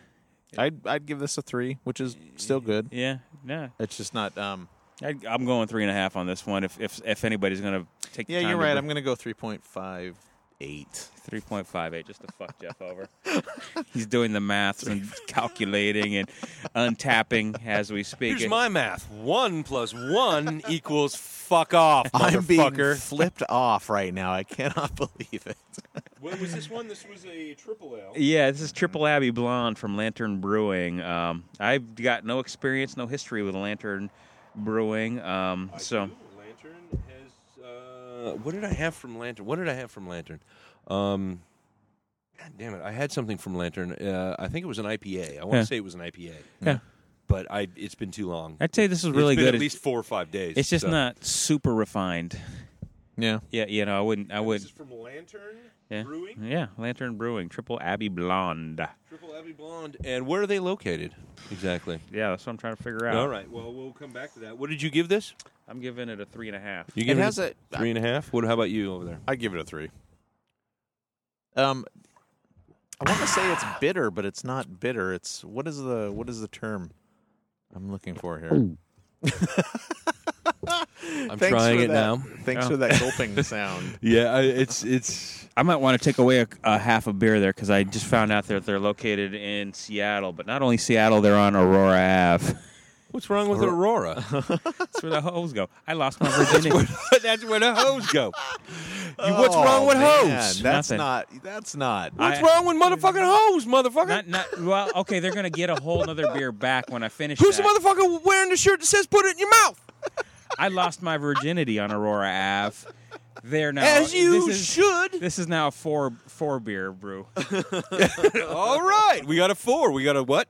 [SPEAKER 3] I'd I'd give this a three, which is still good.
[SPEAKER 2] Yeah, yeah.
[SPEAKER 3] It's just not. Um,
[SPEAKER 2] I, I'm going three and a half on this one. If if if anybody's gonna take,
[SPEAKER 3] yeah,
[SPEAKER 2] the time
[SPEAKER 3] you're
[SPEAKER 2] to
[SPEAKER 3] right.
[SPEAKER 2] bre-
[SPEAKER 3] I'm gonna go three point five eight.
[SPEAKER 2] Three point five eight, just to fuck Jeff over. He's doing the maths and calculating and untapping as we speak.
[SPEAKER 1] Here's my math: one plus one equals fuck off,
[SPEAKER 3] I'm being
[SPEAKER 1] motherfucker.
[SPEAKER 3] flipped off right now. I cannot believe it.
[SPEAKER 1] What was this one? This was a triple L.
[SPEAKER 2] Yeah, this is Triple Abbey Blonde from Lantern Brewing. Um, I've got no experience, no history with Lantern Brewing. Um, so
[SPEAKER 1] Lantern has. Uh, what did I have from Lantern? What did I have from Lantern? Um, God damn it! I had something from Lantern. Uh, I think it was an IPA. I want to
[SPEAKER 2] Yeah.
[SPEAKER 1] say it was an IPA.
[SPEAKER 2] Yeah.
[SPEAKER 1] But I, it's been too long.
[SPEAKER 2] I'd say this is
[SPEAKER 1] It's
[SPEAKER 2] really
[SPEAKER 1] been
[SPEAKER 2] good.
[SPEAKER 1] At least four or five days.
[SPEAKER 2] it's just
[SPEAKER 1] so.
[SPEAKER 2] not super refined.
[SPEAKER 3] Yeah.
[SPEAKER 2] Yeah, you know, I wouldn't. I would.
[SPEAKER 1] This is from Lantern
[SPEAKER 2] Yeah.
[SPEAKER 1] Brewing,
[SPEAKER 2] Yeah, Lantern Brewing, Triple Abbey Blonde.
[SPEAKER 1] Triple Abbey Blonde, and where are they located exactly?
[SPEAKER 2] Yeah, that's what I'm trying to figure out.
[SPEAKER 1] All right. Well, we'll come back to that. What did you give this?
[SPEAKER 2] I'm giving it a three and a half.
[SPEAKER 1] You
[SPEAKER 3] It
[SPEAKER 1] giving
[SPEAKER 3] has a.
[SPEAKER 1] three and a half. What? How about you over there?
[SPEAKER 3] I'd give it a three. Um, I want to say it's bitter, but it's not bitter. It's what is the what is the term I'm looking for here?
[SPEAKER 1] I'm
[SPEAKER 3] Thanks
[SPEAKER 1] trying
[SPEAKER 3] for
[SPEAKER 1] it
[SPEAKER 3] that-
[SPEAKER 1] now.
[SPEAKER 3] Thanks
[SPEAKER 2] Oh.
[SPEAKER 3] for that gulping sound.
[SPEAKER 1] Yeah, I, it's it's.
[SPEAKER 2] I might want to take away a, a half a beer there because I just found out that they're located in Seattle, but not only Seattle, they're on Aurora Ave.
[SPEAKER 1] What's wrong with Aurora?
[SPEAKER 2] That's where the hoes go. I lost my virginity.
[SPEAKER 1] That's where the hoes go. You- what's wrong
[SPEAKER 3] Oh,
[SPEAKER 1] with
[SPEAKER 3] man,
[SPEAKER 1] hoes?
[SPEAKER 3] That's
[SPEAKER 2] Nothing.
[SPEAKER 3] not. That's not.
[SPEAKER 1] What's
[SPEAKER 2] I-
[SPEAKER 1] wrong with motherfucking hoes, motherfucker?
[SPEAKER 2] not, not, well, okay, they're going to get a whole other beer back when I finish
[SPEAKER 1] Who's the
[SPEAKER 2] that.
[SPEAKER 1] motherfucker wearing the shirt that says "Put it in your mouth"?
[SPEAKER 2] I lost my virginity on Aurora Ave. They're now.
[SPEAKER 1] As you
[SPEAKER 2] this is,
[SPEAKER 1] should.
[SPEAKER 2] This is now a four, four beer brew.
[SPEAKER 1] All right, we got a four. We got a what?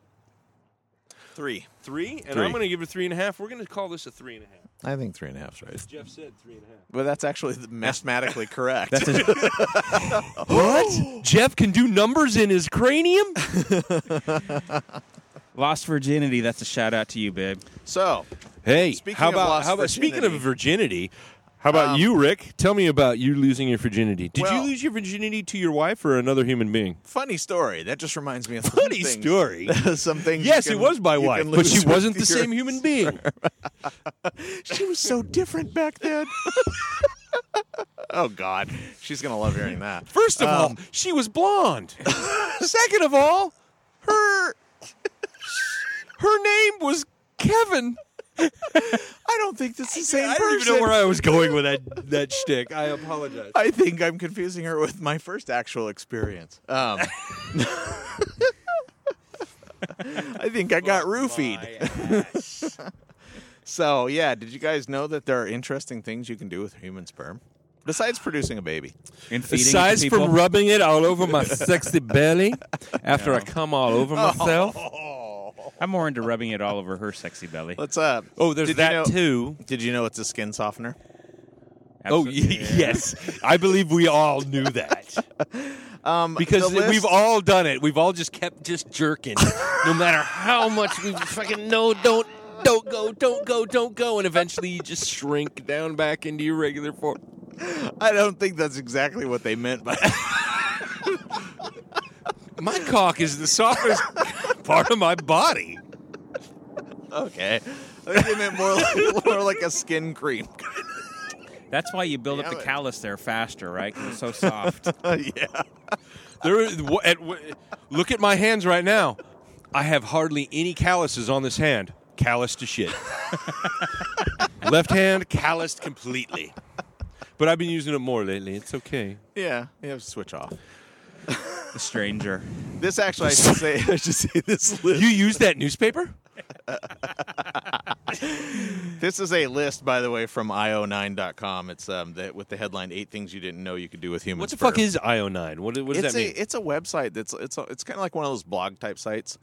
[SPEAKER 3] Three.
[SPEAKER 1] Three, and
[SPEAKER 3] Three.
[SPEAKER 1] I'm going to give it three and a half. We're going to call this a three and a half.
[SPEAKER 3] I think three and a half's right.
[SPEAKER 1] Jeff said three and a half.
[SPEAKER 3] Well, that's actually mathematically correct.
[SPEAKER 2] That's a,
[SPEAKER 1] What? Jeff can do numbers in his cranium?
[SPEAKER 2] lost virginity. That's a shout out to you, babe.
[SPEAKER 3] so,
[SPEAKER 1] Hey,
[SPEAKER 3] Speaking
[SPEAKER 1] how
[SPEAKER 3] of
[SPEAKER 1] about
[SPEAKER 3] lost
[SPEAKER 1] how about speaking of
[SPEAKER 3] virginity-
[SPEAKER 1] virginity? How about
[SPEAKER 3] Um,
[SPEAKER 1] you, Rick? Tell me about you losing your virginity. Did
[SPEAKER 3] Well-
[SPEAKER 1] you lose your virginity to your wife or another human being?
[SPEAKER 3] funny story. That just reminds me of
[SPEAKER 1] Funny
[SPEAKER 3] some things-
[SPEAKER 1] story.
[SPEAKER 3] some things. you
[SPEAKER 1] Yes,
[SPEAKER 3] can-
[SPEAKER 1] it was my
[SPEAKER 3] you
[SPEAKER 1] wife,
[SPEAKER 3] can
[SPEAKER 1] but
[SPEAKER 3] lose
[SPEAKER 1] she wasn't the
[SPEAKER 3] with
[SPEAKER 1] same
[SPEAKER 3] your-
[SPEAKER 1] human being.
[SPEAKER 3] She was so different back then. oh God, she's gonna love hearing that.
[SPEAKER 1] First of all,
[SPEAKER 3] Um,
[SPEAKER 1] she was blonde. Second of all, her her name was Kevin.
[SPEAKER 3] I don't think that's the same
[SPEAKER 1] I don't
[SPEAKER 3] person.
[SPEAKER 1] even know where I was going with that that shtick. I apologize.
[SPEAKER 3] I think I'm confusing her with my first actual experience. Um, I think I
[SPEAKER 1] Oh,
[SPEAKER 3] got roofied. So yeah, did you guys know that there are interesting things you can do with human sperm besides producing a baby?
[SPEAKER 2] And feeding
[SPEAKER 1] Aside
[SPEAKER 2] people.
[SPEAKER 1] from rubbing it all over my sexy belly after I come all over myself.
[SPEAKER 2] I'm more into rubbing it all over her sexy belly.
[SPEAKER 3] Let's uh.
[SPEAKER 1] Oh, there's
[SPEAKER 3] did you
[SPEAKER 1] that
[SPEAKER 3] know-
[SPEAKER 1] too.
[SPEAKER 3] Did you know it's a skin softener?
[SPEAKER 1] Oh,
[SPEAKER 2] Absolutely.
[SPEAKER 1] yes. I believe we all knew that.
[SPEAKER 3] Um,
[SPEAKER 1] because
[SPEAKER 3] the list-
[SPEAKER 1] we've all done it. We've all just kept just jerking, no matter how much we fucking no, don't, don't go, don't go, don't go, and eventually you just shrink down back into your regular form.
[SPEAKER 3] I don't think that's exactly what they meant by.
[SPEAKER 1] My cock is the softest part of my body.
[SPEAKER 3] okay, I think they meant more like, more like a skin cream.
[SPEAKER 2] That's why you build up the
[SPEAKER 3] Damn it.
[SPEAKER 2] callus there faster, right? 'Cause it's so soft.
[SPEAKER 3] yeah.
[SPEAKER 1] There, is- w- at, w- look at my hands right now. I have hardly any calluses on this hand. Calloused to shit. Left hand calloused completely. But I've been using it more lately. It's okay.
[SPEAKER 3] Yeah, you have to switch off.
[SPEAKER 2] the stranger.
[SPEAKER 3] This actually, I should say, I should say this list.
[SPEAKER 1] You use that newspaper?
[SPEAKER 3] This is a list, by the way, from io9.com. It's um the, with the headline eight things you didn't know you could do with humans.
[SPEAKER 1] What the
[SPEAKER 3] for-
[SPEAKER 1] fuck is IO9? What, what does
[SPEAKER 3] it's
[SPEAKER 1] that mean?
[SPEAKER 3] a it's a website that's it's a, it's kind of like one of those blog type sites.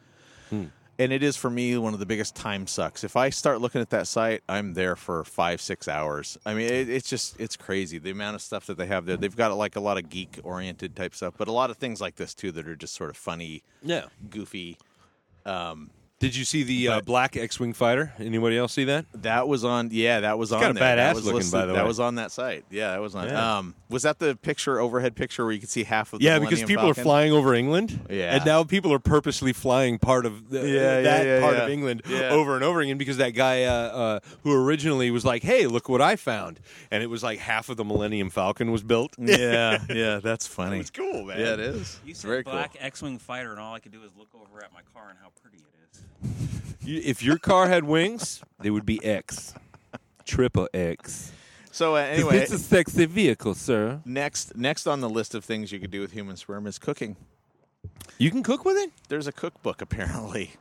[SPEAKER 1] Hmm.
[SPEAKER 3] And it is for me one of the biggest time sucks. If I start looking at that site, I'm there for five six hours. I mean, it, it's just it's crazy the amount of stuff that they have there. They've got like a lot of geek oriented type stuff, but a lot of things like this too that are just sort of funny,
[SPEAKER 1] no.
[SPEAKER 3] goofy.
[SPEAKER 1] Did you see the uh, black X-wing fighter? Anybody else see that?
[SPEAKER 3] That was on. Yeah, that was on.
[SPEAKER 1] kinda
[SPEAKER 3] there. That
[SPEAKER 1] badass
[SPEAKER 3] was
[SPEAKER 1] looking,
[SPEAKER 3] listed-
[SPEAKER 1] by the
[SPEAKER 3] That
[SPEAKER 1] way.
[SPEAKER 3] was on that site. Yeah, that was on.
[SPEAKER 1] Yeah.
[SPEAKER 3] Um, was that the picture overhead picture where you could see half of? The
[SPEAKER 1] Yeah, because
[SPEAKER 3] Millennium
[SPEAKER 1] people
[SPEAKER 3] Falcon?
[SPEAKER 1] are flying over England.
[SPEAKER 3] Yeah.
[SPEAKER 1] And now people are purposely flying part of the,
[SPEAKER 3] yeah,
[SPEAKER 1] that
[SPEAKER 3] yeah,
[SPEAKER 1] part
[SPEAKER 3] yeah.
[SPEAKER 1] of England
[SPEAKER 3] Yeah.
[SPEAKER 1] over and over again because that guy uh, uh, who originally was like, hey, look what I found. And it was like half of the Millennium Falcon was built.
[SPEAKER 3] yeah, yeah, that's funny.
[SPEAKER 1] It's cool, man.
[SPEAKER 3] Yeah, it is.
[SPEAKER 2] You
[SPEAKER 3] it's
[SPEAKER 2] said
[SPEAKER 3] very
[SPEAKER 2] black
[SPEAKER 3] cool.
[SPEAKER 2] X-wing fighter, and all I could do is look over at my car and how pretty it is.
[SPEAKER 1] You- if your car had wings, they would be X. Triple X.
[SPEAKER 3] So uh,
[SPEAKER 1] 'Cause
[SPEAKER 3] anyway,
[SPEAKER 1] It's a sexy vehicle, sir.
[SPEAKER 3] next next on the list of things you could do with human sperm is cooking.
[SPEAKER 1] You can cook with it?
[SPEAKER 3] There's a cookbook apparently.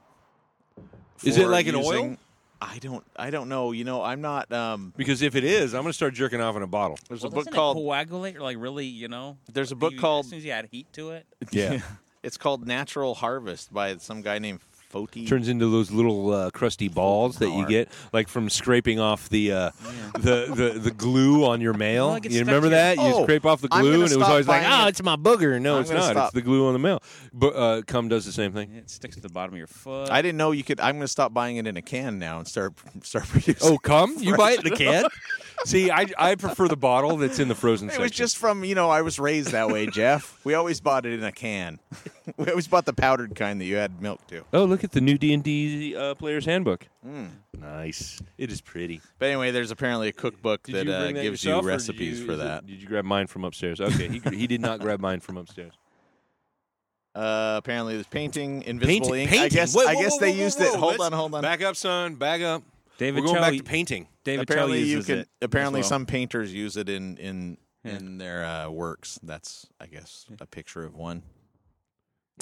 [SPEAKER 1] Is it
[SPEAKER 3] for
[SPEAKER 1] like an oil?
[SPEAKER 3] I don't I don't know. You know, I'm not um
[SPEAKER 1] Because if it is, I'm going to start jerking off in a bottle.
[SPEAKER 3] there's
[SPEAKER 2] Well,
[SPEAKER 3] a book
[SPEAKER 2] doesn't it
[SPEAKER 3] called
[SPEAKER 2] coagulate, or like really, you know.
[SPEAKER 3] There's a
[SPEAKER 2] like,
[SPEAKER 3] book
[SPEAKER 2] you-
[SPEAKER 3] called-
[SPEAKER 2] As soon as you add heat to it,
[SPEAKER 1] Yeah.
[SPEAKER 3] It's called Natural Harvest by some guy named Foti.
[SPEAKER 1] turns into those little uh, crusty balls that you
[SPEAKER 3] Hard.
[SPEAKER 1] get like from scraping off the uh, the, the the glue on your mail.
[SPEAKER 2] Well, it gets
[SPEAKER 1] you
[SPEAKER 2] stuck
[SPEAKER 1] remember
[SPEAKER 2] to your-
[SPEAKER 1] that? you
[SPEAKER 3] Oh,
[SPEAKER 1] scrape off the
[SPEAKER 3] I'm
[SPEAKER 1] glue,
[SPEAKER 3] gonna
[SPEAKER 1] and it was
[SPEAKER 3] stop
[SPEAKER 1] always like,
[SPEAKER 3] buying
[SPEAKER 1] "Oh,
[SPEAKER 3] it.
[SPEAKER 1] it's my booger." No,
[SPEAKER 3] I'm
[SPEAKER 1] it's
[SPEAKER 3] gonna
[SPEAKER 1] not. It's
[SPEAKER 3] stop.
[SPEAKER 1] the glue on the mail. But uh, cum does the same thing.
[SPEAKER 2] it sticks to the bottom of your foot.
[SPEAKER 3] I didn't know you could. I'm going to stop buying it in a can now and start start producing.
[SPEAKER 1] Oh, cum? You buy it in a can? See, I, I prefer the bottle that's in the frozen
[SPEAKER 3] it
[SPEAKER 1] section.
[SPEAKER 3] was just from you know I was raised that way, Jeff. We always bought it in a can. we always bought the powdered kind that you add milk to.
[SPEAKER 1] oh, look at the new D and D uh, player's handbook.
[SPEAKER 3] Mm.
[SPEAKER 1] Nice. It is pretty.
[SPEAKER 3] But anyway, there's apparently a cookbook
[SPEAKER 1] Did
[SPEAKER 3] that,
[SPEAKER 1] you
[SPEAKER 3] uh,
[SPEAKER 1] bring that
[SPEAKER 3] gives
[SPEAKER 1] yourself,
[SPEAKER 3] you
[SPEAKER 1] or did
[SPEAKER 3] recipes
[SPEAKER 1] you-
[SPEAKER 3] for
[SPEAKER 1] is it-
[SPEAKER 3] that.
[SPEAKER 1] did you grab mine from upstairs? Okay, he, he did not grab mine from upstairs.
[SPEAKER 3] Uh, apparently, there's painting, invisible
[SPEAKER 1] painting,
[SPEAKER 3] ink.
[SPEAKER 1] painting.
[SPEAKER 3] I guess.
[SPEAKER 1] Whoa,
[SPEAKER 3] I
[SPEAKER 1] whoa,
[SPEAKER 3] guess
[SPEAKER 1] whoa,
[SPEAKER 3] they
[SPEAKER 1] whoa,
[SPEAKER 3] used
[SPEAKER 1] whoa,
[SPEAKER 3] it. Hold
[SPEAKER 1] let's-
[SPEAKER 3] on, hold on.
[SPEAKER 1] Back up, son. Back up.
[SPEAKER 2] David
[SPEAKER 1] We're going
[SPEAKER 2] Cho-
[SPEAKER 1] back to painting.
[SPEAKER 2] David Cho
[SPEAKER 3] apparently, you
[SPEAKER 2] uses
[SPEAKER 3] can.
[SPEAKER 2] it as
[SPEAKER 3] Apparently,
[SPEAKER 2] well.
[SPEAKER 3] some painters use it in in
[SPEAKER 2] Yeah.
[SPEAKER 3] in their uh, works. That's, I guess, a picture of one.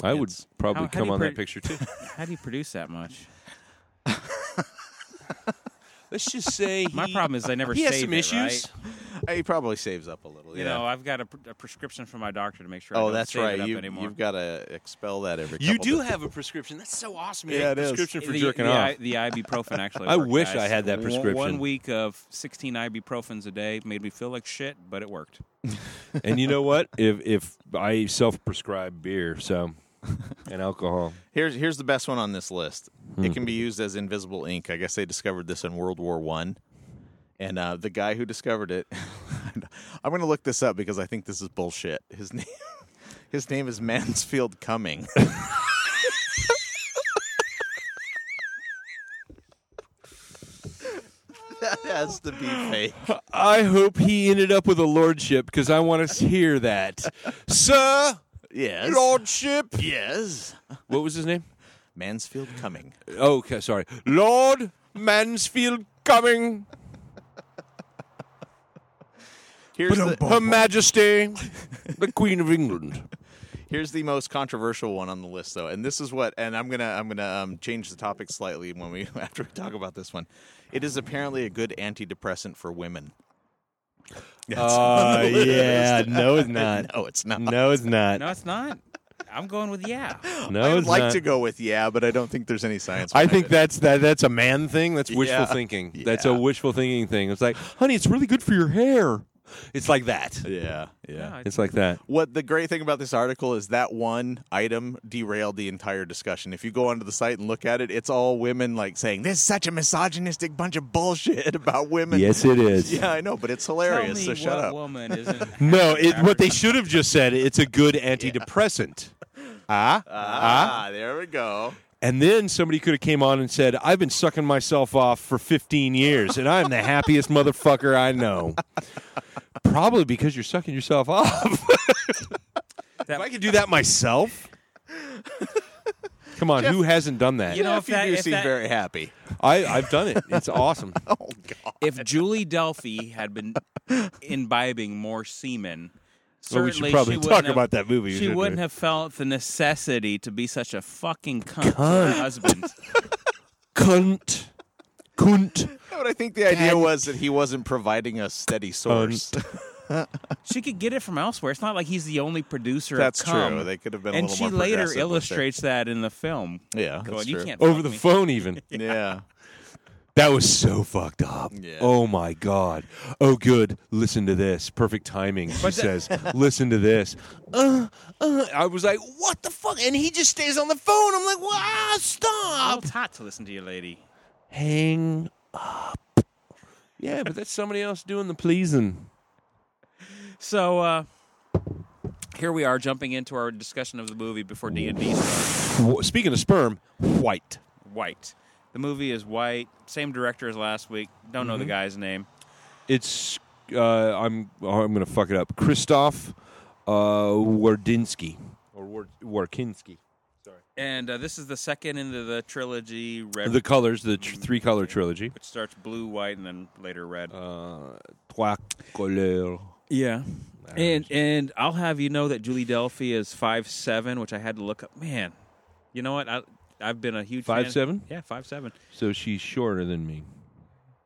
[SPEAKER 1] I would
[SPEAKER 3] It's-
[SPEAKER 1] probably
[SPEAKER 2] How- how do
[SPEAKER 1] come
[SPEAKER 2] you
[SPEAKER 1] on that
[SPEAKER 2] pre-
[SPEAKER 1] picture too.
[SPEAKER 2] How do you produce that much?
[SPEAKER 1] Let's just say
[SPEAKER 2] My
[SPEAKER 1] he-
[SPEAKER 2] problem is I never
[SPEAKER 1] he has
[SPEAKER 2] save
[SPEAKER 1] some
[SPEAKER 2] it,
[SPEAKER 1] issues.
[SPEAKER 2] right?
[SPEAKER 3] He Uh, probably saves up a little.
[SPEAKER 2] You
[SPEAKER 3] yeah.
[SPEAKER 2] know, I've got a, pr- a prescription from my doctor to make sure. I
[SPEAKER 3] oh,
[SPEAKER 2] don't
[SPEAKER 3] that's
[SPEAKER 2] save
[SPEAKER 3] right.
[SPEAKER 2] It up
[SPEAKER 3] You,
[SPEAKER 2] anymore.
[SPEAKER 3] you've got to expel that every.
[SPEAKER 1] You
[SPEAKER 3] couple
[SPEAKER 1] do
[SPEAKER 3] of-
[SPEAKER 1] have a prescription. That's so awesome.
[SPEAKER 3] Yeah,
[SPEAKER 1] Yeah,
[SPEAKER 3] it is.
[SPEAKER 1] prescription for
[SPEAKER 2] the,
[SPEAKER 1] jerking
[SPEAKER 2] the,
[SPEAKER 1] off.
[SPEAKER 2] The ibuprofen actually.
[SPEAKER 1] I
[SPEAKER 2] worked,
[SPEAKER 1] wish
[SPEAKER 2] guys.
[SPEAKER 1] I had that
[SPEAKER 2] One-
[SPEAKER 1] prescription.
[SPEAKER 2] One week of 16 ibuprofens a day made me feel like shit, but it worked.
[SPEAKER 1] and you know what? If if I self-prescribe beer, so and alcohol.
[SPEAKER 3] Here's here's the best one on this list. It can be
[SPEAKER 2] Hmm.
[SPEAKER 3] used as invisible ink. I guess they discovered this in World War One, and uh, the guy who discovered it, I'm going to look this up because I think this is bullshit. His name, his name is Mansfield Cumming. that has to be fake.
[SPEAKER 1] I hope he ended up with a lordship because I want to hear that, sir.
[SPEAKER 3] Yes,
[SPEAKER 1] Lordship.
[SPEAKER 3] yes.
[SPEAKER 1] What was his name?
[SPEAKER 3] Mansfield Cumming.
[SPEAKER 1] Oh, okay, sorry. Lord Mansfield coming.
[SPEAKER 3] Here's the,
[SPEAKER 1] uh, Her Majesty, the Queen of England.
[SPEAKER 3] Here's the most controversial one on the list, though, and this is what. And I'm gonna I'm gonna um, change the topic slightly when we after we talk about this one. It is apparently a good antidepressant for women.
[SPEAKER 1] Uh, yeah, no, it's not.
[SPEAKER 3] No, it's not.
[SPEAKER 1] No, it's not.
[SPEAKER 2] No, it's not. I'm going with yeah.
[SPEAKER 1] No,
[SPEAKER 3] I would
[SPEAKER 1] it's
[SPEAKER 3] like
[SPEAKER 1] not.
[SPEAKER 3] to go with yeah, but I don't think there's any science.
[SPEAKER 1] I
[SPEAKER 3] behind
[SPEAKER 1] think
[SPEAKER 3] it.
[SPEAKER 1] that's that. That's a man thing. That's wishful
[SPEAKER 3] Yeah.
[SPEAKER 1] thinking. That's a
[SPEAKER 3] Yeah.
[SPEAKER 1] wishful thinking thing. It's like, honey, it's really good for your hair. It's like that.
[SPEAKER 3] Yeah,
[SPEAKER 2] Yeah,
[SPEAKER 3] yeah.
[SPEAKER 2] I-
[SPEAKER 1] It's like that.
[SPEAKER 3] What the great thing about this article is that one item derailed the entire discussion. If you go onto the site and look at it, it's all women like saying, "This is such a misogynistic bunch of bullshit about women."
[SPEAKER 1] Yes, it is.
[SPEAKER 3] Yeah, I know, but it's
[SPEAKER 2] Tell
[SPEAKER 3] hilarious.
[SPEAKER 2] me
[SPEAKER 3] so
[SPEAKER 2] what
[SPEAKER 3] shut up.
[SPEAKER 2] woman isn't
[SPEAKER 1] No, it,
[SPEAKER 2] happy
[SPEAKER 1] what they should have just said, it's a good antidepressant. Ah,
[SPEAKER 3] Ah, there we go.
[SPEAKER 1] And then somebody could have came on and said, "I've been sucking myself off for 15 years, and I'm the happiest motherfucker I know." Probably because you're sucking yourself off. if
[SPEAKER 2] That-
[SPEAKER 1] I could do that myself, come on, who hasn't done that?
[SPEAKER 2] You know, if
[SPEAKER 3] you
[SPEAKER 2] that-
[SPEAKER 3] do
[SPEAKER 2] if
[SPEAKER 3] seem
[SPEAKER 2] that-
[SPEAKER 3] very happy.
[SPEAKER 1] I, I've done it. It's awesome.
[SPEAKER 3] Oh God.
[SPEAKER 2] if Julie Delphi had been imbibing more semen,
[SPEAKER 1] Well, we should
[SPEAKER 2] certainly
[SPEAKER 1] probably
[SPEAKER 2] she wouldn't
[SPEAKER 1] talk
[SPEAKER 2] have,
[SPEAKER 1] about that movie.
[SPEAKER 2] She wouldn't have felt the necessity to be such a fucking cunt, to her husband.
[SPEAKER 1] cunt, cunt.
[SPEAKER 3] But I think the idea was that he wasn't providing a
[SPEAKER 1] Um,
[SPEAKER 3] steady source.
[SPEAKER 2] she could get it from elsewhere. It's not like he's the only producer.
[SPEAKER 3] That's
[SPEAKER 2] of cum.
[SPEAKER 3] true. They could have been a
[SPEAKER 2] And
[SPEAKER 3] little
[SPEAKER 2] she
[SPEAKER 3] more
[SPEAKER 2] later
[SPEAKER 3] progressive with it.
[SPEAKER 2] illustrates that in the film.
[SPEAKER 3] Yeah,
[SPEAKER 2] Going,
[SPEAKER 3] that's
[SPEAKER 2] you
[SPEAKER 3] true.
[SPEAKER 2] can't
[SPEAKER 1] Over
[SPEAKER 2] fuck
[SPEAKER 1] the
[SPEAKER 2] me."
[SPEAKER 1] phone, even.
[SPEAKER 3] Yeah.
[SPEAKER 1] That was so fucked up.
[SPEAKER 3] Yeah.
[SPEAKER 1] Oh my god. Oh good. Listen to this. Perfect timing. She says, "Listen to this." Uh, uh, I was like, "What the fuck?" And he just stays on the phone. I'm like, "Wow,
[SPEAKER 2] Well,
[SPEAKER 1] stop."
[SPEAKER 2] it's hot to listen to your lady.
[SPEAKER 1] Hang up. Yeah, but that's somebody else doing the pleasing.
[SPEAKER 2] So uh, here we are jumping into our discussion of the movie before D and D.
[SPEAKER 1] Wh- Speaking of sperm, white.
[SPEAKER 2] White. The movie is white. Same director as last week. Don't know the guy's name.
[SPEAKER 1] It's uh, I'm oh, I'm gonna fuck it up. Christoph uh, Wardinsky or War- Warkinsky.
[SPEAKER 2] And uh, this is the second into the trilogy, red,
[SPEAKER 1] The colors, the tr- three color trilogy.
[SPEAKER 2] which starts blue, white, and then later red.
[SPEAKER 1] uh, trois couleurs.
[SPEAKER 2] yeah. And and I'll have you know that Julie Delphi is five seven, which I had to look up. Man, you know what? I I've been a huge fan-
[SPEAKER 1] 5'7"?
[SPEAKER 2] Yeah, five seven.
[SPEAKER 1] So she's shorter than me.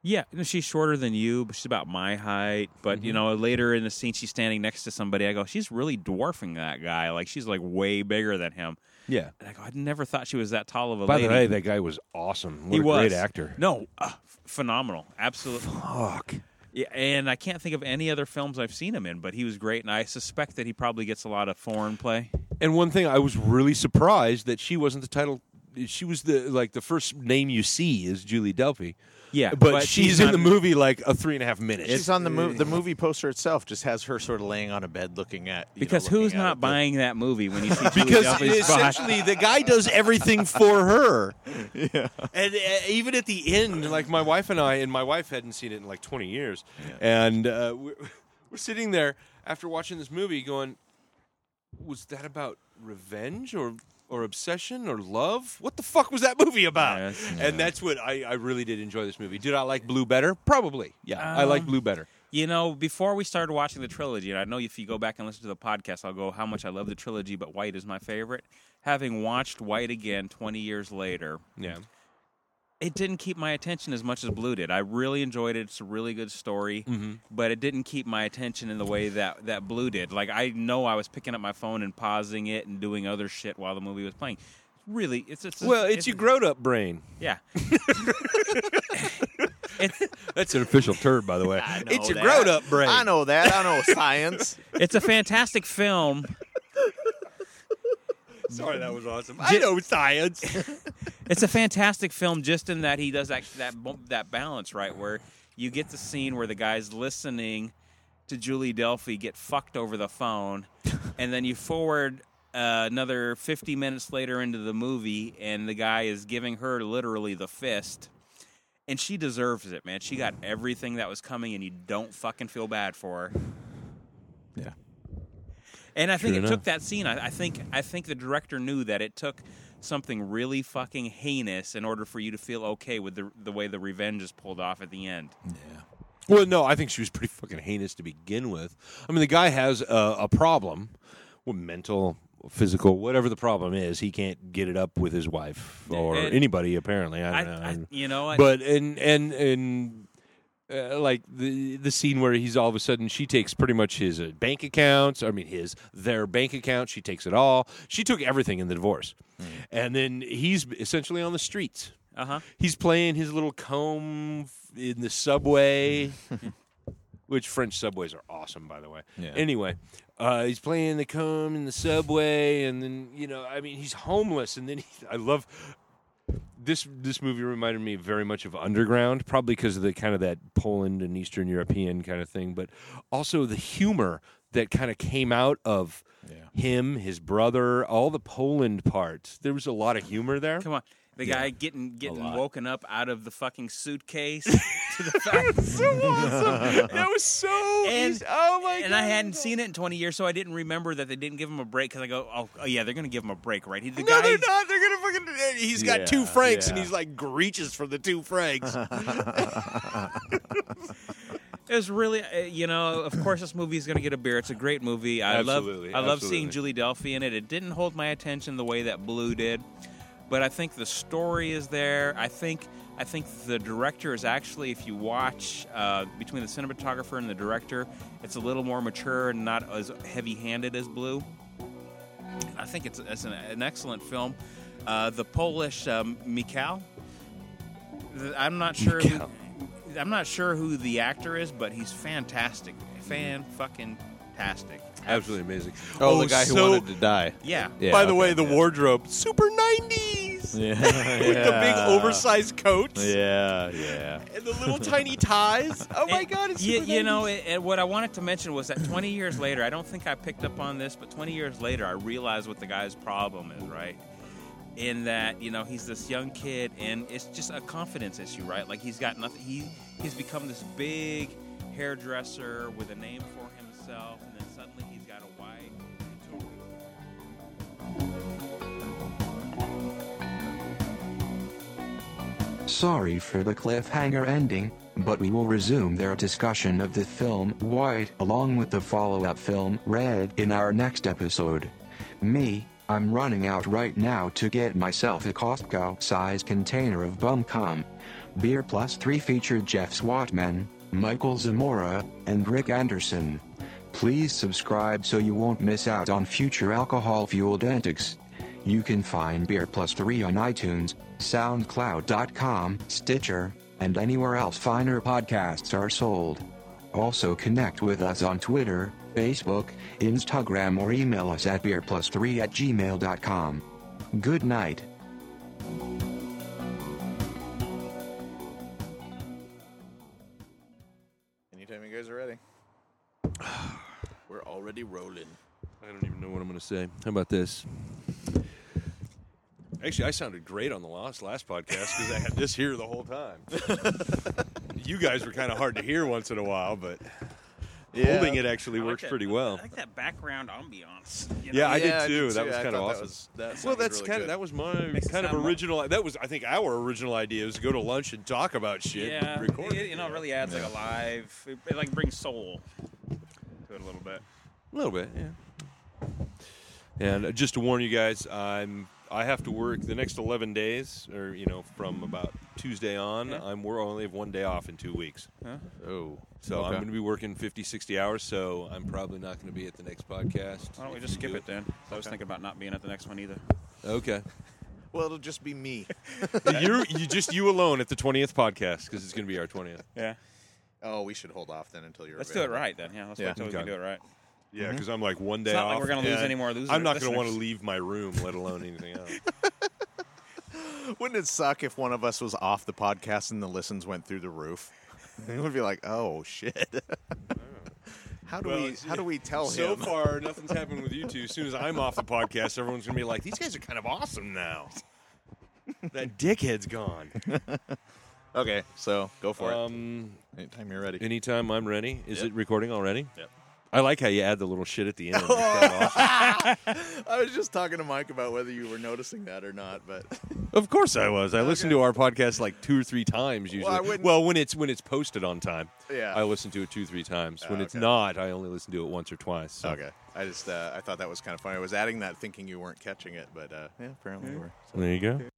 [SPEAKER 2] Yeah, you know, she's shorter than you, but she's about my height. But you know, later in the scene, she's standing next to somebody. I go, she's really dwarfing that guy. Like she's like way bigger than him.
[SPEAKER 1] Yeah.
[SPEAKER 2] And I go, I never thought she was that tall of a
[SPEAKER 1] By
[SPEAKER 2] lady.
[SPEAKER 1] the way, that guy was awesome. What
[SPEAKER 2] he
[SPEAKER 1] a
[SPEAKER 2] was
[SPEAKER 1] great actor.
[SPEAKER 2] No, uh, ph- phenomenal, absolutely.
[SPEAKER 1] Fuck.
[SPEAKER 2] Yeah, and I can't think of any other films I've seen him in, but he was great. And I suspect that he probably gets a lot of foreign play.
[SPEAKER 1] And one thing I was really surprised that she wasn't the title. She was the like the first name you see is Julie Delpy.
[SPEAKER 2] Yeah,
[SPEAKER 1] but, she's, in the movie like a three and a half minutes.
[SPEAKER 3] She's on the movie. The movie poster itself just has her sort of laying on a bed, looking at you know,
[SPEAKER 2] because
[SPEAKER 3] looking
[SPEAKER 2] who's
[SPEAKER 3] out at
[SPEAKER 2] not
[SPEAKER 3] the-
[SPEAKER 2] buying that movie when you see Julie
[SPEAKER 1] because
[SPEAKER 2] Delphi's body?
[SPEAKER 1] essentially the guy does everything for her. Yeah. And uh, even at the end, like my wife and I, and my wife hadn't seen it in like 20 years, and uh, we're, we're sitting there after watching this movie, going, "Was that about revenge or?" Or obsession or love? What the fuck was that movie about?
[SPEAKER 2] Yes.
[SPEAKER 1] And that's what I, I really did enjoy this movie. Did I like Blue better? Probably. Yeah, I like Blue better.
[SPEAKER 2] You know, before we started watching the trilogy, and I know if you go back and listen to the podcast, I'll go how much I love the trilogy, but White is my favorite. Having watched White again 20 years later,
[SPEAKER 1] Yeah.
[SPEAKER 2] it didn't keep my attention as much as Blue did. I really enjoyed it. It's a really good story,
[SPEAKER 3] Mm-hmm.
[SPEAKER 2] but it didn't keep my attention in the way that, that Blue did. Like, I know I was picking up my phone and pausing it and doing other shit while the movie was playing. Really, it's it's
[SPEAKER 1] Well, it's your grown up brain.
[SPEAKER 2] yeah. it's
[SPEAKER 1] That's an official term, by the way.
[SPEAKER 3] I know
[SPEAKER 1] It's your
[SPEAKER 3] that.
[SPEAKER 1] grown up brain.
[SPEAKER 3] I know that. I know science.
[SPEAKER 2] it's a fantastic film.
[SPEAKER 1] Sorry, that was awesome. I know science.
[SPEAKER 2] It's a fantastic film, just in that he does that that bo- that balance right where you get the scene where the guy's listening to Julie Delphi get fucked over the phone, and then you forward uh, another fifty minutes later into the movie, and the guy is giving her literally the fist, and she deserves it, man. She got everything that was coming, and you don't fucking feel bad for her.
[SPEAKER 3] Yeah.
[SPEAKER 2] And I think
[SPEAKER 1] True
[SPEAKER 2] it
[SPEAKER 1] enough.
[SPEAKER 2] took that scene. I, I think I think the director knew that it took something really fucking heinous in order for you to feel okay with the the way the revenge is pulled off at the end.
[SPEAKER 1] Well, no, I think she was pretty fucking heinous to begin with. I mean, the guy has a, a problem, well, mental, physical, whatever the problem is. He can't get it up with his wife or
[SPEAKER 2] And-
[SPEAKER 1] anybody. Apparently, I
[SPEAKER 2] I,
[SPEAKER 1] don't know.
[SPEAKER 2] I, you know, I,
[SPEAKER 1] um, but and and and uh, like the the scene where he's all of a sudden she takes pretty much his uh, bank accounts. I mean his their bank account. She takes it all. She took everything in the divorce,
[SPEAKER 2] Mm.
[SPEAKER 1] and then he's essentially on the streets.
[SPEAKER 2] uh huh.
[SPEAKER 1] He's playing his little comb in the subway. which French subways are awesome, by the way.
[SPEAKER 3] Yeah.
[SPEAKER 1] Anyway, uh, he's playing the come in the subway, and then you know, I mean, he's homeless, and then he, I love this. This movie reminded me very much of Underground, probably because of the kind of that Poland and Eastern European kind of thing, but also the humor that kind of came out of. Him, his brother, all the Poland parts. There was a lot of humor there.
[SPEAKER 2] Come on. The guy getting getting
[SPEAKER 3] lot.
[SPEAKER 2] woken up out of the fucking suitcase to the fact,
[SPEAKER 1] so awesome. That was so.
[SPEAKER 2] And-
[SPEAKER 1] easy. oh my
[SPEAKER 2] and I hadn't seen it in twenty years, so I didn't remember that they didn't give him a break. Because I go, oh, oh, yeah, they're gonna give him a break, right? He, the
[SPEAKER 1] No,
[SPEAKER 2] guy,
[SPEAKER 1] they're not. They're gonna fucking. He's got
[SPEAKER 3] Yeah,
[SPEAKER 1] two francs, and
[SPEAKER 3] yeah.
[SPEAKER 1] he's like reaches for the two francs.
[SPEAKER 2] It was really, uh, you know, of course this movie is going to get a beer. It's a great movie. I
[SPEAKER 1] Absolutely,
[SPEAKER 2] love, I love
[SPEAKER 1] absolutely.
[SPEAKER 2] seeing Julie Delphi in it. It didn't hold my attention the way that Blue did, but I think the story is there. I think, I think the director is actually, if you watch uh, between the cinematographer and the director, it's a little more mature and not as heavy-handed as Blue. I think it's, it's an, an excellent film. Uh, the Polish um, Mikal. Th- I'm not sure. Who,
[SPEAKER 1] Mikal.
[SPEAKER 2] I'm not sure who the actor is, but he's fantastic. Fan fucking tastic.
[SPEAKER 1] Absolutely amazing. Oh
[SPEAKER 3] Oh, the guy who wanted to die.
[SPEAKER 2] Yeah.
[SPEAKER 3] Yeah.
[SPEAKER 1] by the way,
[SPEAKER 3] okay,
[SPEAKER 1] the
[SPEAKER 3] yeah.
[SPEAKER 1] wardrobe super nineties
[SPEAKER 3] Yeah.
[SPEAKER 1] with the big oversized coats
[SPEAKER 3] Yeah, yeah.
[SPEAKER 1] and the little tiny ties. Oh my
[SPEAKER 2] And
[SPEAKER 1] god, it's
[SPEAKER 2] you,
[SPEAKER 1] super
[SPEAKER 2] you know,
[SPEAKER 1] 90s.
[SPEAKER 2] and and what I wanted to mention was that 20 years later, I don't think I picked up on this, but 20 years later, I realized what the guy's problem is, right? In that, you know, he's this young kid, and it's just a confidence issue, right? Like he's got nothing. He he's become this big hairdresser with a name for himself, and then suddenly he's got a wife. and children.
[SPEAKER 4] Sorry for the cliffhanger ending, but we will resume their discussion of the film White along with the follow up film Red in our next episode. Me, I'm running out right now to get myself a Costco sized container of bum cum. Beer Plus 3 featured Jeff Swatman, Michael Zamora, and Rick Anderson. Please subscribe so you won't miss out on future alcohol fueled antics. You can find Beer Plus 3 on iTunes, SoundCloud.com, Stitcher, and anywhere else finer podcasts are sold. Also connect with us on Twitter, Facebook, Instagram, or email us at beerplus3 at gmail.com. Good night.
[SPEAKER 3] Anytime you guys are ready. We're already rolling.
[SPEAKER 1] I don't even know what I'm going to say. How about this? Actually, I sounded great on the last last podcast because I had this here the whole time. you guys were kind of hard to hear once in a while, but holding it actually
[SPEAKER 2] I like
[SPEAKER 1] works
[SPEAKER 2] that-
[SPEAKER 1] pretty well.
[SPEAKER 2] I like that background ambiance. you know?
[SPEAKER 1] Yeah, I
[SPEAKER 3] Yeah,
[SPEAKER 1] did too. That was
[SPEAKER 3] I
[SPEAKER 1] kind of
[SPEAKER 3] thought
[SPEAKER 1] awesome.
[SPEAKER 3] That was, that
[SPEAKER 1] well,
[SPEAKER 3] sounded
[SPEAKER 1] that's
[SPEAKER 3] really
[SPEAKER 1] kind
[SPEAKER 3] good.
[SPEAKER 1] of that was my
[SPEAKER 2] Makes it
[SPEAKER 1] kind of
[SPEAKER 2] sound more-
[SPEAKER 1] original. That was, I think, our original idea was to go to lunch and talk about shit.
[SPEAKER 2] Yeah,
[SPEAKER 1] and record.
[SPEAKER 2] It, you know, it really adds like a live. It, it like brings soul to it a little bit.
[SPEAKER 1] a little bit, yeah. And just to warn you guys, I'm I have to work the next 11 days, or you know, from about Tuesday on.
[SPEAKER 2] Yeah.
[SPEAKER 1] I'm we're only have one day off in two weeks,
[SPEAKER 3] Oh.
[SPEAKER 1] so I'm
[SPEAKER 3] Okay.
[SPEAKER 1] going to be working 50, 60 hours. So I'm probably not going to be at the next podcast.
[SPEAKER 2] Why don't we
[SPEAKER 1] If
[SPEAKER 2] just
[SPEAKER 1] you
[SPEAKER 2] skip
[SPEAKER 1] do
[SPEAKER 2] it then? I was thinking about not being at the next one either.
[SPEAKER 1] Okay,
[SPEAKER 3] Well, it'll just be me.
[SPEAKER 1] you you just you alone at the 20th podcast because it's going to be our 20th.
[SPEAKER 2] Yeah,
[SPEAKER 3] oh, we should hold off then until you're.
[SPEAKER 2] let's do it
[SPEAKER 3] available.
[SPEAKER 2] right then. Yeah, let's
[SPEAKER 3] Yeah.
[SPEAKER 2] wait till we can
[SPEAKER 1] Okay.
[SPEAKER 2] do it right.
[SPEAKER 1] Yeah,
[SPEAKER 3] Mm-hmm.
[SPEAKER 1] because I'm like one day
[SPEAKER 2] It's not
[SPEAKER 1] off.
[SPEAKER 2] like we're gonna lose
[SPEAKER 1] and
[SPEAKER 2] any more losers-
[SPEAKER 1] I'm not gonna want to
[SPEAKER 2] listeners.
[SPEAKER 1] leave my room, let alone anything else.
[SPEAKER 3] Wouldn't it suck if one of us was off the podcast and the listens went through the roof? it would be like, oh shit. how do
[SPEAKER 1] Well,
[SPEAKER 3] we?
[SPEAKER 1] it's-
[SPEAKER 3] How do we tell
[SPEAKER 1] so
[SPEAKER 3] him?
[SPEAKER 1] far, nothing's happened with you two. As soon as I'm off the podcast, everyone's gonna be like, "These guys are kind of awesome now." that dickhead's gone.
[SPEAKER 3] okay, so go for
[SPEAKER 1] Um,
[SPEAKER 3] it. Anytime you're ready.
[SPEAKER 1] anytime I'm ready. Is
[SPEAKER 3] Yep.
[SPEAKER 1] it recording already?
[SPEAKER 3] Yep.
[SPEAKER 1] I like how you add the little shit at the end. It's kinda
[SPEAKER 3] Oh.
[SPEAKER 1] awesome.
[SPEAKER 3] I was just talking to Mike about whether you were noticing that or not, but
[SPEAKER 1] Of course I was. I listen to our podcast like two or three times usually.
[SPEAKER 3] I wouldn't-
[SPEAKER 1] when it's when it's posted on time,
[SPEAKER 3] Yeah.
[SPEAKER 1] I listen to it two three times. when it's
[SPEAKER 3] okay.
[SPEAKER 1] not, I only listen to it once or twice. So.
[SPEAKER 3] okay. I just uh, I thought that was kind of funny. I was adding that thinking you weren't catching it, but uh, yeah, apparently you were.
[SPEAKER 1] There you go.